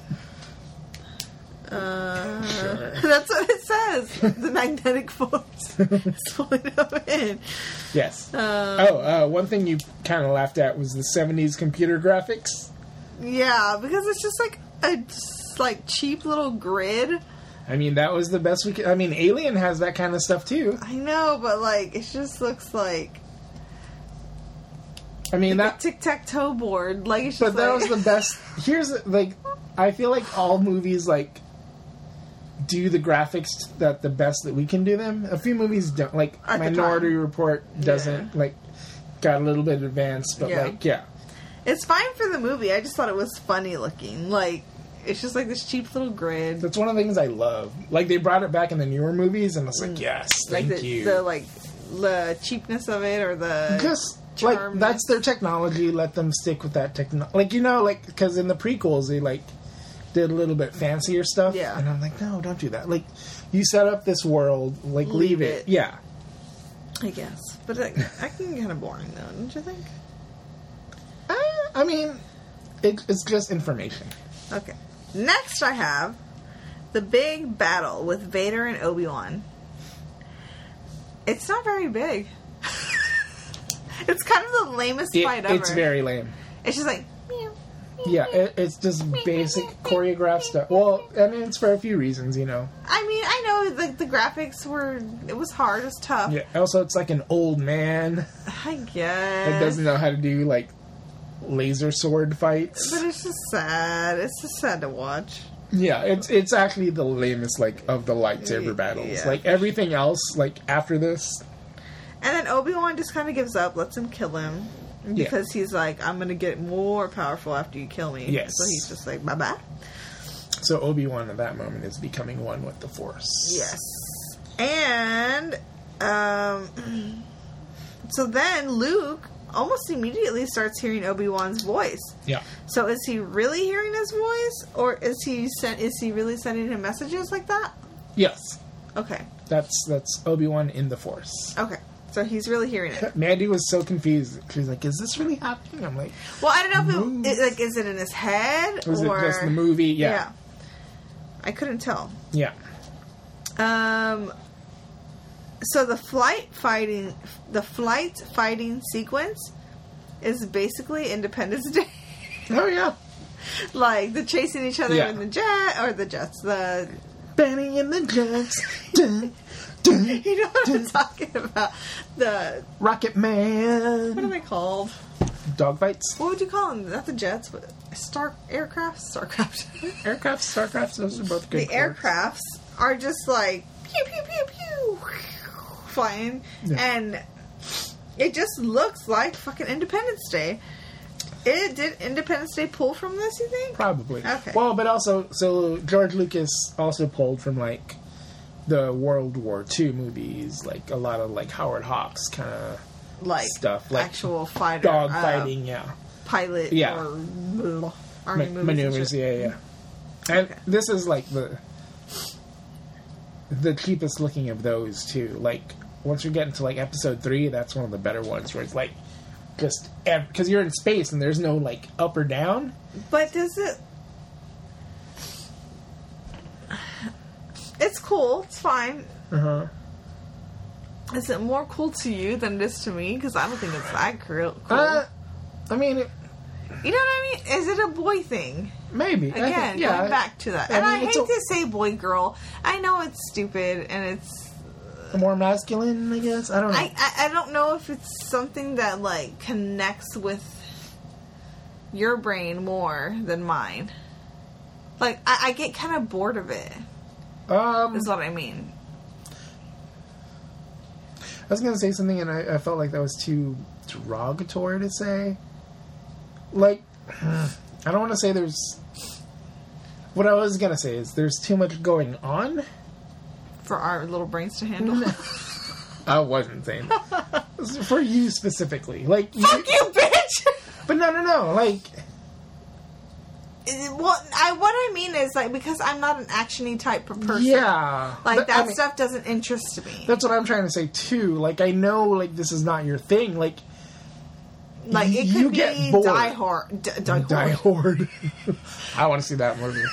Uh,
Sure.
That's what it says. The magnetic force is pulling them in.
Yes.
Um,
Oh, uh, one thing you kind of laughed at was the 70s computer graphics.
yeah, because it's just like a just, like cheap little grid.
I mean, that was the best we could. I mean, Alien has that kind of stuff too.
I know, but like it just looks like
I mean,
a
that.
tic tac toe board. Like it's just
But that
like,
was the best. Here's, like, I feel like all movies, like, do the graphics that the best that we can do them. A few movies don't. Like,
At the
Minority Report doesn't, like, got a little bit advanced, but,
Yeah.
like, yeah.
It's fine for the movie. I just thought it was funny looking. Like it's just like this cheap little grid.
That's one of the things I love. Like, they brought it back in the newer movies, and I was like, yes,
Mm. like
thank
the,
you.
the like the cheapness of it or the
Just
charm.
like that's their technology. Let them stick with that technology. Like you know, like because in the prequels they like did a little bit fancier stuff.
Yeah.
and I'm like, no, don't do that. Like you set up this world, like leave,
Leave
it.
it.
Yeah,
I guess. But like, I can get kind of boring though, don't you think?
Uh, I mean, it, it's just information.
Okay. Next, I have the big battle with Vader and Obi Wan. It's not very big. it's kind of the lamest
It-
fight ever.
it's very lame.
It's just like meow.
Yeah, it, it's just basic choreographed stuff. Well, I mean, it's for a few reasons, you know.
I mean, I know like the graphics were. It was hard. It was tough.
Yeah. Also, it's like an old man
I guess.
that doesn't know how to do like laser sword fights.
But it's just sad. It's just sad to watch.
Yeah, it's it's actually the lamest like of the lightsaber battles.
Yeah.
Like everything else, like after this,
And then Obi Wan just kind of gives up, lets him kill him. Because he's like, I'm gonna get more powerful after you kill me.
Yes.
So he's just like, bye bye.
so Obi Wan at that moment is becoming one with the Force.
Yes. And um, so then Luke almost immediately starts hearing Obi Wan's voice.
Yeah.
So is he really hearing his voice, or is he sent? Is he really sending him messages like that?
Yes.
Okay.
That's that's Obi Wan in the Force.
Okay. So he's really hearing it.
Mandy was so confused. She's like, "Is this really happening?" I'm like,
Well, I don't know
Move.
if it, it like is it in his head
"Was
or
it just the movie?" Yeah.
yeah. I couldn't tell.
Yeah.
Um, so the flight fighting, the flight fighting sequence is basically Independence Day,
Oh yeah.
like the chasing each other
Yeah.
in the jet or the jets. The
Benny and the Jets. Dun, dun.
you know what I'm talking about? The
Rocket
what are
Man.
they called?
Dogfights.
What would you call them? Not the jets, but star aircraft, starcraft.
Aircraft, starcraft. Those are both good.
the
words.
aircrafts are just like pew pew pew pew flying
Yeah.
and it just looks like fucking Independence Day. It did Independence Day pull from this, you think?
Probably.
Okay.
Well, but also, so George Lucas also pulled from like the World War II movies, like a lot of like Howard Hawks kind of
Like
Stuff, like
actual fighter
dog
uh,
fighting, yeah,
pilot
Yeah.
or blah, army
Ma-
movies and
maneuvers,
shit.
yeah, yeah. And
Okay.
this is like the the cheapest looking of those too. Like once you get into like episode three, that's one of the better ones where it's like just because you're in space and there's no like up or down.
But does it? It's cool. It's fine.
Uh
Uh-huh.
huh.
Is it more cool to you than it is to me? Because I don't think it's that cool. cool.
Uh, I mean, it,
You know what I mean? Is it a boy thing?
maybe I
Again,
think- yeah,
going back to that.
I
and
mean,
I hate
it's a-
to say boy girl. I know it's stupid and it's
more masculine, I guess. I don't know.
I, I, I don't know if it's something that like connects with your brain more than mine. Like I, I get kinda bored of it,
um,
is what I mean.
I was gonna say something, and I, I felt like that was too derogatory to say. Like, I don't want to say there's. What I was gonna say is there's too much going on.
For our little brains to handle.
I wasn't saying that. for you specifically, like, you-
Fuck you, bitch!
but no, no, no, like,
well I what I mean is like because I'm not an actiony type of person.
yeah,
Like
But, I
that
mean,
stuff doesn't interest me.
That's what I'm trying to say too. Like, I know, like, this is not your thing. Like,
Like it could
You
be
get bored.
Die Hard, D- Die Hard,
Die Hard. I want to see that movie.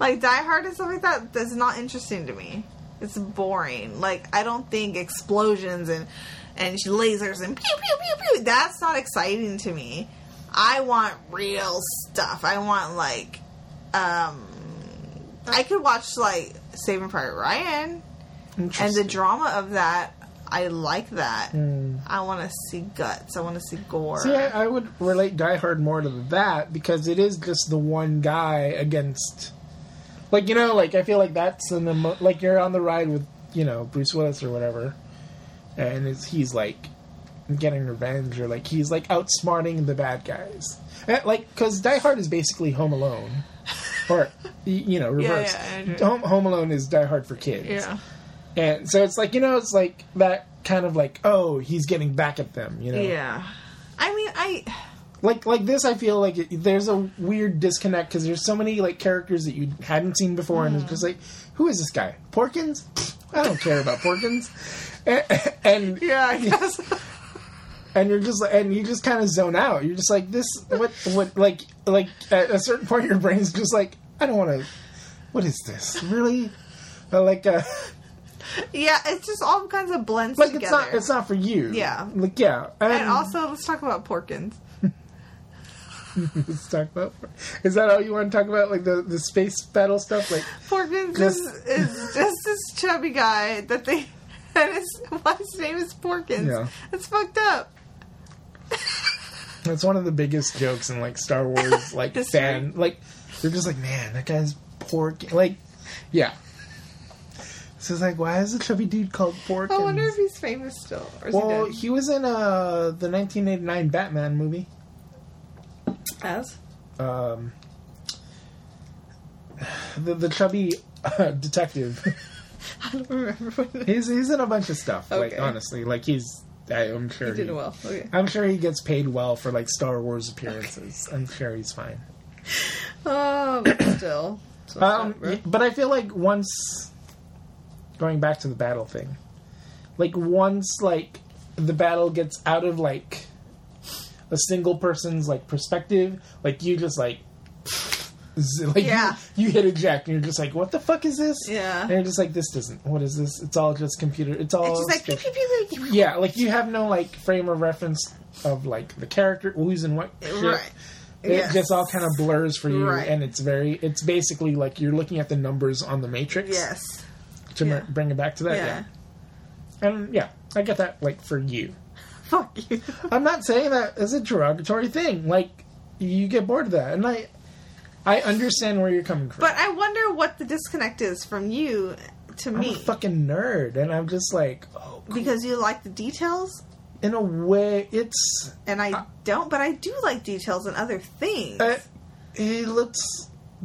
like Die Hard and stuff like that. That's not interesting to me. It's boring. Like I don't think explosions and and lasers and pew pew pew pew. That's not exciting to me. I want real stuff. I want like, um, I could watch like Saving Private Ryan and the
Interesting. Hmm.
drama of that. I like that. I want to see guts. I want to see gore.
See, I, I would relate Die Hard more to that because it is just the one guy against, like you know, like I feel like that's an emo- like you're on the ride with you know Bruce Willis or whatever, and it's, he's like getting revenge or like he's like outsmarting the bad guys, Eh, like because Die Hard is basically Home Alone, or y- you know reverse.
yeah, I know.
Home, Home Alone is Die Hard for kids.
yeah.
And so it's like, you know, it's like that kind of like, oh, he's getting back at them, you know?
Yeah. I mean, I.
Like, like this, I feel like it, there's a weird disconnect because there's so many like characters that you hadn't seen before, and it's
Hmm.
just like, who is this guy? Porkins? I don't care about Porkins. And, and
Yeah, I guess.
and you're just like, and you just kind of zone out. You're just like this. What what like like at a certain point, your brain's just like, I don't want to. What is this really? Uh, Like uh,
Yeah, it's just all kinds of blends
like
together.
it's not it's not for you.
Yeah.
Like yeah.
and also, let's talk about Porkins.
Let's talk about. Is that all you want to talk about? Like the, the space battle stuff? Like
Porkins
Just-
is, is just this chubby guy that they. And his, why his name is Porkins.
Yeah.
It's fucked up.
that's one of the biggest jokes in like Star Wars like
History.
fan. Like they're just like, man, that guy's pork. Like, yeah. So it's like, why is the chubby dude called Porkins?
I wonder if he's famous still. Or is
well,
he dead?
he was in uh the 1989 Batman movie.
As?
Um, the the chubby uh, detective.
I don't remember when
he's he's in a bunch of stuff. Like
Okay.
honestly, like he's. I, I'm sure
he did well. Okay.
I'm sure he gets paid well for like Star Wars appearances. I'm sure he's fine.
Oh, but still. It's fucked
Um,
up, bro.
but I feel like once going back to the battle thing, like once like the battle gets out of like a single person's like perspective, like you just like. z- Like you-
Yeah.
you, hit eject and you're just like, what the fuck is this?
Yeah.
and you're just like, this doesn't. What is this? It's all just computer. It's all
It's just like.
script.
Pew, pew, pew, pew, pew.
yeah. Like you have no like frame of reference of like the character who's in what. shit.
Right.
It
Yes.
just all kind of blurs for you,
Right.
and it's very, it's basically like you're looking at the numbers on the matrix
Yes.
to
yeah.
mer- bring it back to that.
yeah.
Uh, Yeah. And yeah, I get that, like, for you.
Fuck you.
I'm not saying that is a derogatory thing. Like, you get bored of that, and I, I understand where you're coming from.
But I wonder what the disconnect is from you to
I'm
me.
a fucking nerd, and I'm just like, oh,
because you like the details,
in a way, it's
and I don't, but I do like details and other things.
uh, it looks.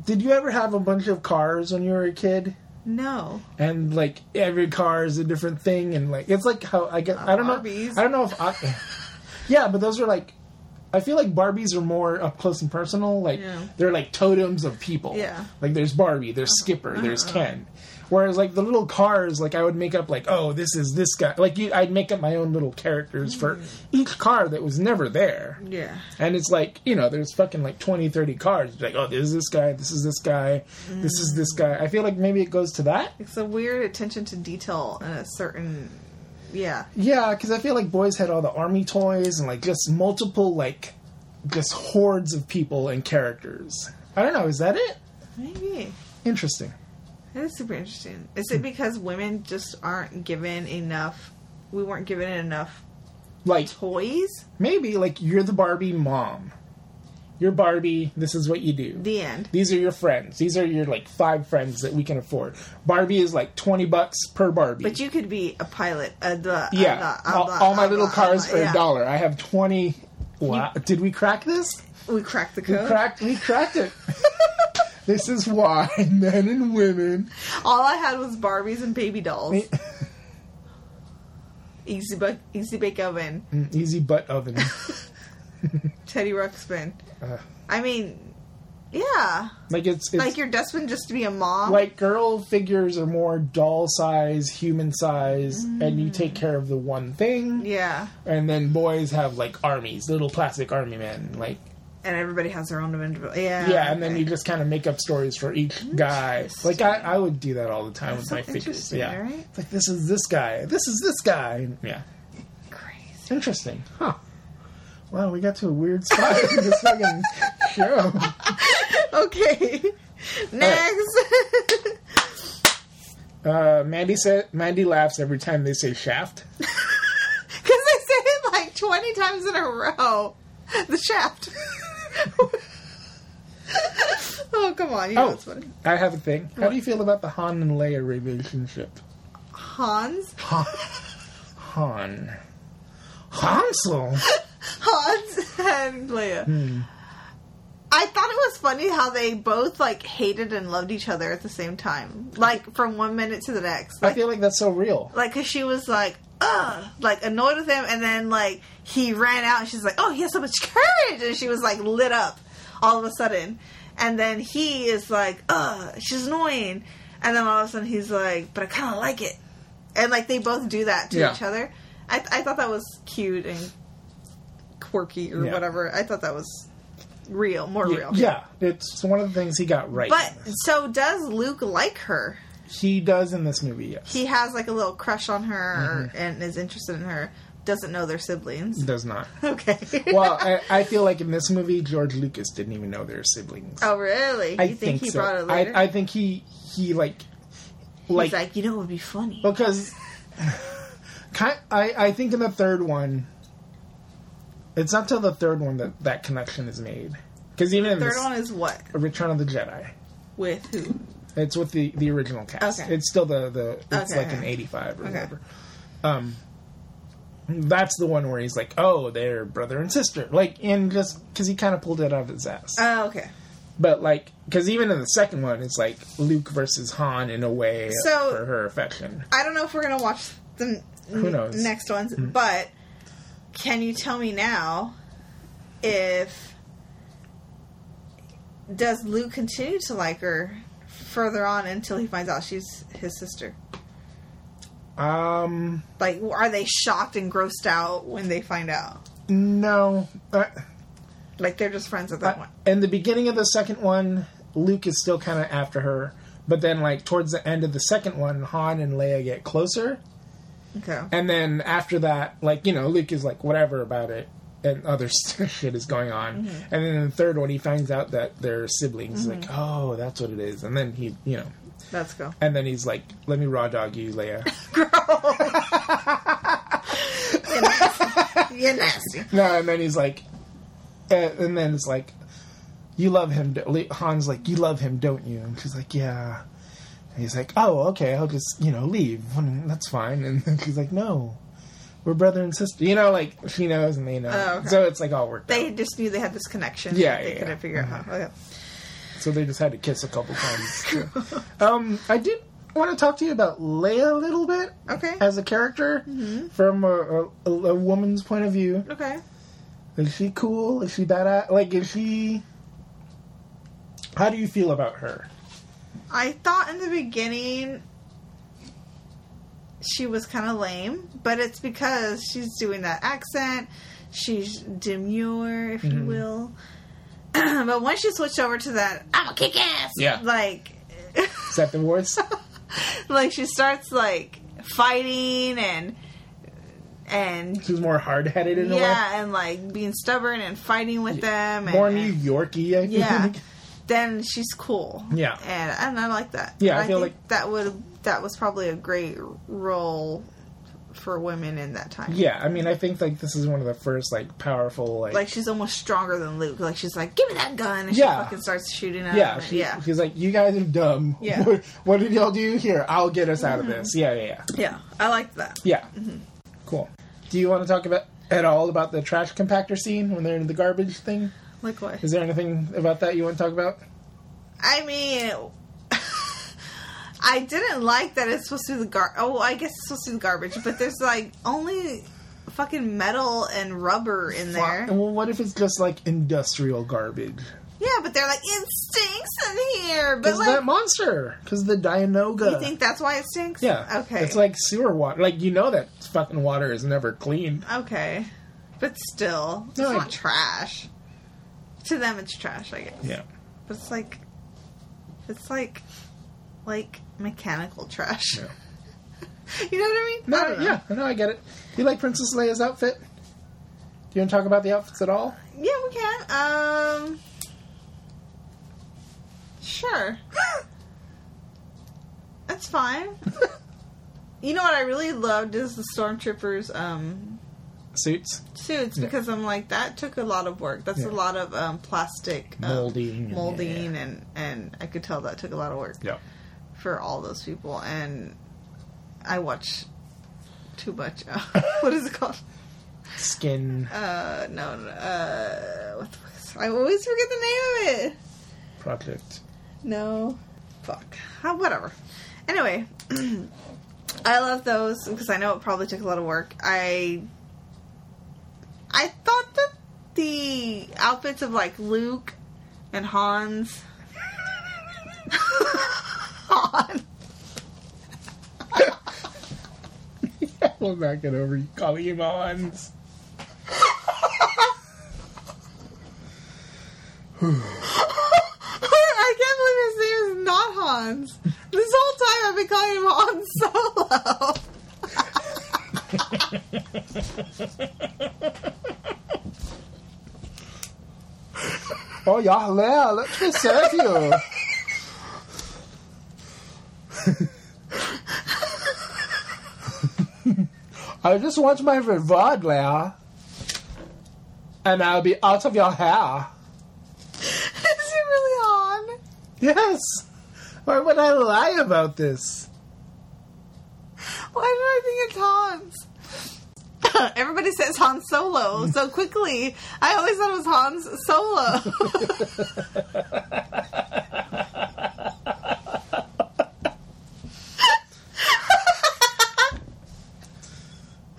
Did you ever have a bunch of cars when you were a kid?
no.
and like every car is a different thing and like it's like how i guess i don't know
Barbies.
i don't know if i yeah but those are like i feel like barbies are more up close and personal like
Yeah.
they're like totems of people
Yeah. Uh-huh.
like there's barbie there's skipper there's ken whereas like the little cars like i would make up like oh this is this guy like you i'd make up my own little characters for each car that was never there
Mm. Yeah.
and it's like, you know, there's fucking like 20, 30 cards. It's like, oh, this is this guy, this is this guy, this
Mm.
is this guy. I feel like maybe it goes to that.
It's a weird attention to detail and a certain. Yeah.
Yeah, because I feel like boys had all the army toys and like just multiple like just hordes of people and characters. I don't know. Is that it?
Maybe.
Interesting.
That is super interesting. Is
Hmm.
it because women just aren't given enough. We weren't given enough
Like
toys?
maybe like you're the Barbie mom. You're Barbie. This is what you do.
The end.
These are your friends. These are your like five friends that we can afford. Barbie is like twenty bucks per Barbie.
But you could be a pilot. A, the,
yeah,
a, the- a,
all,
the-
all my
a,
little
the- a,
cars
the-
are
yeah.
a dollar. I have twenty. Wow. Did we crack this?
We cracked the
We
code.
cracked. We cracked it. this is why men and women
All I had was Barbies and baby dolls. Easy, bu- easy bake oven.
Mm, Easy butt oven.
Teddy Ruxpin.
Uh.
I mean, Yeah.
Like it's, it's
Like you're destined just to be a mom.
like girl figures are more doll size, human size, and you take care of the one thing.
Mm. yeah.
And then boys have like armies, little plastic army men. Like
And everybody has their own individual. Yeah.
yeah, and then you just kind of make up stories for each guy. Like I, I would do that all the time with
so
my figures.
interesting,
Yeah,
right?
it's like this is this guy, this is this guy. Yeah,
Crazy.
interesting, huh? Wow, we got to a weird spot in this fucking show.
Okay. Next.
Uh, Mandy said Mandy laughs every time they say shaft.
Because I said it like 20 times in a row. The shaft. oh, come on. You know
Oh.
it's funny.
I have a thing. How do you feel about the Han and Leia relationship?
Hans.
Han. Hansel.
Hans and Leia. I thought it was funny how they both like hated and loved each other at the same time, like from one minute to the next.
I
Like,
feel like that's so real.
like 'cause she was like, ugh, like annoyed with him, and then like he ran out, and she's like, oh, he has so much courage, and she was like lit up all of a sudden, and then he is like, ugh, she's annoying, and then all of a sudden he's like, but I kind of like it, and like they both do that to
Yeah.
each other. I, I thought that was cute and quirky or
Yeah.
whatever. I thought that was real, more real.
Yeah, it's one of the things he got right.
But so does Luke like her?
he does in this movie, yes.
he has like a little crush on her
Mm-hmm.
and is interested in her. Doesn't know they're siblings.
does not.
Okay.
Well, I, I feel like in this movie, George Lucas didn't even know they're siblings.
oh really? You
I
think, he
so.
brought it later?
I, I think he he like
He's
like, Oh,
like, you know, it would be funny.
because kind, I I think in the third one, it's not till the third one that that connection is made. Because even in
Third
this,
one is what
Return of the Jedi.
with who?
It's with the the original cast.
Okay.
It's still the the it's
Okay,
like an
okay.
eighty five or
Okay.
whatever. Um, that's the one where he's like, oh, they're brother and sister, like, and just because he kind of pulled it out of his ass.
Oh, okay.
but like, because even in the second one, it's like Luke versus Han in a way
So-
for her affection.
I don't know if we're gonna watch the n-
knows? Mm-hmm.
next ones, but can you tell me now if does Luke continue to like her further on until he finds out she's his sister?
Um,
Like, are they shocked and grossed out when they find out?
no, uh,
Like, they're just friends at that point.
in the beginning of the second one, Luke is still kind of after her. But then, like towards the end of the second one, Han and Leia get closer,
Okay.
And then after that, like, you know, Luke is like, whatever about it. And other shit is going on. And then in the third one, he finds out that they're siblings. Like, oh, that's what it is. And then he, you know,
Let's go.
and then he's like, let me raw dog you, Leia.
You're nasty. You're nasty.
no, and then he's like, uh, and then it's like, you love him. do- Le- Han's like, you love him, don't you? And she's like, yeah. And he's like, oh, okay, I'll just, you know, leave. Mm, That's fine. And then she's like, no. We're brother and sister, you know. Like she knows, and they know,
Oh, okay.
so it's like all worked out.
They just knew they had this connection.
Yeah,
that They
yeah,
couldn't
yeah.
figure out how. Okay.
So they just had to kiss a couple times. um, I did want to talk to you about Leia a little bit
Okay. Mm-hmm.
as a character from a, a, a woman's point of view.
okay.
Is she cool? Is she badass? Like, is she. How do you feel about her?
I thought in the beginning she was kind of lame, but it's because she's doing that accent. She's demure, if
Mm-hmm.
you will. but once she switched over to that, I'm a kick ass.
Yeah.
Like,
Is that the voice?
like she starts like fighting and and
She's more hard headed in
yeah, and like being stubborn and fighting with them.
a way.
And,
More New
and-
Yorky, I think.
yeah. Then she's cool.
Yeah.
and and I like that.
Yeah,
And
I feel
think that would that was probably a great role for women in that time.
Yeah, I mean, I think like this is one of the first like powerful like,
Like she's almost stronger than Luke. Like she's like, give me that gun, and
Yeah.
she fucking starts shooting at
yeah,
him.
she,
yeah,
she's like, you guys are dumb.
Yeah. Mm-hmm.
what, what did y'all do here? I'll get us out of this. Yeah, yeah, yeah.
yeah. I like that.
Yeah.
Mm-hmm.
Cool. Do you want to talk about at all about the trash compactor scene when they're in the garbage thing?
Like what?
Is there anything about that you want to talk about?
I mean, I didn't like that it's supposed to be the gar. Oh, I guess it's supposed to be the garbage, but there's like only fucking metal and rubber in there.
Well, what if it's just like industrial garbage?
Yeah, but they're like, it stinks in here. But
Because
like,
that monster. Because the Dianoga.
you think that's why it stinks?
yeah.
Okay.
It's like sewer water. Like, you know that fucking water is never clean.
Okay. But still, it's
No, I-
not trash. To them, it's trash, I guess.
Yeah.
But it's like, it's like, like mechanical trash.
Yeah.
you know what I mean? I
No,
don't know.
yeah. No, I get it. Do you like Princess Leia's outfit? Do you want to talk about the outfits at all?
Yeah, we can. Um, sure. That's fine. you know what I really loved is the stormtroopers' um,
Suits?
suits
Yeah.
because I'm like that took a lot of work. That's
Yeah.
a lot of um, plastic um,
Molding and-
molding,
yeah.
and and I could tell that took a lot of work
Yeah.
for all those people. And I watch too much. uh, what is it called?
Skin
Uh, no, no, uh, what the fuck is, I always forget the name of it.
project.
No, fuck, Huh, whatever. Anyway, I love those because I know it probably took a lot of work. I, I thought that the outfits of like Luke and Hans, Han,
we'll not get over you calling him Hans.
I can't believe his name is not Hans. This whole time I've been calling him Han Solo.
Oh, yeah, Leia, let me serve you. I just want my reward, Leia. And I'll be out of your hair.
Is he really Han?
Yes! Why would I lie about this?
Why do I think it's Hans? Everybody says Han Solo so quickly. I always thought it was Hans Solo.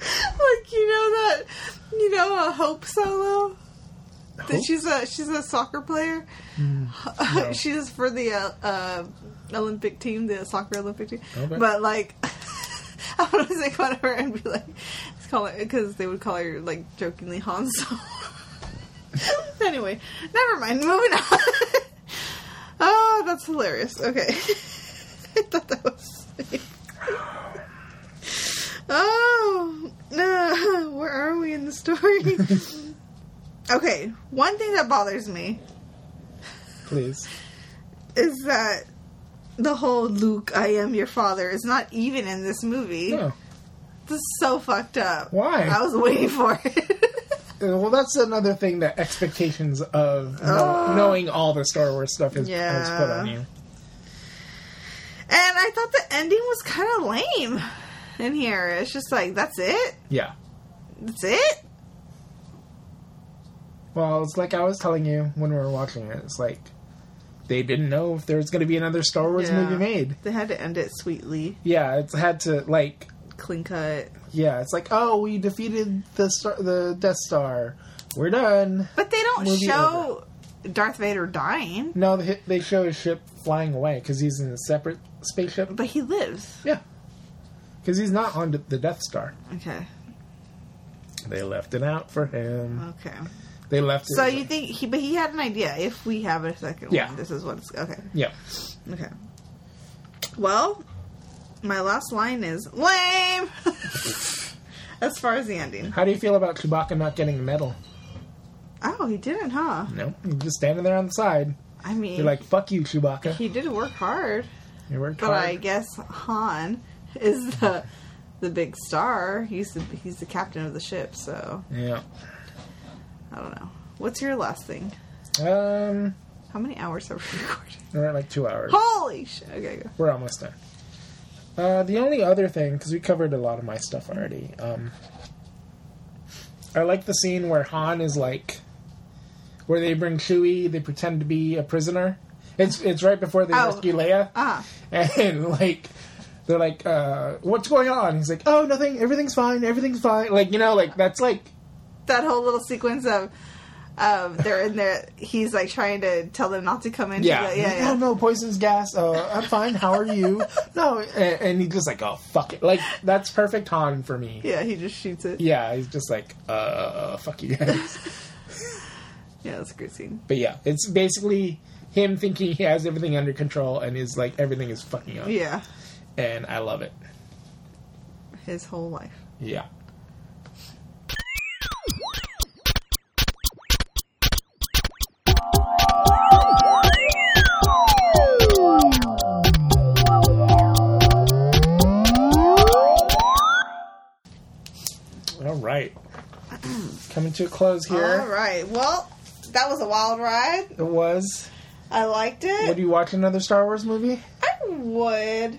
like you know that you know uh, Hope Solo. That
Hope? Hmm.
She's a she's a soccer player.
no.
she's for the uh, uh, Olympic team, the soccer Olympic team.
Okay.
But like, I would always make fun of her and be like, let's call it because they would call her like jokingly Han Solo. anyway, never mind. Moving on. oh, that's hilarious. Okay, I thought that was. funny. Oh, no. where are we in the story? okay, one thing that bothers me
Please.
is that the whole Luke, I am your father, is not even in this movie.
No.
This is so fucked up.
Why?
I was waiting for it.
Uh, Well, that's another thing that expectations of know-
Ugh.
knowing all the Star Wars stuff is, is put
Yeah.
on you.
and I thought the ending was kind of lame in here. It's just like, that's it?
Yeah.
That's it?
Well, it's like I was telling you when we were watching it. It's like they didn't know if there was going to be another Star Wars
Yeah.
movie made.
They had to end it sweetly,
Yeah, it's had to like
clean cut.
yeah, it's like oh, we defeated the star- the Death Star. We're done.
But they don't
Movie
show Darth Vader dying,
No, they, they show his ship flying away because he's in a separate spaceship.
but he lives.
Yeah, because he's not on the Death Star.
Okay.
They left it out for him.
Okay.
They left. it
So you think he? But he had an idea. If we have a second
Yeah.
one, this is what it's okay.
Yeah.
Okay. Well, my last line is lame. as far as the ending.
How do you feel about Chewbacca not getting a medal?
Oh, he didn't, huh?
No, he's just standing there on the side.
I mean,
You're like, "Fuck you, Chewbacca."
he did work hard,
You worked
but
hard.
I guess Han is the the big star. He's the he's the captain of the ship. So
Yeah.
I don't know. What's your last thing?
Um,
How many hours have we recorded?
we're at like two hours.
Holy shit! Okay, go.
We're almost done. Uh, the only other thing, because we covered a lot of my stuff already. Um, I like the scene where Han is like, where they bring Chewie. They pretend to be a prisoner. It's it's right before they
Oh.
rescue Leia,
Ah,
and like. They're like, uh, what's going on? He's like, oh, nothing. Everything's fine. Everything's fine. Like, you know, like that's like,
that whole little sequence of Um, they're in there. He's like trying to tell them not to come in.
Yeah.
yeah, yeah.
No, no, poison's gas. Uh, I'm fine. How are you? no. And, and he's just like, oh, fuck it. Like, that's perfect Han for me. Yeah.
Yeah, he just shoots it.
he's just like, uh, fuck you guys.
Yeah, it's a great scene.
but yeah, it's basically him thinking he has everything under control and is like, everything is fucking up.
Yeah,
And I love it.
his whole life.
Yeah. All right. Coming to a close here.
All right. Well, that was a wild ride.
It was.
I liked it.
Would you watch another Star Wars movie?
I would,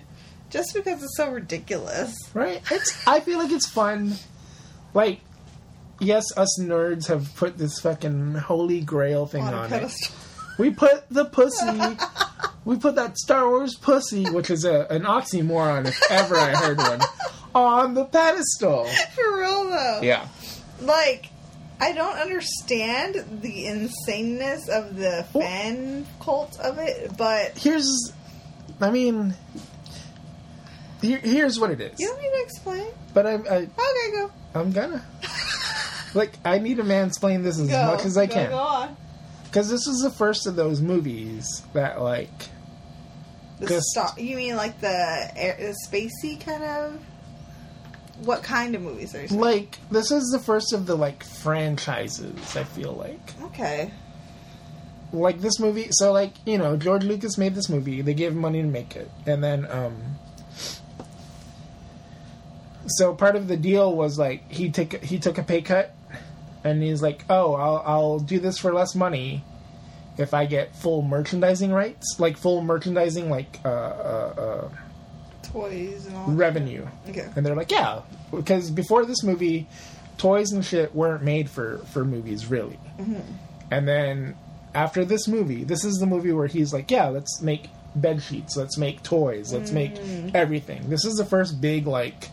just because it's so ridiculous.
Right? It's. I feel like it's fun. Like, yes, us nerds have put this fucking holy grail thing
On
on,
a
it.
pedestal.
We put the pussy. we put that Star Wars pussy, which is a, an oxymoron if ever I heard one, on the pedestal.
For real though.
Yeah.
Like, I don't understand the insaneness of the
Well-
fan cult of it, but
Here's. I mean. Here, here's what it is.
you don't need to explain.
But I, I,
Okay, go.
I'm gonna. Like, I need to mansplain this as
Go.
much as I
go,
can.
Go on.
Because this was the first of those movies that, like.
The
Just-
star- you mean like the, air- the spacey kind of? What kind of movies are you saying?
Like, this is the first of the, like, franchises, I feel like.
Okay.
like this movie so like you know george lucas made this movie they gave him money to make it and then um so part of the deal was like he took he took a pay cut and he's like oh i'll i'll do this for less money if i get full merchandising rights like full merchandising like uh uh, uh
Toys and all.
revenue
Okay.
and they're like yeah because before this movie toys and shit weren't made for for movies really
Mm-hmm.
and then after this movie this is the movie where he's like yeah let's make bed sheets let's make toys let's
Mm.
make everything this is the first big like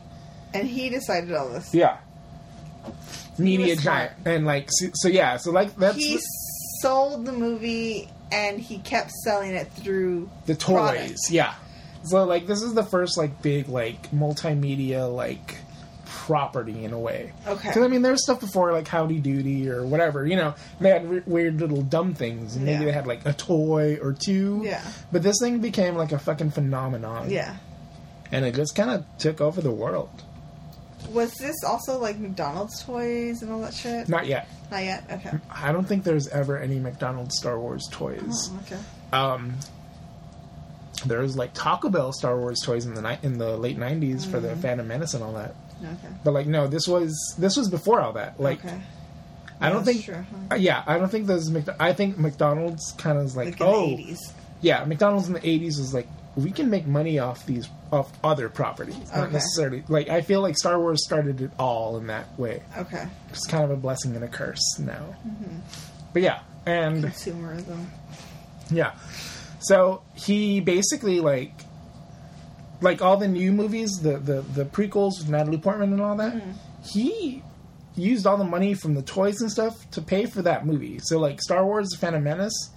And he decided all this.
yeah
He
media
was smart.
giant and like so, so yeah so like that's
he
the,
sold the movie and he kept selling it through
the toys
product.
yeah so like this is the first like big like multimedia like property in a way
Okay.
Because I mean, there was stuff before like Howdy Doody or whatever. You know, they had re- weird little dumb things, and maybe
Yeah.
they had like a toy or two.
Yeah.
But this thing became like a fucking phenomenon.
Yeah.
And it just kind of took over the world.
Was this also like McDonald's toys and all that shit?
Not yet.
Not yet. Okay.
I don't think there's ever any McDonald's Star Wars toys.
Oh, okay.
Um, there was like Taco Bell Star Wars toys in the ni- in the late '90s for
Mm-hmm.
the Phantom Menace and all that.
Okay.
But like, no, this was this was before all that. Like,
okay.
I don't
That's
think.
true, huh?
uh, yeah, I don't think those. Mc- I think McDonald's kind of was like,
Like in
oh,
the eighties.
yeah, McDonald's in the eighties was like, we can make money off these off other properties, not
Okay.
necessarily. Like I feel like Star Wars started it all in that way.
Okay.
It's kind of a blessing and a curse now.
Mm-hmm.
But yeah, and
Consumerism.
yeah, so he basically like. Like all the new movies, the, the, the prequels with Natalie Portman and all that,
Mm-hmm.
he used all the money from the toys and stuff to pay for that movie. So, like, Star Wars The Phantom Menace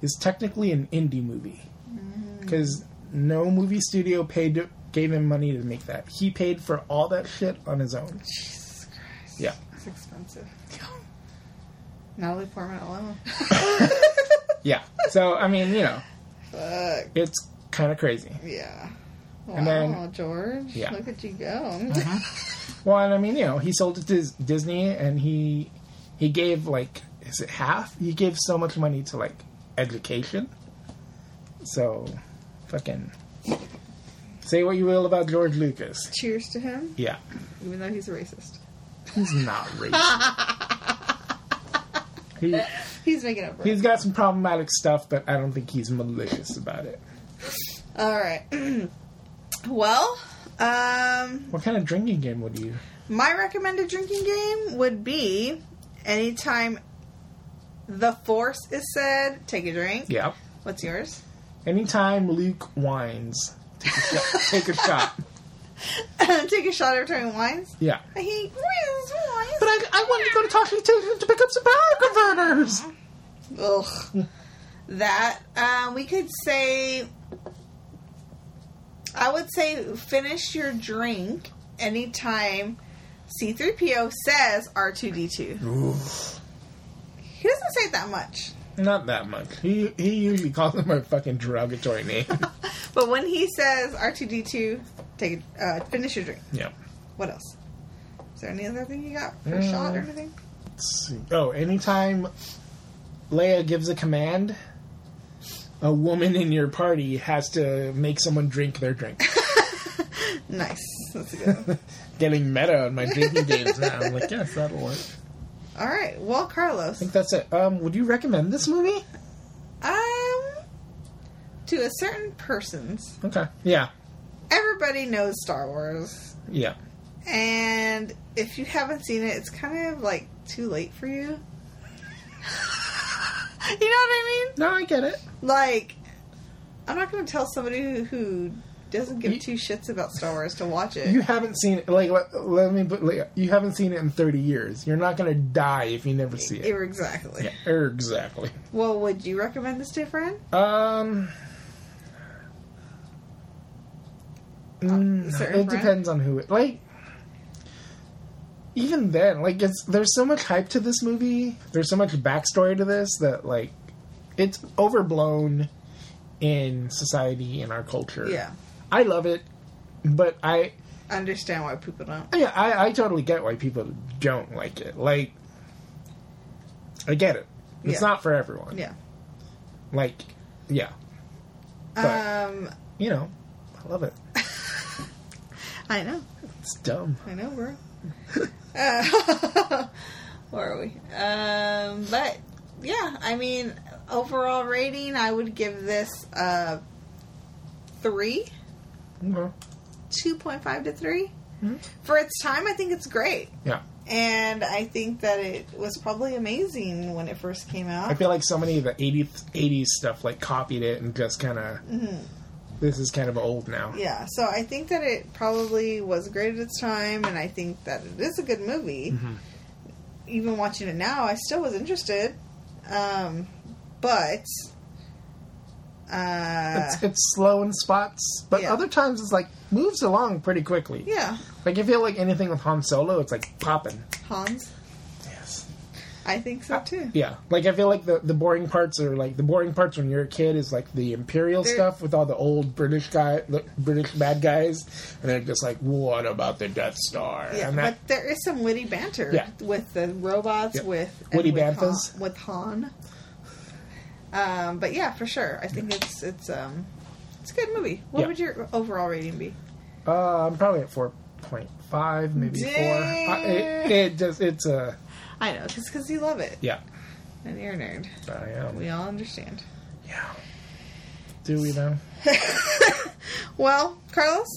is technically an indie movie
Mm-hmm.
because no movie studio paid gave him money to make that. He paid for all that shit on his own.
Jesus Christ.
Yeah.
It's expensive. Natalie Portman alone.
Yeah. So I mean, you know,
Fuck.
it's kind of crazy.
Yeah. Wow,
And then-
George.
Yeah. Uh-huh.
Look at you go.
Well, and I mean, you know, he sold it to Dis- Disney, and he he gave like is it half? He gave so much money to like education. So, fucking say what you will about George Lucas.
Cheers to him,
Yeah,
even though he's a racist.
he's not racist. he,
He's making up for it.
he's got some problematic stuff, but I don't think he's malicious about it.
All right. well, um,
What kind of drinking game would you?
my recommended drinking game would be anytime the force is said, take a drink.
Yeah.
What's yours?
Anytime Luke whines, take a shot. Take a shot.
Take a shot every time he whines.
Yeah.
I hate whines, whines.
But I, I wanted to go to Tasha to, to pick up some power converters.
Ugh. that uh, we could say. I would say finish your drink anytime C3PO says R2D2. He doesn't say it that much.
Not that much. He he usually calls them my fucking derogatory name.
But when he says R2D2, take uh, finish your drink.
yeah.
What else? Is there any other thing you got for a shot or anything?
Let's see. Oh, anytime Leia gives a command, a woman in your party has to make someone drink their drink.
Nice. That's a good one.
Getting meta on my drinking games now. I'm like, yes, that'll work. I
All right. Well, Carlos.
think that's it. Um, would you recommend this movie?
Um, to a certain person's,
Okay. Yeah.
everybody knows Star Wars,
Yeah.
and if you haven't seen it, it's kind of like too late for you. you know what I mean?
No, I get it.
Like, I'm not going to tell somebody who, who doesn't give
You-
two shits about Star Wars to watch it.
You haven't seen it. Like, let, let me put. Like, you haven't seen it in 30 years. You're not gonna die if you never see it.
Exactly.
Er, Exactly.
Well, would you recommend this to a friend?
Um. mm,
Uh, certain
it
brand?
depends on who it like. Even then, like it's there's so much hype to this movie. There's so much backstory to this that like it's overblown in society in our culture.
Yeah.
I love it, but I
Understand why people don't.
Oh, yeah, I, I totally get why people don't like it. Like, I get it. It's
Yeah.
not for everyone.
Yeah.
Like, yeah, But-
Um,
you know, I love it.
I know.
It's dumb.
I know, bro. uh, where are we? Um, but yeah, I mean, overall rating, I would give this a three,
Okay.
two point five to 3 For its time, I think it's great,
Yeah.
and I think that it was probably amazing when it first came
I
out.
feel like so many of the 80s, 80s stuff like copied it and just kind of. This is kind of old now.
Mm-hmm. Yeah, so I think that it probably was great at its time, and I think that it is a good movie.
Mm-hmm.
Even watching it now, I still was interested, um, but uh,
It's, it's slow in spots, but
Yeah.
other times it's like moves along pretty quickly.
yeah,
Like I feel like anything with Han Solo, it's like popping.
Hans,
Yes.
I think so too.
Uh, Yeah. Like I feel like the, the boring parts are like the boring parts when you're a kid is like the Imperial
They're-
stuff with all the old British guy, the British bad guys, and they're just like, what about the Death Star?
Yeah,
and that
but there is some witty banter
Yeah.
with the robots,
Yeah.
with and
Witty
with
banthas.
Han, with Han. Um, but yeah, for sure, I think it's it's um, it's a good movie. What
Yeah.
would your overall rating be?
uh, I'm probably at four point five, maybe
Dang.
four. I, it, it just it's a
I know, just because you love it.
Yeah.
And you're a nerd.
I am.
We all understand.
Yeah. Do we know?
Well, Carlos,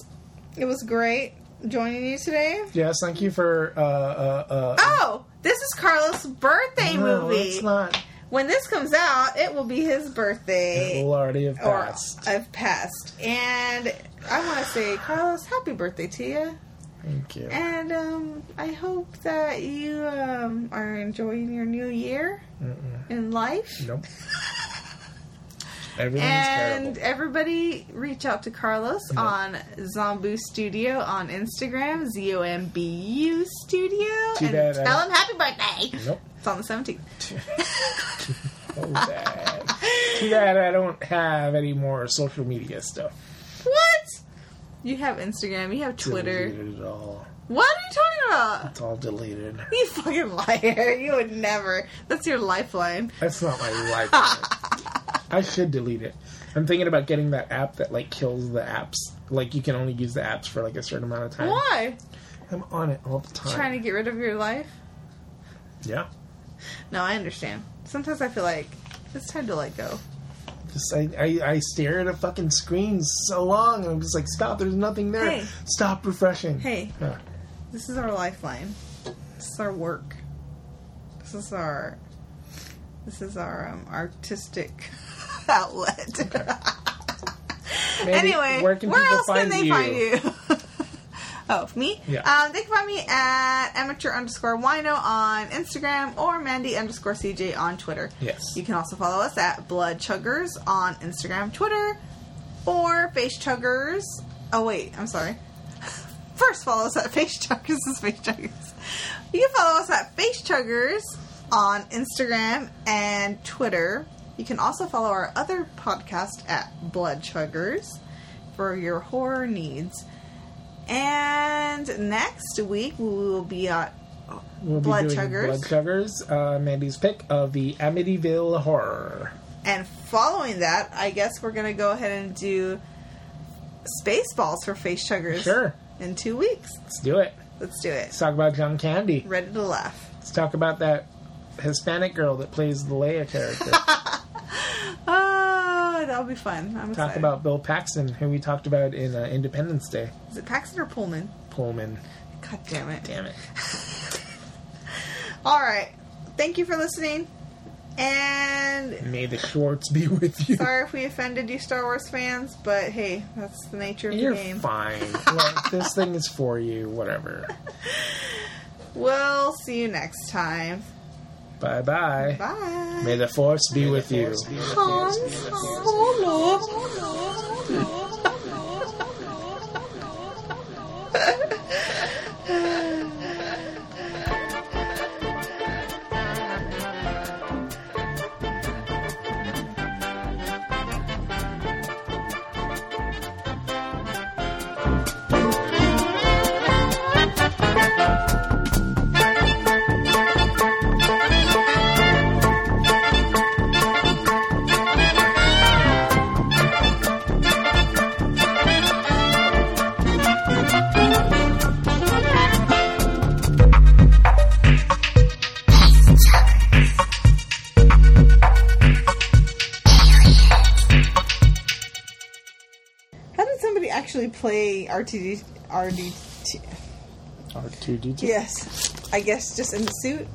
it was great joining you today.
Yes, thank you for uh uh uh
Oh, this is Carlos' birthday
no,
movie.
it's not.
When this comes out, it will be his birthday.
We'll already have
Eh. Or
passed.
I've passed. And I want to say, Carlos, happy birthday to you.
Thank you.
And um, I hope that you um, are enjoying your new year in life.
Nope. Everything's
And
terrible.
everybody reach out to Carlos on Zombu Studio on Instagram, Z O M B U Studio,
Too
and
bad I-
tell him happy birthday.
Nope.
It's on the 17th.
Oh bad. Too bad I don't have any more social media stuff.
What? You have Instagram, you have Twitter.
Deleted it all.
What are you talking about?
It's all deleted.
You fucking liar. You would never. That's your lifeline.
That's not my life. I should delete it. I'm thinking about getting that app that like kills the apps. Like you can only use the apps for like a certain amount of time.
Why?
I'm on it all the time.
Trying to get rid of your life?
Yeah.
No, I understand. Sometimes I feel like it's time to let go.
Just, I, I, I stare at a fucking screen so long and I'm just like, stop, there's nothing there.
Hey.
Stop refreshing.
Hey,
Huh.
This is our lifeline. This is our work. This is our this is our um, artistic outlet.
Mandy,
anyway,
where can
where
people
else
find
can they
you?
find you? Oh, me?
Yeah.
Um, they can find me at amateur underscore wino on Instagram or Mandy underscore CJ on Twitter.
Yes.
You can also follow us at Blood Chuggers on Instagram, Twitter, or Face Chuggers. Oh, wait, I'm sorry. First, follow us at Face Chuggers is Face Chuggers. You can follow us at Face Chuggers on Instagram and Twitter. You can also follow our other podcast at Blood Chuggers for your horror needs. And next week we will be at
We'll
Blood
be doing
Chuggers.
Blood Chuggers, uh, Mandy's pick of the Amityville Horror.
and following that, I guess we're gonna go ahead and do Spaceballs for face chuggers.
Sure.
In two weeks,
Let's do it.
let's do it.
Let's talk about John Candy.
Ready to laugh.
Let's talk about that Hispanic girl that plays the Leia character.
Oh, that'll be fun. I'm
Ah, talk
excited.
about Bill Paxton, who we talked about in uh, Independence Day.
Is it Paxton or Pullman?
Pullman.
God damn it!
Damn it.
All right. Thank you for listening. And
May the Schwartz be with you.
sorry if we offended you, Star Wars fans, but hey, that's the nature of
You're
the game.
fine. Like, this thing is for you. Whatever.
We'll see you next time.
Bye bye.
Bye.
May the Force be with you.
Han Solo. How did somebody actually play RTD? RDT?
R2D2.
Yes. I guess just in the suit?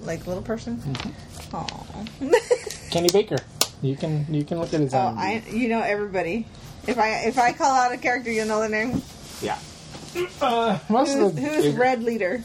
Like little person? Aw.
Kenny Baker. You can you can look at his um,
oh,
own.
I, you know everybody. If I if I call out a character, you'll know the name.
Yeah. Uh, most
Who's,
of the
who's Red Leader?